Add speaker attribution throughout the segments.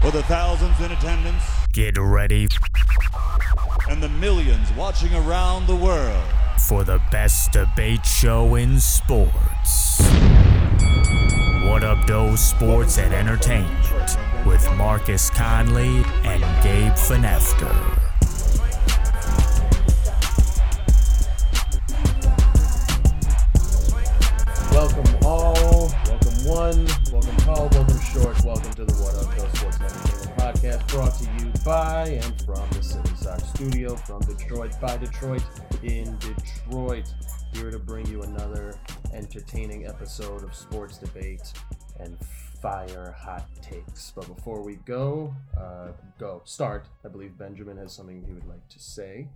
Speaker 1: For the thousands in attendance
Speaker 2: Get ready
Speaker 1: and the millions watching around the world.
Speaker 2: for the best debate show in sports. What Up Doe Sports and Entertainment with Marcus Conley and Gabe Finefter.
Speaker 3: Welcome all, welcome one, welcome tall, welcome short, welcome to the What Up Go Sports and Entertainment Podcast brought to you by and from the Silly Sox Studio from Detroit by Detroit in Detroit. Here to bring you another entertaining episode of sports debate and fire hot takes. But before we go, uh, go start. I believe Benjamin has something he would like to say.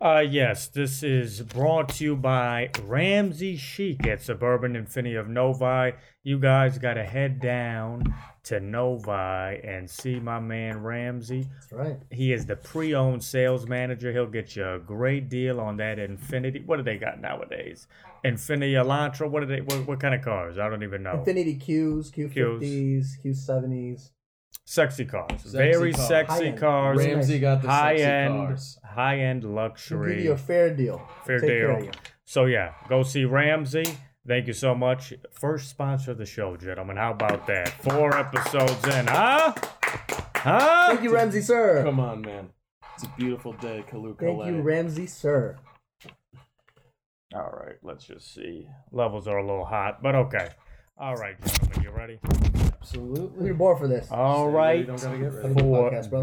Speaker 4: Uh, yes, this is brought to you by Ramsey Chic at Suburban Infinity of Novi. You guys got to head down to Novi and see my man Ramsey.
Speaker 3: That's right.
Speaker 4: He is the pre owned sales manager. He'll get you a great deal on that Infinity. What do they got nowadays? Infinity Elantra? What are they? What, what kind of cars? I don't even know.
Speaker 5: Infinity Qs, Q50s, Q70s.
Speaker 4: Sexy cars.
Speaker 3: Sexy
Speaker 4: Very
Speaker 3: cars.
Speaker 4: sexy
Speaker 5: High-end.
Speaker 4: cars.
Speaker 3: Ramsey got the
Speaker 4: high
Speaker 3: sexy
Speaker 4: end,
Speaker 3: cars.
Speaker 4: high end
Speaker 5: She'll
Speaker 4: luxury.
Speaker 5: give you a fair deal.
Speaker 4: Fair
Speaker 5: Take care of
Speaker 4: deal.
Speaker 5: you.
Speaker 4: So yeah, go see Ramsey. Thank you so much. First sponsor of the show, gentlemen. How about that? Four episodes in, huh? Huh?
Speaker 5: Thank you, Ramsey, sir.
Speaker 3: Come on, man. It's a beautiful day, Kaluka.
Speaker 5: Thank you, Ramsey, sir.
Speaker 4: All right, let's just see. Levels are a little hot, but okay. All right, gentlemen, you ready?
Speaker 3: Absolutely.
Speaker 5: We're born for this.
Speaker 4: All right.
Speaker 3: don't gotta get ready.
Speaker 4: For
Speaker 5: Podcast, brother. Good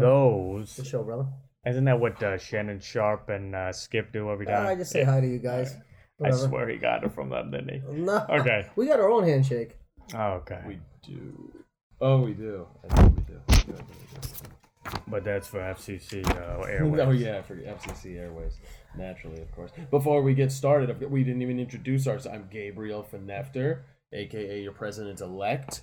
Speaker 4: those,
Speaker 5: show, brother.
Speaker 4: isn't that what uh, Shannon Sharp and uh, Skip do every time?
Speaker 5: I just say hi to you guys.
Speaker 4: I
Speaker 5: Whatever.
Speaker 4: swear he got it from them, didn't he?
Speaker 5: No.
Speaker 4: Okay.
Speaker 5: We got our own handshake.
Speaker 4: Okay,
Speaker 3: We do. Oh, we do. I think we do. We do, I think we
Speaker 4: but that's for FCC uh,
Speaker 3: do. Oh
Speaker 4: airways.
Speaker 3: yeah, for FCC Airways, naturally, of course. Before we get started, I've- we didn't even introduce ourselves. I'm Gabriel Finefter, aka your president elect,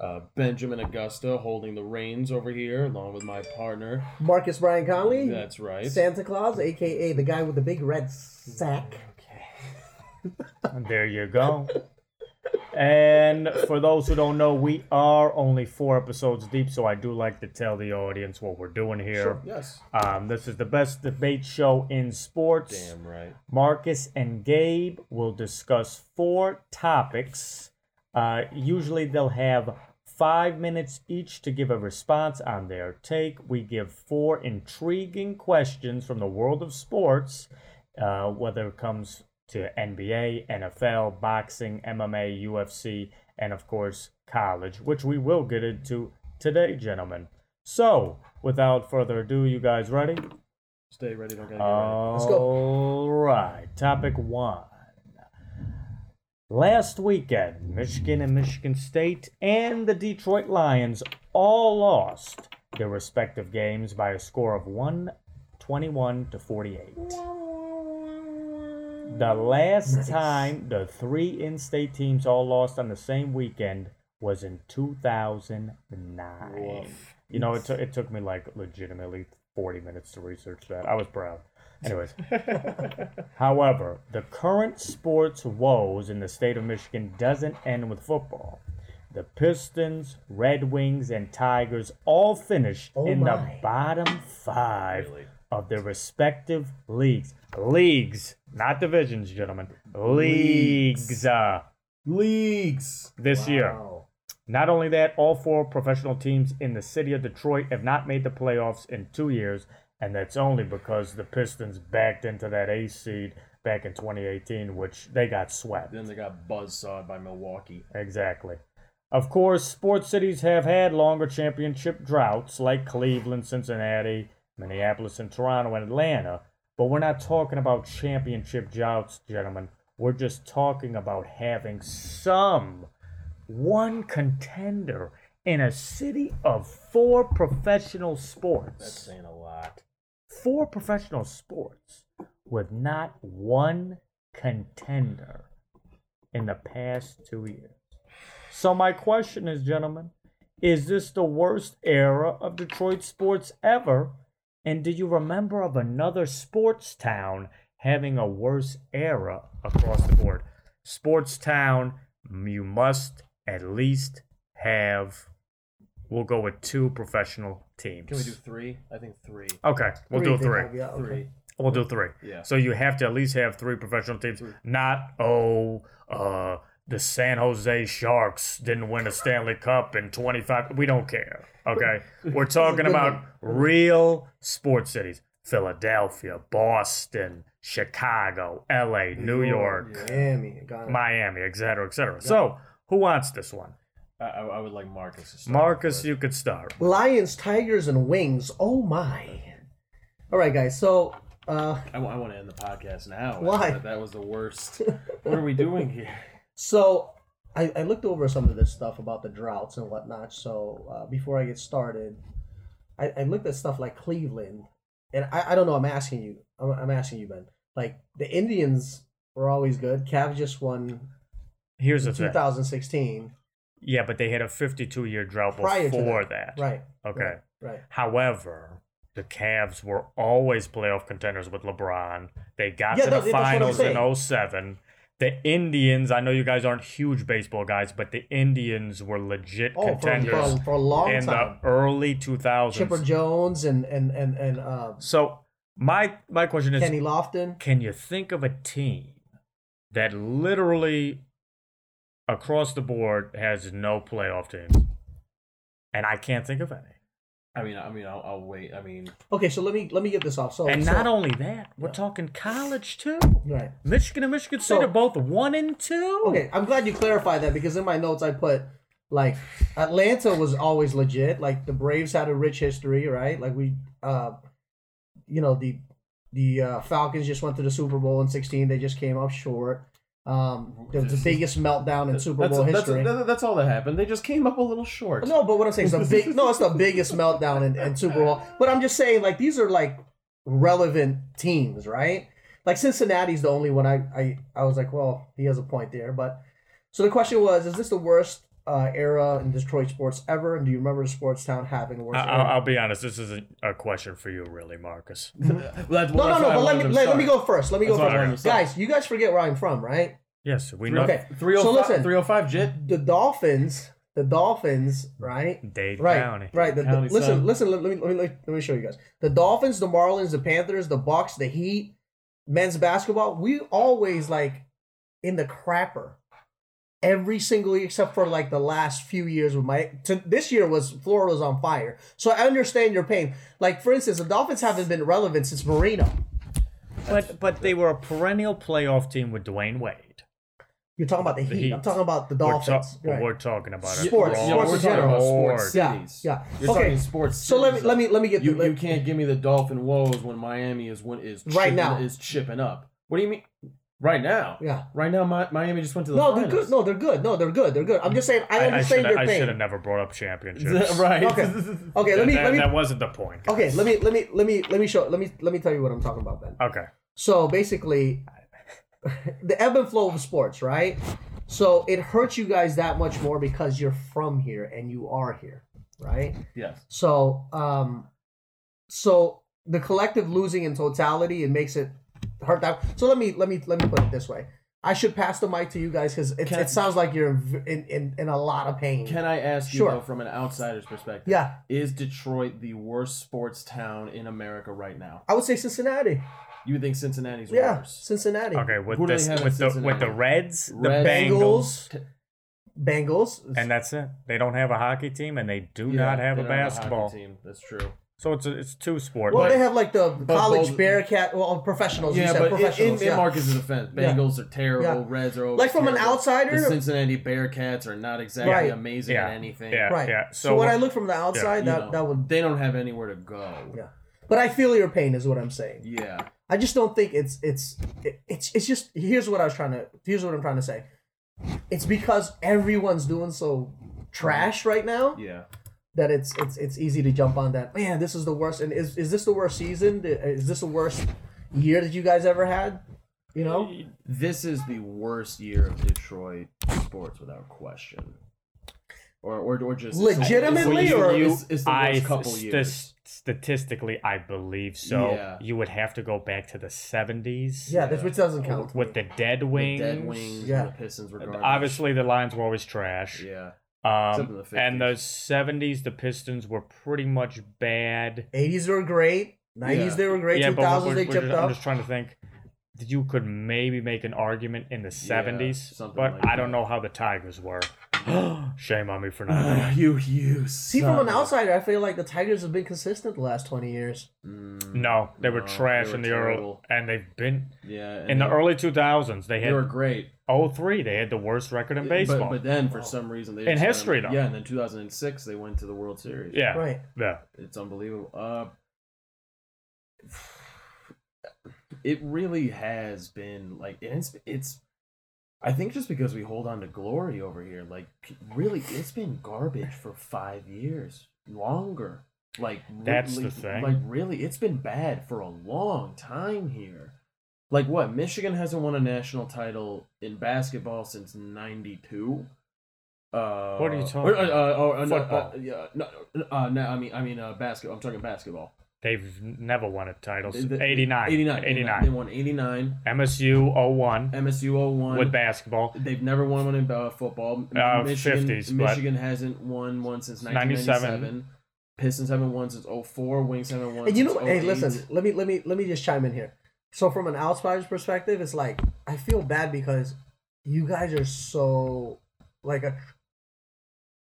Speaker 3: uh, Benjamin Augusta, holding the reins over here, along with my partner.
Speaker 5: Marcus Brian Conley,
Speaker 3: That's right.
Speaker 5: Santa Claus, aka the guy with the big red sack.
Speaker 4: There you go. And for those who don't know, we are only four episodes deep, so I do like to tell the audience what we're doing here.
Speaker 3: Yes.
Speaker 4: Um, this is the best debate show in sports.
Speaker 3: Damn right.
Speaker 4: Marcus and Gabe will discuss four topics. Uh, usually, they'll have five minutes each to give a response on their take. We give four intriguing questions from the world of sports, uh, whether it comes to NBA, NFL, boxing, MMA, UFC, and of course, college, which we will get into today, gentlemen. So, without further ado, you guys ready?
Speaker 3: Stay ready. Don't get ready.
Speaker 5: Let's go.
Speaker 4: All right. Topic one. Last weekend, Michigan and Michigan State and the Detroit Lions all lost their respective games by a score of 121 to 48. The last time the three in state teams all lost on the same weekend was in 2009.
Speaker 3: Woof.
Speaker 4: You know, it, took it took me like legitimately 40 minutes to research that. I was proud. Anyways, however, the current sports woes in the state of Michigan doesn't end with football. The Pistons, Red Wings, and Tigers all finished
Speaker 5: Oh
Speaker 4: in
Speaker 5: my.
Speaker 4: the bottom five of their respective leagues. Leagues, not divisions, gentlemen. Leagues uh,
Speaker 3: Leagues.
Speaker 4: this year.
Speaker 5: Wow.
Speaker 4: Not only that, all four professional teams in the city of Detroit have not made the playoffs in two years, and that's only because the Pistons backed into that A seed back in 2018, which they got swept.
Speaker 3: Then they got buzzsawed by Milwaukee.
Speaker 4: Exactly. Of course, sports cities have had longer championship droughts like Cleveland, Cincinnati, Minneapolis, and Toronto, and Atlanta. But we're not talking about championship droughts, gentlemen. We're just talking about having some one contender in a city of four professional sports
Speaker 3: That's saying a lot.
Speaker 4: four professional sports with not one contender in the past two years. So, my question is, gentlemen, is this the worst era of Detroit sports ever? And do you remember of another sports town having a worse era across the board? Sports town, you must at least have We'll go with two professional teams.
Speaker 3: Can we do three? I think three.
Speaker 4: Okay, we'll do
Speaker 5: they
Speaker 4: three.
Speaker 5: have, yeah, Oh, okay.
Speaker 3: Three.
Speaker 4: We'll do three.
Speaker 3: Yeah.
Speaker 4: So you have to at least have three professional teams. Not oh, uh, the San Jose Sharks didn't win a Stanley Cup in 25. We don't care. Okay, we're talking about real sports cities: Philadelphia, Boston, Chicago, L.A., New York,
Speaker 5: Miami, Ghana.
Speaker 4: Miami, et cetera, et cetera. So who wants this one?
Speaker 3: I, I I would like Marcus to start.
Speaker 4: Marcus, you could start.
Speaker 5: Lions, Tigers, and Wings. Oh my! All right, guys. So, uh,
Speaker 3: I, want to end the podcast now.
Speaker 5: Why?
Speaker 3: That, that was the worst. what are we doing here?
Speaker 5: so I, I looked over some of this stuff about the droughts and whatnot. So uh, before I get started, I, I looked at stuff like Cleveland, and I, I don't know. I'm asking you. I'm, I'm asking you, Ben. Like the Indians were always good. Cavs just won
Speaker 4: Here's the thing.
Speaker 5: 2016.
Speaker 4: Yeah, but they had a 52 year drought
Speaker 5: Prior to
Speaker 4: before that.
Speaker 5: Right.
Speaker 4: Okay.
Speaker 5: Right. right.
Speaker 4: However, the Cavs were always playoff contenders with LeBron. They got
Speaker 5: Yeah,
Speaker 4: to
Speaker 5: no,
Speaker 4: the
Speaker 5: that's what I'm
Speaker 4: finals
Speaker 5: saying.
Speaker 4: in 07. The Indians, I know you guys aren't huge baseball guys, but the Indians were legit
Speaker 5: Oh, for,
Speaker 4: contenders
Speaker 5: for, for a long
Speaker 4: in
Speaker 5: time.
Speaker 4: the early 2000s.
Speaker 5: Chipper Jones and and and and uh,
Speaker 4: so, my my question is
Speaker 5: Kenny Lofton.
Speaker 4: can you think of a team that literally across the board has no playoff teams? And I can't think of any.
Speaker 3: I mean, I mean, I'll, I'll wait. I mean,
Speaker 5: Okay, so let me let me get this off. So
Speaker 4: And
Speaker 5: so-
Speaker 4: not only that, we're talking college too.
Speaker 5: right.
Speaker 4: Michigan and Michigan State
Speaker 5: So-
Speaker 4: are both one and two.
Speaker 5: Okay, Oh, I'm glad you clarified that because in my notes I put like Atlanta was always legit. Like the Braves had a rich history, right? Like we, uh, you know the the uh, Falcons just went to the Super Bowl in '16. They just came up short. Um, the, the biggest meltdown in Super
Speaker 3: that's,
Speaker 5: Bowl
Speaker 3: that's,
Speaker 5: history.
Speaker 3: that- that's all that happened. They just came up a little short.
Speaker 5: No, but what I'm saying is the big. No, it's the biggest meltdown in, in Super Bowl. But I'm just saying, like these are like relevant teams, right? Like Cincinnati's the only one I I I was like, well, he has a point there. But so the question was, is this the worst uh, era in Detroit sports ever? And do you remember the sports town having the
Speaker 4: I,
Speaker 5: worst?
Speaker 4: I'll,
Speaker 5: era?
Speaker 4: I'll be honest. This isn't a question for you, really, Marcus.
Speaker 3: That's-
Speaker 5: no, no,
Speaker 3: that's
Speaker 5: no.
Speaker 3: why I
Speaker 5: But let
Speaker 3: wanted
Speaker 5: me
Speaker 3: him
Speaker 5: let, let
Speaker 3: to
Speaker 5: me
Speaker 3: start.
Speaker 5: go first. Let me go
Speaker 3: That's why I wanted him to
Speaker 5: first,
Speaker 3: start.
Speaker 5: guys. You guys forget where I'm from, right?
Speaker 4: Yes, we know.
Speaker 5: Okay. So
Speaker 3: 305,
Speaker 5: listen.
Speaker 3: 305 Jit.
Speaker 5: The Dolphins, the Dolphins, right?
Speaker 4: Dade
Speaker 5: right,
Speaker 4: County.
Speaker 5: Right. The, the-
Speaker 3: County,
Speaker 5: listen,
Speaker 3: son.
Speaker 5: listen. Let, let me let me let me show you guys. The Dolphins, the Marlins, the Panthers, the Bucks, the Heat, men's basketball. We always like in the crapper every single year, except for like the last few years. With my to, this year was Florida was on fire. So I understand your pain. Like for instance, the Dolphins haven't been relevant since Marino.
Speaker 4: But but they were a perennial playoff team with Dwayne Wade.
Speaker 5: You're talking about the Heat.
Speaker 4: Heat.
Speaker 5: I'm talking about the
Speaker 4: We're, ta-
Speaker 5: Dolphins. Right.
Speaker 4: we're talking about it.
Speaker 5: Sports,
Speaker 4: Raw
Speaker 3: Yeah,
Speaker 5: sports
Speaker 3: we're
Speaker 5: in
Speaker 3: talking
Speaker 5: general.
Speaker 3: about sports
Speaker 5: Yeah,
Speaker 3: cities.
Speaker 5: yeah.
Speaker 3: You're
Speaker 5: Okay,
Speaker 3: talking sports.
Speaker 5: so let me-
Speaker 3: cities.
Speaker 5: let me- let me get
Speaker 3: you.
Speaker 5: the-
Speaker 3: You can't give me the dolphin woes when Miami is when is
Speaker 5: Right
Speaker 3: chipping-
Speaker 5: now.
Speaker 3: is chipping up. What do you mean? Right now?
Speaker 5: Yeah.
Speaker 3: Right now, Mi- Miami just went to the
Speaker 5: No, they're
Speaker 3: finals.
Speaker 5: good. No, they're good. No, they're good. They're good. I'm just saying.
Speaker 4: I,
Speaker 5: I
Speaker 4: I should
Speaker 5: understand your pain.
Speaker 4: have never brought up championships.
Speaker 3: right.
Speaker 5: Okay. Okay, let me
Speaker 4: that,
Speaker 5: let me
Speaker 4: that wasn't the point. guys.
Speaker 5: Okay, let me let me let me let me show let me let me tell you what I'm talking about then.
Speaker 4: Okay.
Speaker 5: So basically the ebb and flow of sports, right? So it hurts you guys that much more because you're from here and you are here, right?
Speaker 3: Yes.
Speaker 5: So um so the collective losing in totality it makes it hurt that. So let me let me let me put it this way. I should pass the mic to you guys cuz it,
Speaker 3: Can I-
Speaker 5: it sounds like you're in in, in, in a lot of pain.
Speaker 3: Can I ask you
Speaker 5: Sure.
Speaker 3: though, from an outsider's perspective?
Speaker 5: Yeah.
Speaker 3: Is Detroit the worst sports town in America right now?
Speaker 5: I would say Cincinnati.
Speaker 3: You think Cincinnati's
Speaker 5: Yeah,
Speaker 3: worse?
Speaker 5: Cincinnati.
Speaker 4: Okay. With
Speaker 3: Who do they
Speaker 4: this,
Speaker 3: have in
Speaker 4: with the with
Speaker 3: Cincinnati?
Speaker 4: the Reds, the
Speaker 3: Reds.
Speaker 4: Bengals,
Speaker 5: Bengals, Bengals,
Speaker 4: and that's it. They don't have a hockey team, and they do
Speaker 3: Yeah,
Speaker 4: not have
Speaker 3: they
Speaker 4: a
Speaker 3: don't hockey
Speaker 4: basketball.
Speaker 3: team. That's true.
Speaker 4: so it's a, it's two sport.
Speaker 5: Well,
Speaker 4: but-
Speaker 5: they have like the college
Speaker 3: both-
Speaker 5: Bearcat, well, um, professionals. you
Speaker 3: Yeah,
Speaker 5: said,
Speaker 3: but in, in,
Speaker 5: professionals.
Speaker 3: in
Speaker 5: yeah.
Speaker 3: Marcus's defense,
Speaker 5: Yeah.
Speaker 3: Bengals are terrible.
Speaker 5: Yeah.
Speaker 3: Reds are always
Speaker 5: Like, from an
Speaker 3: terrible.
Speaker 5: outsider-
Speaker 3: The Cincinnati Bearcats are not exactly
Speaker 5: Right.
Speaker 3: amazing
Speaker 4: yeah,
Speaker 3: at anything.
Speaker 4: Yeah,
Speaker 5: right.
Speaker 4: yeah.
Speaker 5: So, when I look from the outside,
Speaker 3: You
Speaker 5: that
Speaker 3: know,
Speaker 5: that would.
Speaker 3: They don't have anywhere to go.
Speaker 5: Yeah. But I feel your pain, is what I'm saying.
Speaker 3: Yeah.
Speaker 5: I just don't think it's it's it- it's it's just here's what I was trying to here's what I'm trying to say. It's because everyone's doing so trash right now
Speaker 3: Yeah.
Speaker 5: that it's it's it's easy to jump on that. Man, this is the worst. And is is this the worst season? Is this the worst year that you guys ever had? You know.
Speaker 3: This is the worst year of Detroit sports without question. Or or, or just
Speaker 5: Legitimately,
Speaker 3: it's the-
Speaker 5: or-
Speaker 3: it's, it's the
Speaker 4: I
Speaker 3: worst couple
Speaker 4: st-
Speaker 3: years.
Speaker 4: statistically, I believe so.
Speaker 3: Yeah.
Speaker 4: You would have to go back to the seventies.
Speaker 5: Yeah, that's which doesn't count.
Speaker 4: With the dead
Speaker 3: The
Speaker 4: wings.
Speaker 3: dead wings,
Speaker 5: Yeah.
Speaker 3: and the Pistons were garbage.
Speaker 4: Obviously, the lines were always trash.
Speaker 3: Yeah. Except in
Speaker 4: Um,
Speaker 3: the
Speaker 4: and the
Speaker 3: 50s.
Speaker 4: 70s, the Pistons were pretty much bad.
Speaker 5: 80s were great. 90s
Speaker 3: Yeah.
Speaker 5: they were great.
Speaker 4: yeah,
Speaker 5: 2000s
Speaker 4: but we're-
Speaker 5: they
Speaker 4: we're
Speaker 5: jumped
Speaker 4: just- I'm
Speaker 5: up.
Speaker 4: just trying to think. that You could maybe make an argument in the 70s,
Speaker 3: something
Speaker 4: but
Speaker 3: like
Speaker 4: I don't
Speaker 3: that.
Speaker 4: know how the Tigers were. Shame on me for not knowing.
Speaker 3: you, you.
Speaker 5: See, from an outsider, I feel like the Tigers have been consistent the last 20 years.
Speaker 4: No, they were
Speaker 3: Mm, No,
Speaker 4: trash
Speaker 3: they were
Speaker 4: in the early,
Speaker 3: terrible.
Speaker 4: and they've been
Speaker 3: Yeah, and
Speaker 4: in the
Speaker 3: they-
Speaker 4: early 2000s. They
Speaker 3: they were
Speaker 4: had
Speaker 3: great
Speaker 4: 03. They had the worst record in
Speaker 3: But-
Speaker 4: baseball.
Speaker 3: But, then for some reason they
Speaker 4: In
Speaker 3: just kinda-
Speaker 4: history, though.
Speaker 3: Yeah, and then 2006 they went to the World Series.
Speaker 4: yeah,
Speaker 5: Right.
Speaker 4: yeah.
Speaker 3: it's unbelievable. Uh, it really has been like and it's it's. I think just because we hold on to glory over here, like really, it's been garbage for five years longer. Like re-
Speaker 4: That's the
Speaker 3: like-
Speaker 4: thing.
Speaker 3: Like really, it's been bad for a long time here. Like what? Michigan hasn't won a national title in basketball since '92. Uh,
Speaker 4: What are you talking
Speaker 3: or, uh, uh, or, uh, no,
Speaker 4: Football.
Speaker 3: uh, yeah, no, uh, no, I mean, I mean, uh, basketball. I'm talking basketball.
Speaker 4: They've never won a title.
Speaker 3: They-
Speaker 4: since
Speaker 3: they-
Speaker 4: 89.
Speaker 3: 89,
Speaker 4: 89.
Speaker 3: They won 89.
Speaker 4: MSU 01
Speaker 3: MSU 01.
Speaker 4: with basketball.
Speaker 3: They've never won one in uh, football.
Speaker 4: Uh,
Speaker 3: Michigan,
Speaker 4: 50s, but-
Speaker 3: Michigan hasn't won one since
Speaker 4: 97.
Speaker 3: 1997. Pistons haven't won since 04. Wings haven't won.
Speaker 5: And you know,
Speaker 3: since
Speaker 5: what? hey,
Speaker 3: 08.
Speaker 5: listen, let me let me let me just chime in here. So from an outsider's perspective, it's like I feel bad because you guys are so like a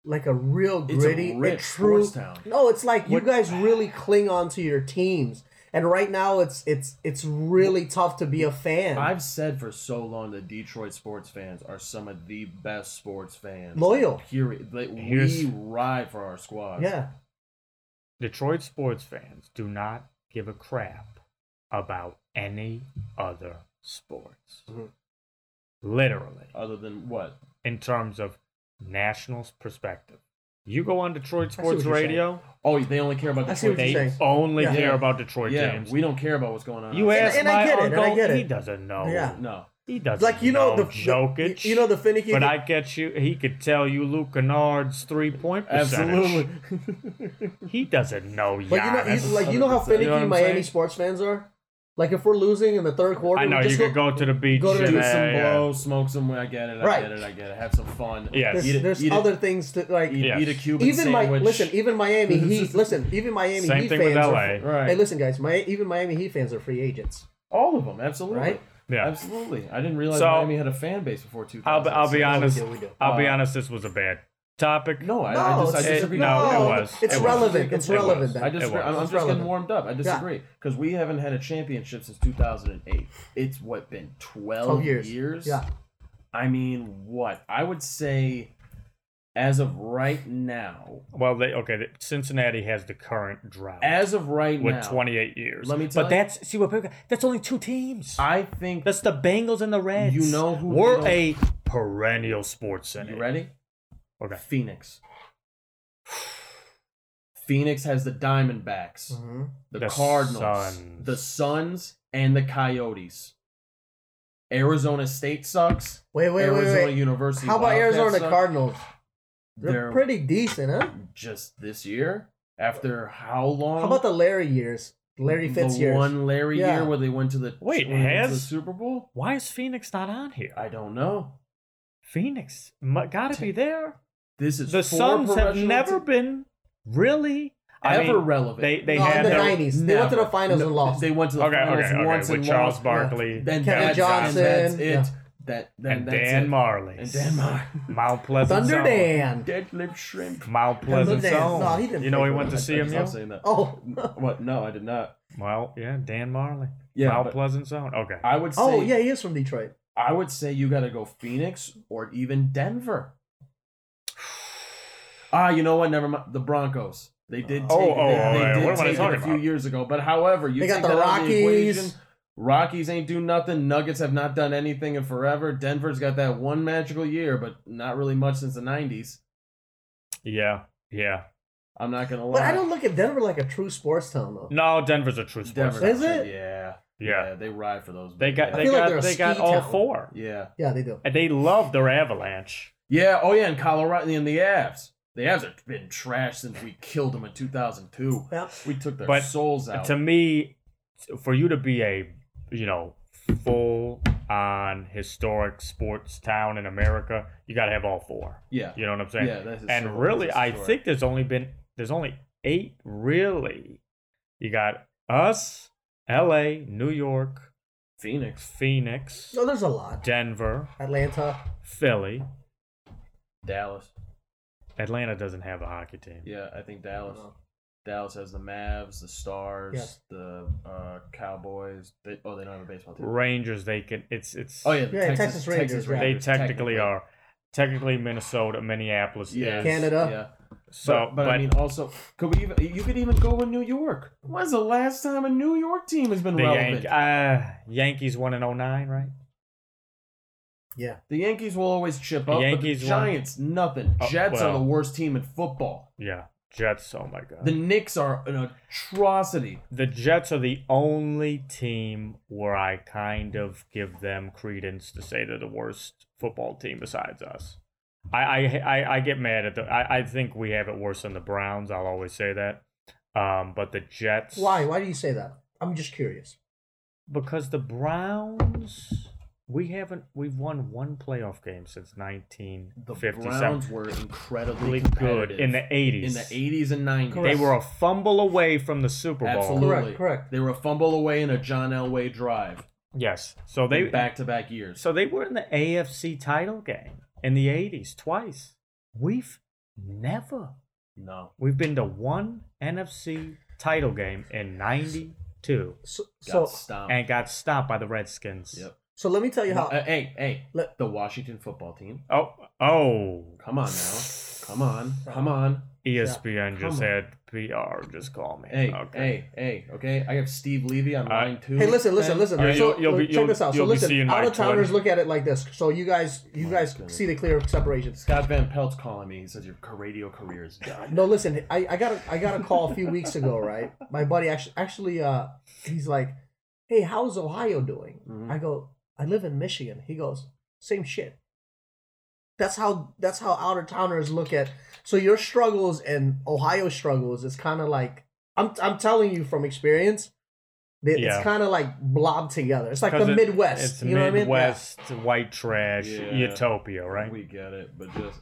Speaker 5: like a real
Speaker 3: It's a
Speaker 5: gritty, and
Speaker 3: rich
Speaker 5: true.
Speaker 3: sports town.
Speaker 5: No, it's like you
Speaker 4: What-
Speaker 5: guys really cling on to your teams, and right now it's it's it's really tough to be a fan.
Speaker 3: oh I've said for so long that Detroit sports fans are some of the best sports fans.
Speaker 5: Loyal.
Speaker 3: Period. Like,
Speaker 4: Here's-
Speaker 3: we ride for our squad.
Speaker 5: yeah,
Speaker 4: Detroit sports fans do not give a crap about any other sports.
Speaker 5: Mhm.
Speaker 4: Literally.
Speaker 3: Other than what?
Speaker 4: in terms of nationals perspective. You go on Detroit
Speaker 5: see
Speaker 4: Sports
Speaker 5: what you're saying.
Speaker 4: Radio,
Speaker 3: Oh, they only care about
Speaker 5: I see what
Speaker 3: Detroit.
Speaker 5: you're
Speaker 3: teams.
Speaker 5: saying.
Speaker 4: they only
Speaker 5: Yeah.
Speaker 4: care about Detroit
Speaker 3: yeah,
Speaker 4: games.
Speaker 3: we don't care about what's going on.
Speaker 4: you
Speaker 3: outside.
Speaker 4: ask
Speaker 5: and I
Speaker 4: my
Speaker 5: get it, and
Speaker 4: uncle,
Speaker 5: I get
Speaker 4: he
Speaker 5: it.
Speaker 4: doesn't know.
Speaker 5: Yeah.
Speaker 3: No.
Speaker 4: He doesn't
Speaker 5: like you know, the
Speaker 4: Jokic.
Speaker 5: The, you know the finicky.
Speaker 4: but I get you. He could tell you Luke Kennard's three point percentage.
Speaker 3: Absolutely.
Speaker 4: He doesn't know Giannis.
Speaker 5: But you know, you, like you know how
Speaker 3: 100%.
Speaker 5: finicky
Speaker 4: You know what I'm
Speaker 5: Miami
Speaker 4: saying?
Speaker 5: sports fans are. Like if we're losing in the third quarter,
Speaker 4: I
Speaker 5: we
Speaker 4: know you
Speaker 5: just
Speaker 4: could go to the beach,
Speaker 5: go to the-
Speaker 4: and,
Speaker 3: Do
Speaker 5: Yeah,
Speaker 3: some
Speaker 4: uh,
Speaker 3: blow, smoke some weed. I get it. I
Speaker 5: Right.
Speaker 3: get it. I get it. Have some fun.
Speaker 4: Yes.
Speaker 5: There's,
Speaker 3: Eat, a-
Speaker 5: there's
Speaker 3: eat a-
Speaker 5: other things to like.
Speaker 3: Eat,
Speaker 4: Yes.
Speaker 3: eat a Cuban
Speaker 5: Even my
Speaker 3: sandwich.
Speaker 5: listen, e- even Miami Heat. listen, even Miami
Speaker 4: Same
Speaker 5: Heat
Speaker 4: thing with
Speaker 5: fans.
Speaker 4: LA.
Speaker 5: Are,
Speaker 3: Right.
Speaker 5: Hey, listen, guys. My even Miami Heat fans are free agents.
Speaker 3: All of them. Absolutely.
Speaker 5: Right?
Speaker 4: Yeah.
Speaker 3: Absolutely. I didn't realize
Speaker 4: So-
Speaker 3: Miami had a fan base before 2000.
Speaker 4: I'll, be- I'll be honest.
Speaker 5: do, we do.
Speaker 4: I'll be
Speaker 3: Uh,
Speaker 4: honest. This was a bad topic.
Speaker 3: No, I, I
Speaker 5: No,
Speaker 3: just, I
Speaker 5: it's-
Speaker 3: disagree.
Speaker 4: it- no,
Speaker 3: I
Speaker 4: it
Speaker 3: disagree.
Speaker 4: was.
Speaker 5: It's
Speaker 4: It was.
Speaker 5: relevant. It's
Speaker 4: It was.
Speaker 5: relevant.
Speaker 3: I
Speaker 5: Then.
Speaker 3: disagree.
Speaker 4: was.
Speaker 3: I'm, I'm
Speaker 5: It's
Speaker 3: just getting
Speaker 5: relevant.
Speaker 3: warmed up. I disagree because we haven't had a championship since 2008. It's what been 12,
Speaker 5: 12 years.
Speaker 3: years.
Speaker 5: Yeah.
Speaker 3: I mean, what? I would say, as of right now,
Speaker 4: Well, they okay. the- Cincinnati has the current drought.
Speaker 3: as of right
Speaker 4: with
Speaker 3: now,
Speaker 4: 28 years.
Speaker 3: Let me tell
Speaker 4: but
Speaker 3: you-
Speaker 4: that's see what people- that's only two teams.
Speaker 3: I think
Speaker 4: that's the Bengals and the Reds.
Speaker 3: You know who
Speaker 4: we're a
Speaker 3: they
Speaker 4: perennial sports center.
Speaker 3: You ready?
Speaker 4: Okay.
Speaker 3: Phoenix. Phoenix has the Diamondbacks,
Speaker 5: Mhm.
Speaker 3: the,
Speaker 4: The
Speaker 3: Cardinals,
Speaker 4: Suns.
Speaker 3: the Suns, and the Coyotes. Arizona State sucks.
Speaker 5: Wait, wait, wait,
Speaker 3: Arizona
Speaker 5: wait.
Speaker 3: University.
Speaker 5: How about
Speaker 3: Wildcats
Speaker 5: Arizona
Speaker 3: suck.
Speaker 5: Cardinals? They're,
Speaker 3: They're
Speaker 5: pretty decent, huh?
Speaker 3: just this year. After how long?
Speaker 5: How about the Larry years? Larry Fitz
Speaker 3: the
Speaker 5: years.
Speaker 3: one Larry
Speaker 5: Yeah.
Speaker 3: year where they went to the
Speaker 4: Wait,
Speaker 3: where they went to the
Speaker 4: has-
Speaker 3: Super Bowl?
Speaker 4: Why is Phoenix not on here?
Speaker 3: I don't know.
Speaker 4: Phoenix mu- gotta be there.
Speaker 3: This is
Speaker 4: The
Speaker 3: four
Speaker 4: Suns have
Speaker 3: professional
Speaker 4: never
Speaker 3: te-
Speaker 4: been really I
Speaker 3: ever
Speaker 4: mean,
Speaker 3: relevant.
Speaker 4: They they
Speaker 5: No, in
Speaker 4: had
Speaker 5: the
Speaker 4: their-
Speaker 5: 90s. They went to the finals and lost.
Speaker 3: They went to the
Speaker 4: Okay,
Speaker 3: finals
Speaker 4: okay, okay.
Speaker 3: once
Speaker 4: With
Speaker 3: and
Speaker 4: Charles
Speaker 3: lost.
Speaker 4: Barkley,
Speaker 3: Then
Speaker 5: Kevin
Speaker 3: that's,
Speaker 5: Johnson,
Speaker 3: That's it.
Speaker 5: yeah.
Speaker 3: That, then
Speaker 4: and
Speaker 3: that's
Speaker 4: Dan
Speaker 3: it.
Speaker 4: Marley,
Speaker 3: And Dan Mar.
Speaker 4: Mount Pleasant
Speaker 5: Thunder
Speaker 4: Zone.
Speaker 5: Dan.
Speaker 3: Dead lip shrimp.
Speaker 4: Mount Pleasant
Speaker 5: Dan.
Speaker 4: Zone.
Speaker 5: No, he didn't
Speaker 4: you know
Speaker 5: play
Speaker 4: he
Speaker 5: for
Speaker 4: went to
Speaker 5: them.
Speaker 4: see him.
Speaker 3: I'm saying that.
Speaker 5: Oh,
Speaker 3: What? No, I did not.
Speaker 4: Well, yeah, Dan Marley.
Speaker 3: Yeah,
Speaker 4: Mount
Speaker 3: but-
Speaker 4: Pleasant Zone. Okay.
Speaker 3: I would say.
Speaker 5: oh yeah, he is from Detroit.
Speaker 3: I would say you got to go Phoenix or even Denver. Ah, you know what? Never mind. The Broncos. They did take,
Speaker 4: Oh, oh,
Speaker 3: they,
Speaker 4: oh,
Speaker 3: they
Speaker 4: yeah.
Speaker 3: did
Speaker 4: What am I
Speaker 3: take it
Speaker 4: talking
Speaker 3: a few
Speaker 4: about?
Speaker 3: years ago. But however, you
Speaker 5: They got
Speaker 3: take
Speaker 5: the
Speaker 3: that out of the
Speaker 5: Rockies.
Speaker 3: equation, Rockies ain't do nothing. Nuggets have not done anything in forever. Denver's got that one magical year, but not really much since the '90s.
Speaker 4: yeah, yeah.
Speaker 3: I'm not gonna lie.
Speaker 5: But I don't look at Denver like a true sports town though.
Speaker 4: No, Denver's a true sports.
Speaker 3: Denver,
Speaker 4: town.
Speaker 5: Is it?
Speaker 3: Yeah,
Speaker 4: Yeah.
Speaker 3: They ride for those.
Speaker 4: They got
Speaker 5: I
Speaker 4: they
Speaker 5: feel like
Speaker 4: got
Speaker 5: they're a
Speaker 4: they got
Speaker 5: ski
Speaker 4: all
Speaker 5: town.
Speaker 4: four.
Speaker 3: yeah,
Speaker 5: Yeah, they do.
Speaker 4: And they love their avalanche.
Speaker 3: yeah. Oh yeah, and Colorado and the Avs. The Avs have been trash since we killed them in 2002.
Speaker 5: Yeah.
Speaker 3: We took their
Speaker 4: But
Speaker 3: souls out.
Speaker 4: To me, for you to be a you know full on historic sports town in America, you got to have all four.
Speaker 3: Yeah.
Speaker 4: You know what I'm saying?
Speaker 3: Yeah, that's
Speaker 4: and
Speaker 3: historic,
Speaker 4: really,
Speaker 3: that's
Speaker 4: I
Speaker 3: historic.
Speaker 4: think there's only been there's only eight really. You got us, L.A., New York,
Speaker 3: Phoenix,
Speaker 4: Phoenix,
Speaker 3: Oh,
Speaker 5: No, there's a lot.
Speaker 4: Denver,
Speaker 5: Atlanta.
Speaker 4: Philly.
Speaker 3: Dallas.
Speaker 4: Atlanta doesn't have a hockey team.
Speaker 3: Yeah, I think Dallas. Dallas has the Mavs, the Stars,
Speaker 5: Uh-huh. Yes.
Speaker 3: the uh, Cowboys. They, oh, they don't have a baseball team.
Speaker 4: Rangers, they can. It's it's.
Speaker 3: Oh yeah, the
Speaker 5: Yeah, Texas Rangers, yeah.
Speaker 4: They technically are. Technically, Minnesota, Minneapolis.
Speaker 3: Yeah,
Speaker 4: is.
Speaker 5: Canada.
Speaker 3: Yeah.
Speaker 4: So,
Speaker 3: but, but, I mean, also, could we even? You could even go with New York. When's the last time a New York team has been
Speaker 4: the
Speaker 3: relevant?
Speaker 4: Yan- uh, Yankees won in 09, right?
Speaker 5: Yeah.
Speaker 3: the Yankees will always chip up.
Speaker 4: Yankees
Speaker 3: but the
Speaker 4: won.
Speaker 3: Giants, nothing.
Speaker 4: Oh,
Speaker 3: Jets
Speaker 4: well.
Speaker 3: are the worst team in football.
Speaker 4: Yeah. Jets. Oh my God.
Speaker 3: The
Speaker 4: The,
Speaker 3: Knicks are an atrocity.
Speaker 4: Jets are the only team where I kind of give them credence to say they're the worst football team besides us. I I, I, I get mad at the. I, I think we have it worse than the Browns. I'll always say that. Um, but the Jets.
Speaker 5: Why? Why do you say that? I'm just curious.
Speaker 4: Because the Browns, we haven't, we've won one playoff game since
Speaker 3: The
Speaker 4: 1957.
Speaker 3: Browns were
Speaker 4: Really
Speaker 3: incredibly
Speaker 4: good in the 80s.
Speaker 3: competitive in the 80s and 90s.
Speaker 4: They were a fumble away from the Super Bowl.
Speaker 3: Absolutely
Speaker 5: Correct, correct.
Speaker 3: They were a fumble away in a John Elway drive.
Speaker 4: Yes. So Oh, they
Speaker 3: back to back years.
Speaker 4: so they were in the AFC title game in the 80s twice. We've never.
Speaker 3: No,
Speaker 4: We've been to one NFC title game in 92
Speaker 5: So,
Speaker 3: got
Speaker 5: so,
Speaker 3: stomped.
Speaker 4: and got stopped by the Redskins.
Speaker 3: Yep.
Speaker 5: so let me tell you how.
Speaker 3: Uh, hey, hey,
Speaker 5: Let-
Speaker 3: the Washington football team.
Speaker 4: Oh, oh. E
Speaker 3: Come on now, come on, come on.
Speaker 4: ESPN
Speaker 3: Yeah.
Speaker 4: just
Speaker 3: Come
Speaker 4: had PR just call me.
Speaker 3: Hey,
Speaker 4: okay. Uh,
Speaker 3: hey, hey. Okay, I have Steve Levy on
Speaker 4: right.
Speaker 3: line two.
Speaker 5: Hey, listen, listen, listen.
Speaker 4: All right,
Speaker 5: so,
Speaker 4: you'll- you'll be-
Speaker 5: check
Speaker 4: you'll-
Speaker 5: this out. So
Speaker 4: you'll be
Speaker 5: listen,
Speaker 4: seeing my
Speaker 5: out of towners
Speaker 4: Twitter.
Speaker 5: look at it like this. So you guys, you guys
Speaker 3: goodness.
Speaker 5: see the clear separation.
Speaker 3: Scott Van Pelt's calling me. He says your radio career is done.
Speaker 5: No, listen, I, I got a, I got a call a few weeks ago, right? My buddy actually actually uh he's like, "Hey, how's Ohio doing?"
Speaker 4: Mm-hmm.
Speaker 5: I go, "I live in Michigan." He goes, "Same shit." That's how that's how outer towners look at. So your struggles and Ohio struggles is kind of like I'm I'm telling you from experience. That
Speaker 4: Yeah.
Speaker 5: It's kind of like blobbed together. It's like
Speaker 4: 'Cause
Speaker 5: the
Speaker 4: it-
Speaker 5: Midwest.
Speaker 4: It's
Speaker 5: you know what I mean? Yeah.
Speaker 4: Midwest white trash
Speaker 3: Yeah.
Speaker 4: utopia, right?
Speaker 3: We get it, but just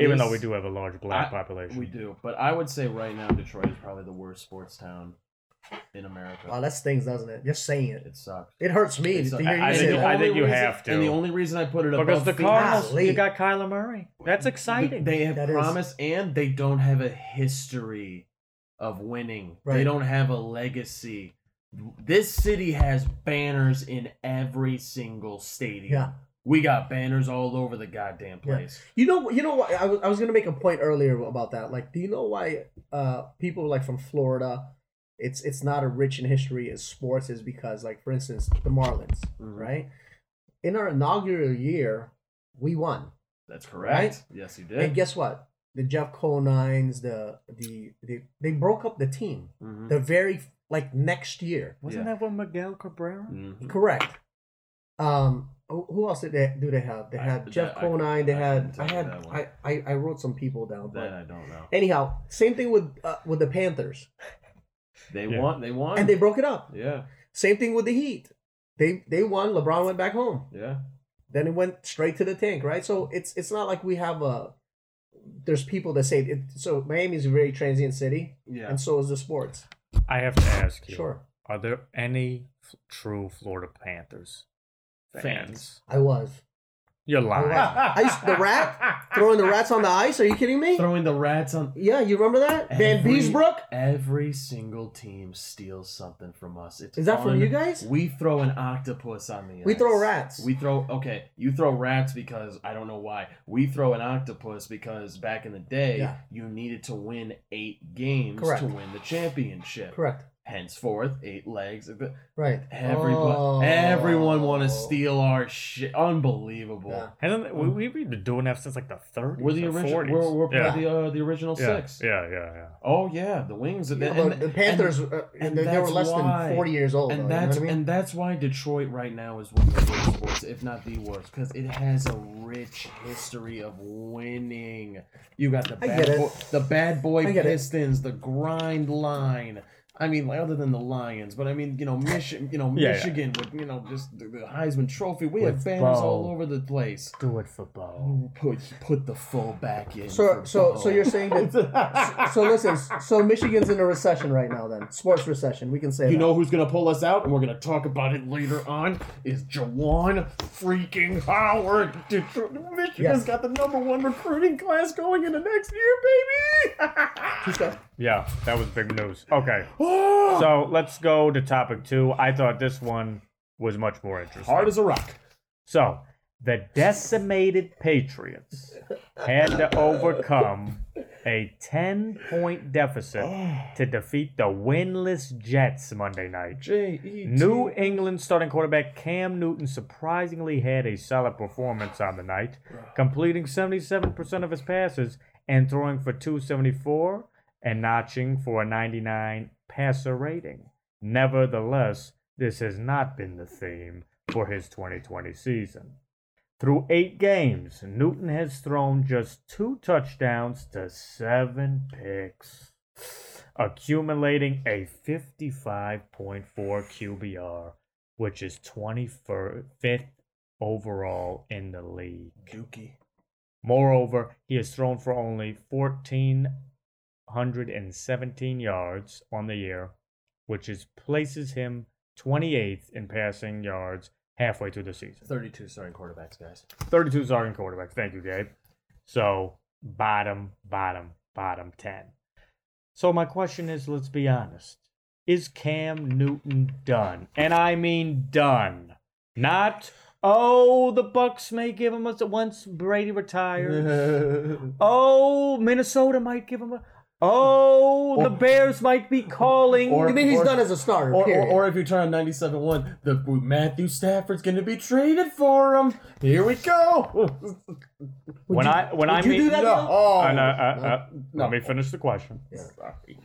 Speaker 4: Even though
Speaker 3: this-
Speaker 4: we do have a large black
Speaker 3: I-
Speaker 4: population.
Speaker 3: we do. But I would say right now Detroit is probably the worst sports town in America.
Speaker 5: Wow, that stings, doesn't it? Just saying it.
Speaker 3: it sucks.
Speaker 5: It hurts me
Speaker 3: It's
Speaker 5: to
Speaker 3: a-
Speaker 5: hear you
Speaker 4: I- I
Speaker 5: say
Speaker 4: think-
Speaker 5: that.
Speaker 4: I think
Speaker 3: only
Speaker 4: you
Speaker 3: reason-
Speaker 4: have to.
Speaker 3: And the only reason I put it
Speaker 4: Because
Speaker 3: above
Speaker 4: the
Speaker 3: Phoenix-
Speaker 4: Cardinals,
Speaker 5: Golly.
Speaker 4: you got Kyler Murray. That's exciting.
Speaker 3: They have
Speaker 5: That is-
Speaker 3: promise, and they don't have a history of winning.
Speaker 5: Right.
Speaker 3: They don't have a legacy. This city has banners in every single stadium.
Speaker 5: Yeah.
Speaker 3: We got banners all over the goddamn
Speaker 5: Yeah.
Speaker 3: place.
Speaker 5: You know, you know what? I was, I was gonna make a point earlier about that. Like, do you know why uh, people like from Florida, it's it's not a rich in history as sports is because like for instance the Marlins,
Speaker 3: Mhm.
Speaker 5: right? In our inaugural year, we won,
Speaker 3: That's correct. Yes, you
Speaker 5: and
Speaker 3: did.
Speaker 5: guess what? The Jeff Conines, the the the they broke up the team.
Speaker 3: Mhm.
Speaker 5: The very like next year,
Speaker 4: Wasn't
Speaker 3: Yeah.
Speaker 4: that with Miguel Cabrera?
Speaker 3: Mhm.
Speaker 5: correct? Um, who who else did they do they have? They
Speaker 3: I-
Speaker 5: had
Speaker 3: that-
Speaker 5: Jeff
Speaker 3: I-
Speaker 5: Conine. They
Speaker 3: I
Speaker 5: had
Speaker 3: couldn't
Speaker 5: I
Speaker 3: tell you
Speaker 5: had
Speaker 3: that one.
Speaker 5: I, I I wrote some people down, but.
Speaker 3: That I don't know.
Speaker 5: Anyhow, same thing with uh, with the Panthers,
Speaker 3: They
Speaker 4: Yeah.
Speaker 3: won. They won.
Speaker 5: and they broke it up.
Speaker 3: yeah,
Speaker 5: Same thing with the Heat. They they won. LeBron went back home.
Speaker 3: yeah.
Speaker 5: Then it went straight to the tank, right? So it's it's not like we have a. There's people that say it. So Miami's a very transient city,
Speaker 3: Yeah.
Speaker 5: and so is the sports.
Speaker 4: I have to ask you.
Speaker 5: Sure,
Speaker 4: Are there any f- true Florida Panthers fans?
Speaker 3: Fans.
Speaker 5: I was.
Speaker 4: You're
Speaker 5: I
Speaker 4: lying.
Speaker 5: was. I used the rat throwing the rats on the ice. Are you kidding me?
Speaker 3: Throwing the rats on
Speaker 5: Yeah, you remember that Van
Speaker 3: Every-
Speaker 5: Beesbrook?
Speaker 3: Every single team steals something from us. It's
Speaker 5: Is that from
Speaker 3: un-
Speaker 5: you guys?
Speaker 3: We throw an octopus on the.
Speaker 5: We
Speaker 3: ice.
Speaker 5: throw rats.
Speaker 3: We throw okay. You throw rats because I don't know why. We throw an octopus because back in the day
Speaker 5: Yeah.
Speaker 3: you needed to win eight games
Speaker 5: Correct.
Speaker 3: to win the championship.
Speaker 5: Correct.
Speaker 3: Henceforth, eight legs.
Speaker 5: Right.
Speaker 3: Everybody,
Speaker 5: Oh.
Speaker 3: everyone want to steal our shit. Unbelievable.
Speaker 5: Yeah.
Speaker 4: Hasn't- we, we've been doing that since like the 30s.
Speaker 3: Mm. We're the
Speaker 4: or
Speaker 3: original.
Speaker 4: 40s.
Speaker 3: We're, we're part
Speaker 4: yeah.
Speaker 3: of the uh, the original
Speaker 4: yeah.
Speaker 3: six.
Speaker 4: yeah, yeah, yeah.
Speaker 3: Oh yeah, the wings.
Speaker 5: Yeah,
Speaker 3: And, and-
Speaker 5: but the Panthers, uh,
Speaker 3: and
Speaker 5: they, they were
Speaker 3: that's
Speaker 5: less
Speaker 3: why-
Speaker 5: than forty years old. though,
Speaker 3: and
Speaker 5: you know
Speaker 3: that's
Speaker 5: what I mean?
Speaker 3: and that's why Detroit right now is one of the worst sports, if not the worst, because it has a rich history of winning. You got the
Speaker 5: I get
Speaker 3: bad
Speaker 5: it.
Speaker 3: boy, the bad boy
Speaker 5: I get it.
Speaker 3: Pistons, the grind line, I mean, like, other than the Lions, but I mean, you know, Michigan, you know,
Speaker 4: Yeah, yeah.
Speaker 3: Michigan with you know just the, the Heisman Trophy. We
Speaker 4: With
Speaker 3: have banners
Speaker 4: Bo.
Speaker 3: all over the place.
Speaker 4: Do it for Bo.
Speaker 3: Put put the full back in.
Speaker 5: So
Speaker 3: for
Speaker 5: so
Speaker 3: Bo.
Speaker 5: so you're saying that. So listen, so Michigan's in a recession right now. Then sports recession, we can say.
Speaker 3: You
Speaker 5: that.
Speaker 3: know who's gonna pull us out, and we're gonna talk about it later on. Is Jawan freaking Howard? Detroit, Michigan's
Speaker 5: Yes.
Speaker 3: got the number one recruiting class going into next year, baby.
Speaker 4: Yeah, that was big news. Okay. so let's go to topic two. I thought this one was much more interesting.
Speaker 3: Hard as a rock.
Speaker 4: So the decimated Patriots had to overcome a 10 point deficit to defeat the winless Jets Monday night.
Speaker 3: J E
Speaker 4: New England starting quarterback Cam Newton surprisingly had a solid performance on the night, completing 77% of his passes and throwing for 274 and notching for a 99 passer rating. Nevertheless, this has not been the theme for his 2020 season. Through eight games, Newton has thrown just two touchdowns to seven picks, accumulating a 55.4 QBR, which is 25th overall in the league.
Speaker 3: Dookie.
Speaker 4: Moreover, he has thrown for only 1,417 yards on the year, which is places him 28th in passing yards halfway through the season.
Speaker 3: Thirty-two starting quarterbacks, guys.
Speaker 4: 32 starting quarterbacks. Thank you, Gabe. So bottom, bottom, bottom 10. So my question is, let's be honest. Is Cam Newton done? And I mean done. Not oh, the Bucks may give him a once Brady retires. oh, Minnesota might give him a Oh, the Bears might be calling.
Speaker 3: or-
Speaker 5: You mean he's
Speaker 3: or-
Speaker 5: done as a starter?
Speaker 3: Or, or,
Speaker 5: period.
Speaker 3: or if you turn on 97.1, the Matthew Stafford's going to be traded for him. Here we go.
Speaker 4: when I when I
Speaker 5: would you
Speaker 4: mean
Speaker 5: do that?
Speaker 3: No.
Speaker 5: Bill?
Speaker 3: Oh,
Speaker 4: Uh, no, uh, uh,
Speaker 3: no.
Speaker 4: let me finish the question.
Speaker 3: Sorry.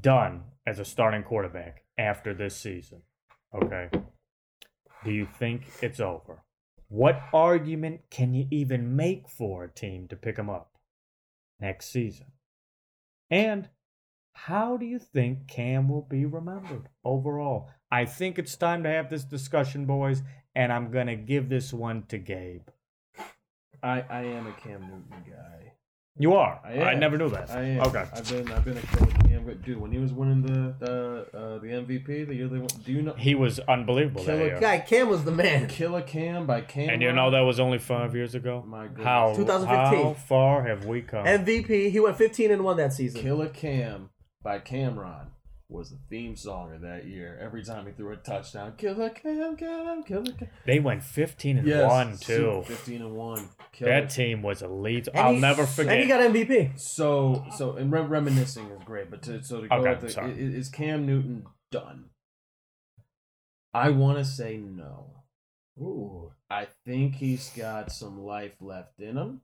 Speaker 4: done as a starting quarterback after this season, okay, do you think it's over? What argument can you even make for a team to pick him up next season? And how do you think Cam will be remembered overall? I think it's time to have this discussion, boys, and I'm going to give this one to Gabe.
Speaker 3: I, I am a Cam Newton guy.
Speaker 4: You are.
Speaker 3: I am.
Speaker 4: I never knew that.
Speaker 3: I am.
Speaker 4: Okay.
Speaker 3: I've been I've been a killer Cam. But dude, when he was winning the uh, uh, the MVP, the year they won, do you know
Speaker 4: He was unbelievable that
Speaker 3: Killer
Speaker 4: year.
Speaker 5: Guy Cam was the man.
Speaker 3: Killer Cam by Cam?
Speaker 4: And you know that was only five years ago.
Speaker 3: My goodness.
Speaker 4: how
Speaker 5: 2015.
Speaker 4: how far have we come?
Speaker 5: MVP. He went 15 and one that season.
Speaker 3: Killer Cam by Cameron was the theme song of that year. Every time he threw a touchdown, Killer Cam, Cam, Killer Cam.
Speaker 4: they went fifteen and one too.
Speaker 3: Super 15 and 1. Killer.
Speaker 4: That team was elite.
Speaker 5: And
Speaker 4: I'll
Speaker 5: he-
Speaker 4: never
Speaker 5: And he
Speaker 4: forget.
Speaker 5: got MVP.
Speaker 3: so so and re- reminiscing is great, but to so to go
Speaker 4: Okay,
Speaker 3: at the, i- i-
Speaker 4: sorry.
Speaker 3: is Cam Newton done? I want to say no. Ooh, I think he's got some life left in him.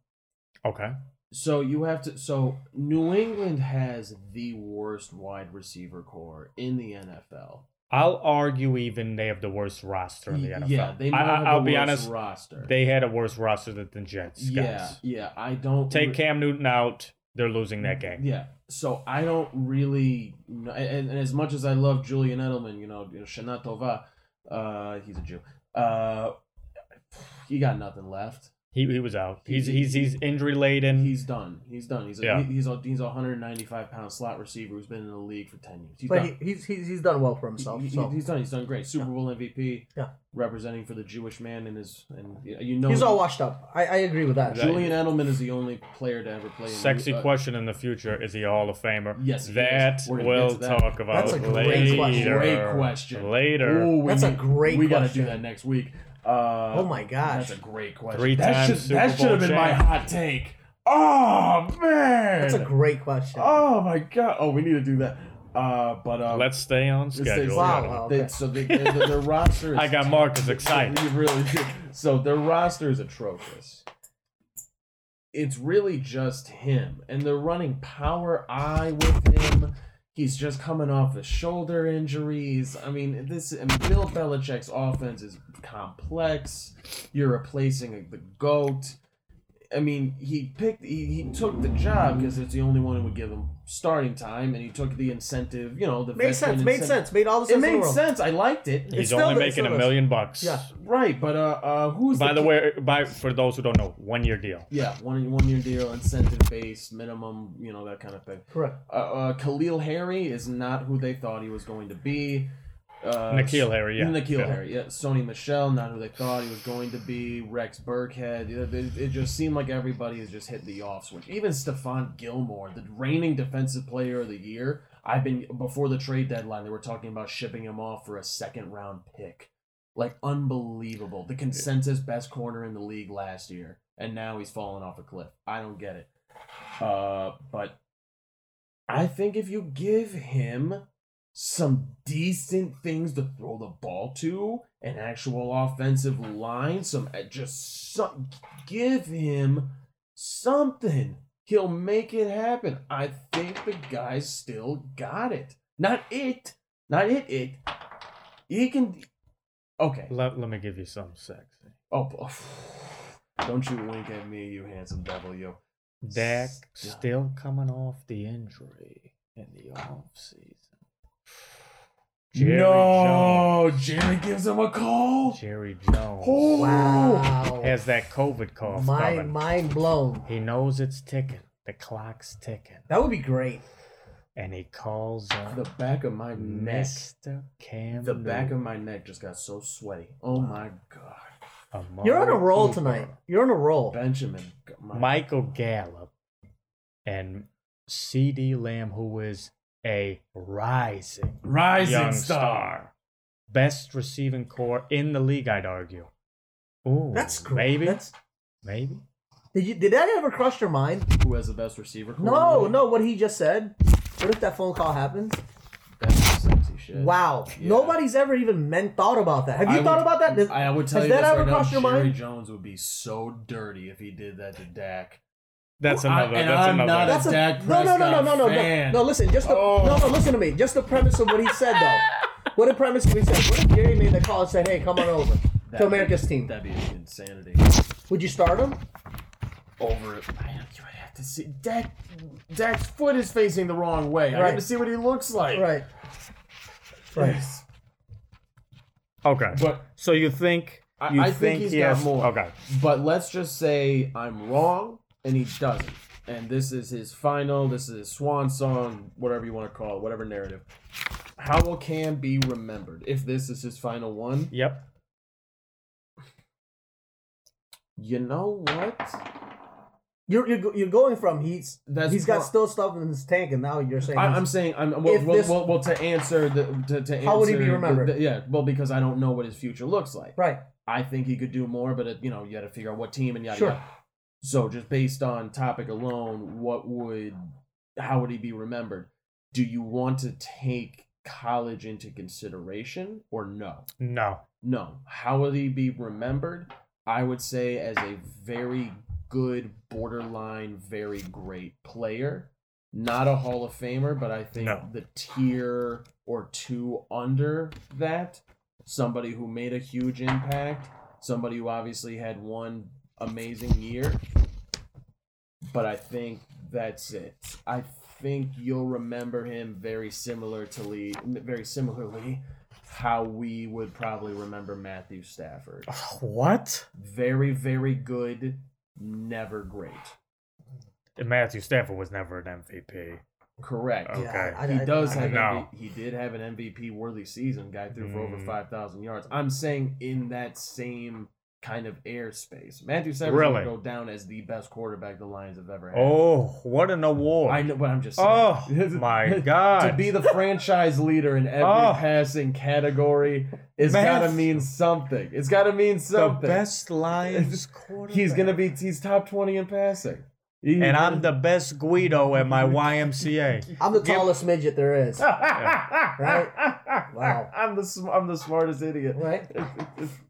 Speaker 4: okay.
Speaker 3: So you have to. So New England has the worst wide receiver core in the NFL.
Speaker 4: I'll argue even they have the worst roster in the NFL.
Speaker 3: Yeah, they might
Speaker 4: I,
Speaker 3: have the
Speaker 4: will be
Speaker 3: worst
Speaker 4: honest.
Speaker 3: roster.
Speaker 4: They had a worse roster than the Jets.
Speaker 3: yeah,
Speaker 4: Guys.
Speaker 3: yeah. I don't
Speaker 4: Take
Speaker 3: care.
Speaker 4: Cam Newton out. They're losing that game.
Speaker 3: Yeah. So I don't really, kn- and, and as much as I love Julian Edelman, you know, you know, Shana Tova, uh, he's a Jew. Uh, he got nothing left.
Speaker 4: He, he was out. He's
Speaker 3: He-
Speaker 4: he's he's injury laden.
Speaker 3: He's done. He's done. He's a,
Speaker 4: Yeah.
Speaker 3: he's a he's a 195 pound slot receiver who's been in the league for 10 years. He's
Speaker 5: But
Speaker 3: done.
Speaker 5: he, he's, he's he's done well for himself.
Speaker 3: He- he-
Speaker 5: So
Speaker 3: he's done. He's done great. Super Bowl MVP.
Speaker 5: Yeah.
Speaker 3: Representing for the Jewish man and his and you know
Speaker 5: he's all washed up. I, I agree with that.
Speaker 3: Julian Edelman is the only player to ever play. In
Speaker 4: Sexy
Speaker 3: uh,
Speaker 4: question in the future: Is he a Hall of Famer?
Speaker 3: Yes, he is.
Speaker 4: that
Speaker 3: We're gonna
Speaker 4: we'll
Speaker 3: get to that.
Speaker 4: talk about
Speaker 5: That's a great
Speaker 4: later.
Speaker 5: question.
Speaker 3: Great question.
Speaker 4: Later.
Speaker 3: Ooh, we
Speaker 5: That's a
Speaker 3: need-
Speaker 5: great
Speaker 3: We gotta
Speaker 5: question.
Speaker 3: do that next week. Uh,
Speaker 5: Oh my gosh.
Speaker 3: That's a great question.
Speaker 4: Three
Speaker 3: that
Speaker 4: times
Speaker 3: should,
Speaker 4: Super
Speaker 3: that
Speaker 4: Bowl
Speaker 3: should have been my
Speaker 4: champ.
Speaker 3: hot take. Oh man,
Speaker 5: That's a great question.
Speaker 3: Oh my god. Oh, we need to do that. Uh, but uh,
Speaker 4: Let's stay on
Speaker 3: let's stay-
Speaker 4: schedule.
Speaker 5: Wow,
Speaker 4: gentlemen.
Speaker 5: wow.
Speaker 3: They, so they, they, their roster. Is
Speaker 4: I got Marcus excited.
Speaker 3: You really did. So their roster is atrocious. It's really just him, and they're running power eye with him. He's just coming off his shoulder injuries. I mean, this and Bill Belichick's offense is complex. You're replacing the goat. I mean, he picked, he, he took the job because it's the only one who would give him starting time, and he took the incentive, you know, the
Speaker 5: Made
Speaker 3: veteran
Speaker 5: sense. Made
Speaker 3: incentive.
Speaker 5: sense. Made all the sense.
Speaker 3: It
Speaker 5: in the
Speaker 3: made
Speaker 5: world.
Speaker 3: sense. I liked it.
Speaker 5: It's
Speaker 4: He's
Speaker 5: still
Speaker 4: only
Speaker 5: the-
Speaker 4: making a
Speaker 5: still the-
Speaker 4: million bucks.
Speaker 5: Yeah.
Speaker 3: Right, but uh, uh who's
Speaker 4: By the
Speaker 3: kid-
Speaker 4: way, by for those who don't know, one year deal.
Speaker 3: Yeah, one one year deal, incentive based, minimum, you know that kind of thing.
Speaker 5: Correct.
Speaker 3: Uh, uh, Khalil Harry is not who they thought he was going to be. Uh,
Speaker 4: Nikhil Harry, yeah.
Speaker 3: Nikhil
Speaker 4: Yeah.
Speaker 3: Harry, yeah. Sony Michelle, not who they thought he was going to be. Rex Burkhead. you know, It, it just seemed like everybody has just hit the off switch. Even Stefan Gilmore, the reigning defensive player of the year. I've been before the trade deadline. They were talking about shipping him off for a second round pick. Like unbelievable. The consensus best corner in the league last year, and now he's falling off a cliff. I don't get it. Uh, but I think if you give him some decent things to throw the ball to, an actual offensive line, some uh, just some, give him something. He'll make it happen. I think the guy's still got it. Not it. Not it. It. He can. Okay.
Speaker 4: Let, let me give you some sex.
Speaker 3: Oh, p- don't you wink at me, you handsome devil, you.
Speaker 4: Dak
Speaker 3: Yeah.
Speaker 4: still coming off the injury in the offseason. Jerry
Speaker 3: no, Jerry gives him a call.
Speaker 4: Jones. Jerry Jones
Speaker 3: Oh,
Speaker 5: Wow.
Speaker 4: has that COVID cough
Speaker 5: Mind
Speaker 4: coming.
Speaker 5: mind blown.
Speaker 4: He knows it's ticking. The clock's ticking.
Speaker 5: That would be great.
Speaker 4: And he calls up
Speaker 3: The back of my neck.
Speaker 4: Mr. Cam.
Speaker 3: The back of my neck just got so sweaty. Oh my god.
Speaker 4: Newton,
Speaker 5: You're on a
Speaker 4: Amari
Speaker 5: roll
Speaker 4: Cooper,
Speaker 5: tonight. You're on a roll.
Speaker 3: Benjamin. My,
Speaker 4: Michael Gallup and C.D. Lamb, who is a rising
Speaker 3: rising
Speaker 4: young
Speaker 3: star.
Speaker 4: star. Best receiving core in the league, I'd argue. Ooh,
Speaker 5: That's great.
Speaker 4: Maybe,
Speaker 5: That's,
Speaker 4: maybe.
Speaker 5: did you did that ever cross your mind?
Speaker 3: Who has the best receiver? core in
Speaker 5: No,
Speaker 3: the
Speaker 5: no. What he just said. What if that phone call happened?
Speaker 3: league? That's some sexy shit.
Speaker 5: Wow.
Speaker 3: Yeah.
Speaker 5: Nobody's ever even meant thought about that. Have you
Speaker 3: I
Speaker 5: thought
Speaker 3: would-
Speaker 5: about that? Does-
Speaker 3: I would tell
Speaker 5: has
Speaker 3: you
Speaker 5: that
Speaker 3: this
Speaker 5: ever
Speaker 3: right now,
Speaker 5: crossed your
Speaker 3: Jerry
Speaker 5: mind?
Speaker 3: Jones would be so dirty if he did that to Dak.
Speaker 4: That's
Speaker 3: Well, I-
Speaker 4: another.
Speaker 3: and
Speaker 4: that's
Speaker 3: I'm
Speaker 4: another.
Speaker 3: not
Speaker 5: That's a
Speaker 3: Dak
Speaker 5: no, no, no, no,
Speaker 3: Prescott
Speaker 5: no, no, no.
Speaker 3: fan.
Speaker 5: No, listen. Just the,
Speaker 3: Oh.
Speaker 5: no, no. Listen to me. Just the premise of what he said, though. What the premise of what he said. What if Gary made the call and said, "Hey, come on over
Speaker 3: That'd
Speaker 5: to
Speaker 3: be-
Speaker 5: America's team"?
Speaker 3: That'd be insanity.
Speaker 5: Would you start him?
Speaker 3: Over it. Man, you would have to see. Dak, Dak's foot is facing the wrong way. I
Speaker 5: Right.
Speaker 3: got to see what he looks like.
Speaker 5: Right. Right.
Speaker 4: okay.
Speaker 3: But
Speaker 4: so you think
Speaker 3: I-
Speaker 4: you
Speaker 3: I think
Speaker 4: think,
Speaker 3: he's
Speaker 4: he
Speaker 3: got
Speaker 4: has
Speaker 3: more.
Speaker 4: Okay.
Speaker 3: But let's just say I'm wrong and he doesn't. And this is his final, this is his swan song, whatever you want to call it, whatever narrative. How will Cam be remembered if this is his final one?
Speaker 4: Yep.
Speaker 3: You know what?
Speaker 5: You're, you're go- you're going from he's
Speaker 3: That's
Speaker 5: he's got
Speaker 3: pro-
Speaker 5: still stuff in his tank, and now you're saying
Speaker 3: I,
Speaker 5: he's-
Speaker 3: I'm saying I'm well,
Speaker 5: If
Speaker 3: well,
Speaker 5: this-
Speaker 3: well, well, to answer the to, to answer
Speaker 5: How would he be
Speaker 3: the-
Speaker 5: remembered?
Speaker 3: the- yeah, well because I don't know what his future looks like.
Speaker 5: right.
Speaker 3: I think he could do more, but it, you know you got to figure out what team and yada
Speaker 5: Sure.
Speaker 3: yada. So just based on topic alone, what would how would he be remembered? Do you want to take college into consideration or no?
Speaker 4: No.
Speaker 3: No. How will he be remembered? I would say as a very good, borderline, very great player. Not a Hall of Famer, but I think
Speaker 4: No.
Speaker 3: the tier or two under that. Somebody who made a huge impact. Somebody who obviously had one amazing year. But I think that's it. I think you'll remember him very similar to Lee, very similarly how we would probably remember Matthew Stafford.
Speaker 4: What?
Speaker 3: Very, very good, never great.
Speaker 4: Matthew Stafford was never an MVP.
Speaker 3: Correct.
Speaker 4: Okay.
Speaker 5: Yeah, I-
Speaker 3: He
Speaker 5: I-
Speaker 3: does
Speaker 5: I-
Speaker 3: have.
Speaker 4: No.
Speaker 3: MVP, he did have an MVP worthy season. Guy threw for over
Speaker 4: Mm.
Speaker 3: five thousand yards. I'm saying in that same kind of airspace, Matthew Stafford
Speaker 4: Really?
Speaker 3: will go down as the best quarterback the Lions have ever had.
Speaker 4: Oh, what an award!
Speaker 3: I know, but I'm just. Saying.
Speaker 4: Oh my God!
Speaker 3: To be the franchise leader in every
Speaker 4: Oh.
Speaker 3: passing category, it's
Speaker 4: Math-
Speaker 3: got to mean something. It's got to mean something.
Speaker 4: the best Lions quarterback.
Speaker 3: He's gonna be he's top twenty in passing. He-
Speaker 4: and I'm the best Guido at my YMCA.
Speaker 5: I'm the
Speaker 4: Give- Ah,
Speaker 5: tallest midget there is. Right? Wow.
Speaker 3: I'm the sm- I'm the smartest idiot.
Speaker 5: Right.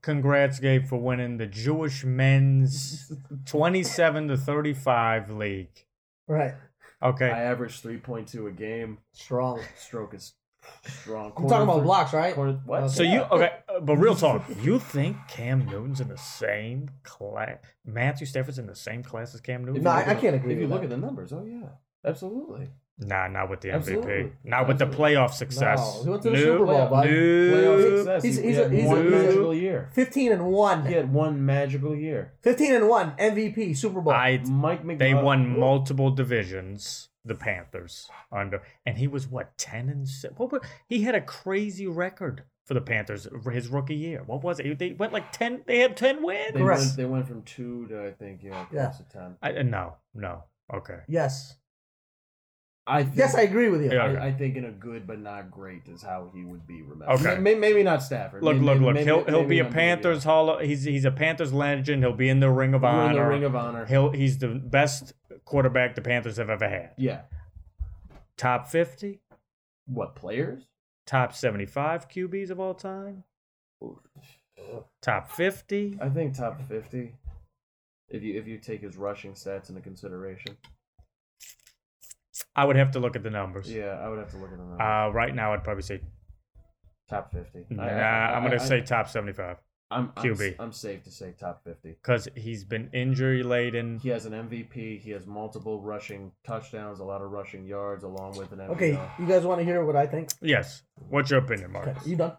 Speaker 4: Congrats, Gabe, for winning the Jewish men's 27 to 35 league.
Speaker 5: Right.
Speaker 3: I
Speaker 4: Okay,
Speaker 3: average three point two a game.
Speaker 5: Strong.
Speaker 3: Stroke is strong.
Speaker 5: We're talking about
Speaker 3: Corner-
Speaker 5: blocks, right?
Speaker 3: corner- what?
Speaker 4: so you okay? Uh, but real talk, you think Cam Newton's in the same class? Matthew Stafford's in the same class as Cam Newton?
Speaker 5: No,
Speaker 3: you
Speaker 5: I-
Speaker 3: look
Speaker 5: I
Speaker 3: at-
Speaker 5: can't agree
Speaker 3: If you
Speaker 5: with
Speaker 3: look
Speaker 5: that.
Speaker 3: at the numbers, oh yeah, absolutely.
Speaker 4: Nah, not with the
Speaker 3: Absolutely.
Speaker 4: MVP. Not with the
Speaker 3: Absolutely.
Speaker 4: playoff success.
Speaker 5: No, he went to the
Speaker 4: Nope.
Speaker 5: Super Bowl, bud.
Speaker 3: Playoff
Speaker 4: Nope.
Speaker 3: success.
Speaker 5: He's-
Speaker 3: he
Speaker 5: he's
Speaker 3: had
Speaker 5: a- he's
Speaker 4: a-
Speaker 3: one
Speaker 4: he's a-
Speaker 3: magical year.
Speaker 5: Fifteen and one.
Speaker 3: He had one magical year.
Speaker 5: 15 and 1 MVP Super Bowl.
Speaker 4: I,
Speaker 3: Mike McDonald.
Speaker 4: they won multiple divisions. The Panthers under, and he was what ten and six? What, wa- he had a crazy record for the Panthers his rookie year. What was it? They went like ten. They had ten wins.
Speaker 3: They
Speaker 5: Correct.
Speaker 3: went, they went from two to I think yeah,
Speaker 5: Yeah.
Speaker 3: close to ten.
Speaker 4: I, uh, no, no. Okay.
Speaker 5: yes.
Speaker 3: I think,
Speaker 5: Yes, I agree with you.
Speaker 4: Yeah.
Speaker 3: I, I think in a good but not great is how he would be remembered.
Speaker 4: Okay.
Speaker 3: May- may- maybe not Stafford.
Speaker 4: Look,
Speaker 3: May-
Speaker 4: look,
Speaker 3: may-
Speaker 4: look.
Speaker 3: maybe-
Speaker 4: he'll he'll
Speaker 3: maybe
Speaker 4: be a
Speaker 3: not, maybe
Speaker 4: Panthers
Speaker 3: not.
Speaker 4: Hall. He's he's a Panthers legend. He'll be in the Ring of
Speaker 3: We're
Speaker 4: Honor.
Speaker 3: in the Ring of Honor.
Speaker 4: he'll he's the best quarterback the Panthers have ever had.
Speaker 3: yeah.
Speaker 4: Top fifty,
Speaker 3: What players?
Speaker 4: top seventy-five QBs of all time. Top fifty.
Speaker 3: I think top fifty. If you if you take his rushing stats into consideration,
Speaker 4: I would have to look at the numbers.
Speaker 3: yeah, I would have to look at the numbers.
Speaker 4: Uh, right now, I'd probably say
Speaker 3: top fifty.
Speaker 4: nah. I, am gonna say top seventy-five
Speaker 3: I'm I'm s-
Speaker 4: QB.
Speaker 3: I'm safe to say top fifty.
Speaker 4: because he's been injury laden.
Speaker 3: He has an MVP. He has multiple rushing touchdowns, a lot of rushing yards, along with an MVP.
Speaker 5: Okay, you guys want to hear what I think?
Speaker 4: Yes. What's your opinion,
Speaker 5: Okay,
Speaker 4: Marcus?
Speaker 5: you done?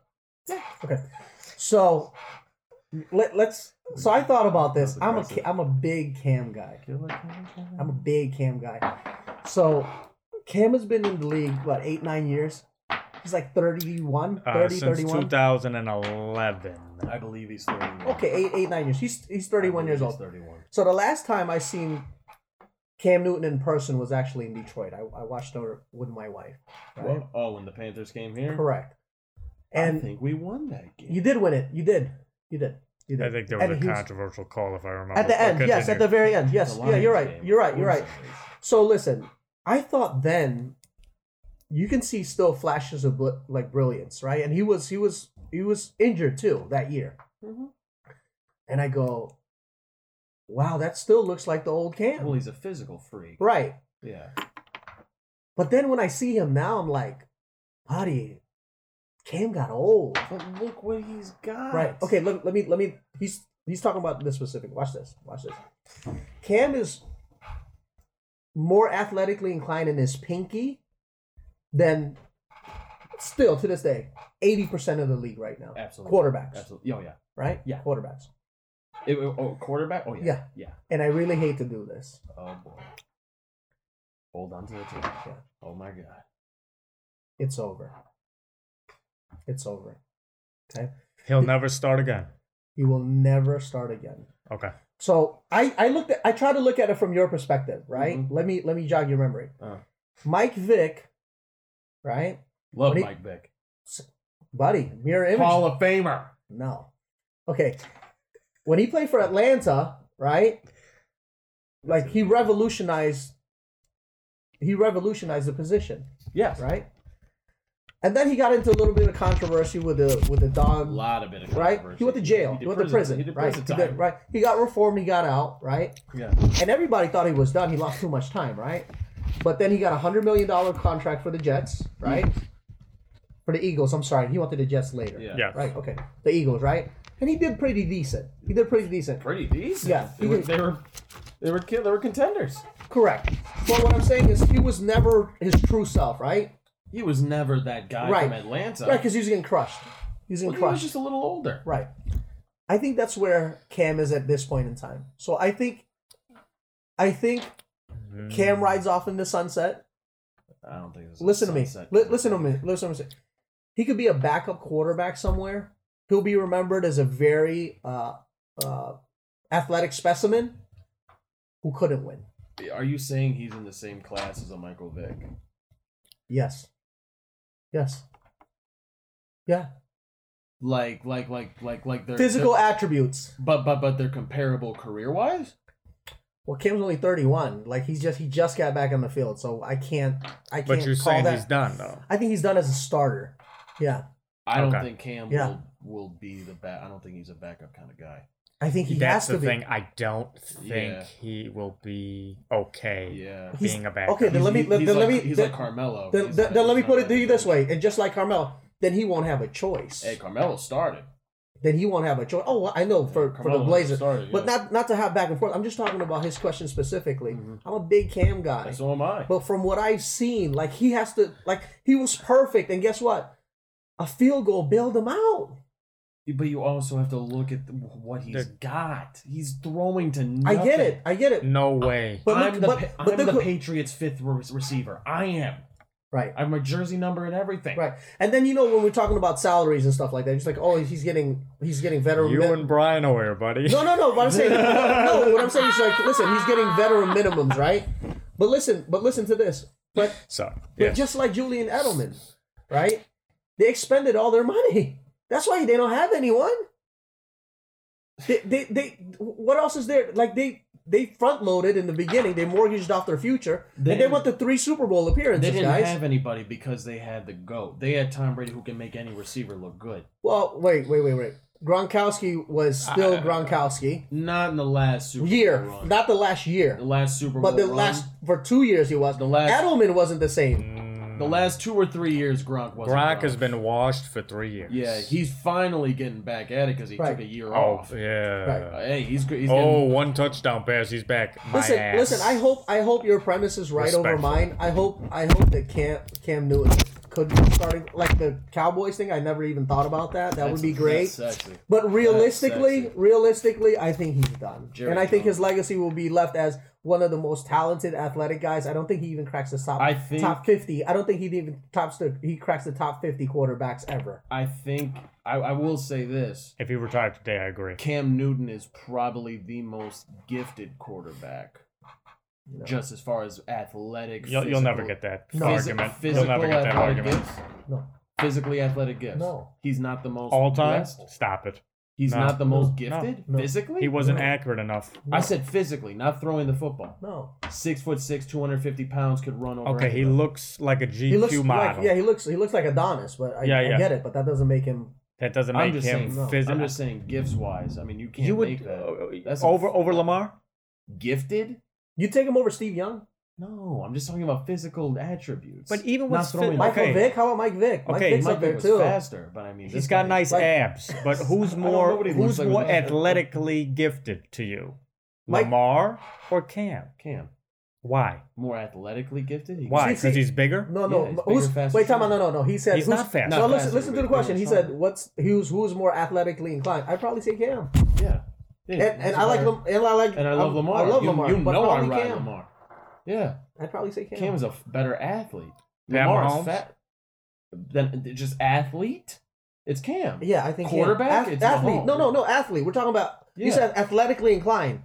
Speaker 5: Yeah. Okay. So let, let's. So I thought about this. I'm a ca- I'm a big Cam guy. I'm a big Cam guy. So Cam has been in the league what eight nine years. He's like 31,
Speaker 4: Uh,
Speaker 5: 30,
Speaker 4: since
Speaker 5: 31.
Speaker 4: 2011.
Speaker 3: I believe he's thirty-one.
Speaker 5: Okay, eight eight nine years. He's he's
Speaker 3: I
Speaker 5: thirty
Speaker 3: believe
Speaker 5: one years
Speaker 3: he's
Speaker 5: old.
Speaker 3: Thirty-one.
Speaker 5: So the last time I seen Cam Newton in person was actually in Detroit. I, I watched over with my wife. Right?
Speaker 3: Well, oh, when the Panthers came here,
Speaker 5: Correct.
Speaker 3: I
Speaker 5: And
Speaker 3: think we won that game.
Speaker 5: you did win it. You did. You did. You did.
Speaker 4: I think there was
Speaker 5: And
Speaker 4: a
Speaker 5: he was-
Speaker 4: controversial call, if I remember.
Speaker 5: At the
Speaker 4: But
Speaker 5: end, yes,
Speaker 4: continue.
Speaker 5: at the very end.
Speaker 3: The
Speaker 5: Yes. Yeah,
Speaker 3: Lions
Speaker 5: you're right.
Speaker 3: game.
Speaker 5: You're right. You're right.
Speaker 3: Wins.
Speaker 5: So listen, I thought then you can see still flashes of bl- like brilliance, right? And he was he was he was injured too that year. And I go, wow, that still looks like the old Cam,
Speaker 3: Well, he's a physical freak.
Speaker 5: right?
Speaker 3: Yeah.
Speaker 5: But then when I see him now, I'm like, buddy, Cam got old,
Speaker 3: But look what he's got.
Speaker 5: right? Okay, let, let me let me. He's he's talking about this specific. Watch this. Watch this. Cam is more athletically inclined in his pinky than still to this day 80% of the league right now
Speaker 3: Absolutely.
Speaker 5: quarterbacks
Speaker 3: Absolutely. Oh yeah.
Speaker 5: right
Speaker 3: Yeah.
Speaker 5: quarterbacks
Speaker 3: It- it- oh, quarterback. Oh yeah.
Speaker 5: Yeah.
Speaker 3: Yeah.
Speaker 5: and i really hate to do this
Speaker 3: Oh boy. Hold on to the team.
Speaker 5: Yeah.
Speaker 3: Oh my god.
Speaker 5: it's over it's over
Speaker 4: He'll never start again.
Speaker 5: you will never start again
Speaker 4: Okay.
Speaker 5: So I I looked at I try to look at it from your perspective, right?
Speaker 3: Mhm.
Speaker 5: Let me let me jog your memory.
Speaker 3: Uh.
Speaker 5: Mike Vick, right,
Speaker 3: Love
Speaker 5: What he-
Speaker 3: Mike Vick.
Speaker 5: buddy, mirror image.
Speaker 3: Hall of Famer.
Speaker 5: No, okay. When he played for Atlanta, right, like he revolutionized. He revolutionized the position,
Speaker 3: Yes.
Speaker 5: right? And then he got into a little bit of controversy with the with the
Speaker 3: A
Speaker 5: dog
Speaker 3: lot of it. of
Speaker 5: right?
Speaker 3: controversy.
Speaker 5: He went to jail. He,
Speaker 3: did
Speaker 5: went to prison.
Speaker 3: He did
Speaker 5: right?
Speaker 3: prison
Speaker 5: He
Speaker 3: time.
Speaker 5: did- right. He got reformed. He got out. Right.
Speaker 3: Yeah.
Speaker 5: And everybody thought he was done. He lost too much time. Right. But then he got a hundred million dollar contract for the Jets. Right. For the Eagles. I'm sorry. He went to the Jets later.
Speaker 3: Yeah.
Speaker 4: Yeah.
Speaker 5: Right. Okay. The Eagles. Right. And he did pretty decent. He did pretty decent.
Speaker 3: Pretty decent.
Speaker 5: Yeah.
Speaker 3: They were. They were. They were, ki- they were contenders.
Speaker 5: Correct. But what I'm saying is he was never his true self. Right.
Speaker 3: He was never that guy
Speaker 5: Right.
Speaker 3: from Atlanta.
Speaker 5: Right. Because he was getting crushed. He was
Speaker 3: Well,
Speaker 5: getting
Speaker 3: he was
Speaker 5: crushed.
Speaker 3: just a little older.
Speaker 5: Right. I think that's where Cam is at this point in time. So I think, I think Cam rides off into sunset.
Speaker 3: I don't think. This is
Speaker 5: Listen to me.
Speaker 3: sunset.
Speaker 5: Li- listen to me. Listen to me. He could be a backup quarterback somewhere. He'll be remembered as a very uh, uh, athletic specimen who couldn't win.
Speaker 3: Are you saying he's in the same class as a Michael Vick?
Speaker 5: Yes. Yes. Yeah.
Speaker 3: Like, like, like, like, like they're
Speaker 5: Physical
Speaker 3: they're-
Speaker 5: attributes.
Speaker 3: but but but they're comparable career wise.
Speaker 5: Well, Cam's only thirty-one. Like he's just he just got back on the field, so I can't I can't.
Speaker 4: But you're
Speaker 5: call
Speaker 4: saying
Speaker 5: that.
Speaker 4: he's done though.
Speaker 5: I think he's done as a starter. Yeah,
Speaker 3: I don't
Speaker 4: Okay.
Speaker 3: think Cam
Speaker 5: Yeah.
Speaker 3: will will be the back. I don't think he's a backup kind of guy.
Speaker 5: I think he
Speaker 4: That's
Speaker 5: has
Speaker 4: the
Speaker 5: to
Speaker 4: thing.
Speaker 5: be.
Speaker 4: I don't think
Speaker 3: Yeah.
Speaker 4: he will be okay
Speaker 3: Yeah.
Speaker 5: He's-
Speaker 4: being a backup.
Speaker 5: okay, then let me-
Speaker 3: He's-
Speaker 5: let-
Speaker 3: he's
Speaker 5: then let
Speaker 3: like-
Speaker 5: me-
Speaker 3: He's
Speaker 5: then-
Speaker 3: like Carmelo.
Speaker 5: Then,
Speaker 3: Oh, He's
Speaker 5: then,
Speaker 3: not-
Speaker 5: then let me
Speaker 3: he's not
Speaker 5: put it
Speaker 3: like
Speaker 5: to you
Speaker 3: that.
Speaker 5: this way, and just like Carmelo, then he won't have a choice.
Speaker 3: Hey, Carmelo started.
Speaker 5: then he won't have a choice. Oh, well, I know for, for the
Speaker 3: Carmelo
Speaker 5: Blazers,
Speaker 3: started,
Speaker 5: but
Speaker 3: yeah. Mm-hmm.
Speaker 5: not not to have back and forth. I'm just talking about his question specifically. I'm a big Cam guy,
Speaker 3: So am I.
Speaker 5: but from what I've seen, like he has to, like he was perfect, and guess what? A field goal bailed him out.
Speaker 3: But you also have to look at the- what he's got. He's throwing to
Speaker 5: I
Speaker 3: nothing.
Speaker 5: get it. I get it.
Speaker 4: No way.
Speaker 5: But
Speaker 3: I'm
Speaker 5: look,
Speaker 3: the,
Speaker 5: but,
Speaker 3: pa-
Speaker 5: but
Speaker 3: I'm
Speaker 5: look
Speaker 3: the
Speaker 5: who-
Speaker 3: Patriots' fifth re- receiver. I am.
Speaker 5: right.
Speaker 3: I have my jersey number and everything.
Speaker 5: Right, and then you know when we're talking about salaries and stuff like that, it's like, oh, he's getting he's getting veteran.
Speaker 4: You
Speaker 5: min-
Speaker 4: and Brian Hoyer, buddy.
Speaker 5: no, no, no. What I'm saying, no, what I'm saying is like, listen, he's getting veteran minimums, right? But listen, but listen to this. But
Speaker 4: So,
Speaker 5: but
Speaker 4: yeah.
Speaker 5: just like Julian Edelman, right? They expended all their money. That's why they don't have anyone. They, they, they what else is there? Like they they front loaded in the beginning. They mortgaged off their future, and they
Speaker 3: didn't-
Speaker 5: went to three Super Bowl appearances,
Speaker 3: They didn't
Speaker 5: guys.
Speaker 3: have anybody because they had the goat. They had Tom Brady, who can make any receiver look good.
Speaker 5: Well, wait, wait, wait, wait. Gronkowski was still Gronkowski
Speaker 3: Not in the last Super
Speaker 5: year,
Speaker 3: Bowl run.
Speaker 5: not the last year,
Speaker 3: the last Super Bowl
Speaker 5: but the
Speaker 3: run.
Speaker 5: last for two years he was.
Speaker 3: The last-
Speaker 5: Edelman wasn't the same.
Speaker 3: the last two or three years, Gronk wasn't.
Speaker 4: Brock has been washed for three years.
Speaker 3: Yeah, he's finally getting back at it because he
Speaker 5: Right.
Speaker 3: took a year
Speaker 4: Oh,
Speaker 3: off.
Speaker 4: yeah.
Speaker 3: Uh, hey, he's good. He's
Speaker 4: Oh,
Speaker 3: getting,
Speaker 4: one touchdown pass. He's back. My
Speaker 5: Listen,
Speaker 4: ass.
Speaker 5: listen. I hope, I hope your premise is right over
Speaker 4: Respectful.
Speaker 5: mine. I hope, I hope that Cam Cam Newton could be starting like the Cowboys thing. I never even thought about that. That would be great.
Speaker 3: That's sexy.
Speaker 5: But realistically,
Speaker 3: sexy.
Speaker 5: realistically, I think he's done,
Speaker 3: Jerry
Speaker 5: and I think his
Speaker 3: Jones.
Speaker 5: legacy will be left as one of the most talented athletic guys. I don't think he even cracks the top
Speaker 3: I think-
Speaker 5: top fifty. I don't think he even tops the he cracks the top fifty quarterbacks ever.
Speaker 3: I think I, I will say this:
Speaker 4: If he retired today, I agree.
Speaker 3: Cam Newton is probably the most gifted quarterback, just as far as athletic.
Speaker 4: You'll, you'll never
Speaker 3: physical-
Speaker 4: get that
Speaker 5: No.
Speaker 3: Physi-
Speaker 4: argument.
Speaker 3: Physical
Speaker 4: You'll never get that
Speaker 3: athletic
Speaker 4: argument.
Speaker 3: Gifts,
Speaker 5: No,
Speaker 3: physically athletic gifts.
Speaker 5: No.
Speaker 3: he's not the most
Speaker 4: All time?
Speaker 3: blessed.
Speaker 4: Stop it.
Speaker 3: He's
Speaker 4: No.
Speaker 3: not the most
Speaker 4: No.
Speaker 3: gifted
Speaker 5: No.
Speaker 3: physically.
Speaker 4: He wasn't
Speaker 5: No.
Speaker 4: accurate enough.
Speaker 3: I said physically, not throwing the football.
Speaker 5: no.
Speaker 3: Six foot six, two hundred fifty pounds, could run over.
Speaker 4: Okay, he
Speaker 3: anyone.
Speaker 4: looks like a GQ
Speaker 5: He looks
Speaker 4: model.
Speaker 5: like yeah, he looks he looks like Adonis, but I,
Speaker 4: Yeah,
Speaker 5: I
Speaker 4: yeah.
Speaker 5: get it, but that doesn't make him.
Speaker 4: That doesn't
Speaker 3: I'm
Speaker 4: make
Speaker 3: just
Speaker 4: him
Speaker 3: saying.
Speaker 5: no,
Speaker 4: phys-
Speaker 3: I'm just saying, gifts wise. I mean, you can't
Speaker 4: You
Speaker 3: make
Speaker 4: would
Speaker 3: that.
Speaker 4: uh,
Speaker 3: That's a-
Speaker 4: over over Lamar?
Speaker 3: gifted.
Speaker 5: You take him over Steve Young,
Speaker 3: No, I'm just talking about physical attributes.
Speaker 4: But even
Speaker 3: Not
Speaker 4: with
Speaker 3: throwing
Speaker 4: phy-
Speaker 3: the
Speaker 5: Michael
Speaker 4: Okay.
Speaker 5: Vick. How about Mike Vick? Mike
Speaker 4: Okay,
Speaker 5: Vick's
Speaker 3: Mike
Speaker 5: up there
Speaker 3: was
Speaker 5: too.
Speaker 3: faster, but I mean,
Speaker 4: He's
Speaker 3: this
Speaker 4: got
Speaker 3: guy-
Speaker 4: nice
Speaker 5: like-
Speaker 4: abs, but who's
Speaker 3: I don't know
Speaker 4: more
Speaker 3: what he
Speaker 4: who's
Speaker 3: looks like
Speaker 4: more
Speaker 3: without that.
Speaker 4: athletically gifted to you,
Speaker 5: Mike-
Speaker 4: Lamar or Cam?
Speaker 3: Cam
Speaker 4: Why?
Speaker 3: more athletically gifted. He
Speaker 4: Why?
Speaker 5: See, see-
Speaker 4: Because he's bigger.
Speaker 5: No, no.
Speaker 3: Yeah, he's
Speaker 5: who's,
Speaker 3: bigger, faster,
Speaker 5: wait, time out. No, no, no. He said
Speaker 4: He's
Speaker 5: who's-
Speaker 4: not fast.
Speaker 5: No,
Speaker 3: Not
Speaker 5: listen,
Speaker 3: fast,
Speaker 5: listen
Speaker 3: but
Speaker 5: to the question. He
Speaker 3: bigger,
Speaker 5: said, "What's who's who's more athletically inclined?" I'd probably say Cam.
Speaker 3: Can, yeah, yeah.
Speaker 5: And,
Speaker 3: he's
Speaker 5: and I like
Speaker 3: better-
Speaker 5: Lam- and I like
Speaker 3: And I love Lamar.
Speaker 5: I love
Speaker 3: you,
Speaker 5: Lamar.
Speaker 3: You
Speaker 5: but
Speaker 3: know I
Speaker 5: probably
Speaker 3: ride
Speaker 5: Cam.
Speaker 3: Lamar. Yeah,
Speaker 5: I'd probably say Cam.
Speaker 3: Cam is a f- better athlete.
Speaker 4: Pat
Speaker 3: Lamar
Speaker 4: Mahomes?
Speaker 3: is fat. Then just athlete. It's Cam.
Speaker 5: yeah, I think Cam.
Speaker 3: quarterback.
Speaker 5: Ath-
Speaker 3: It's
Speaker 5: athlete.
Speaker 3: Mahomes.
Speaker 5: No, no, no. Athlete. We're talking about. You
Speaker 3: Yeah.
Speaker 5: said athletically inclined.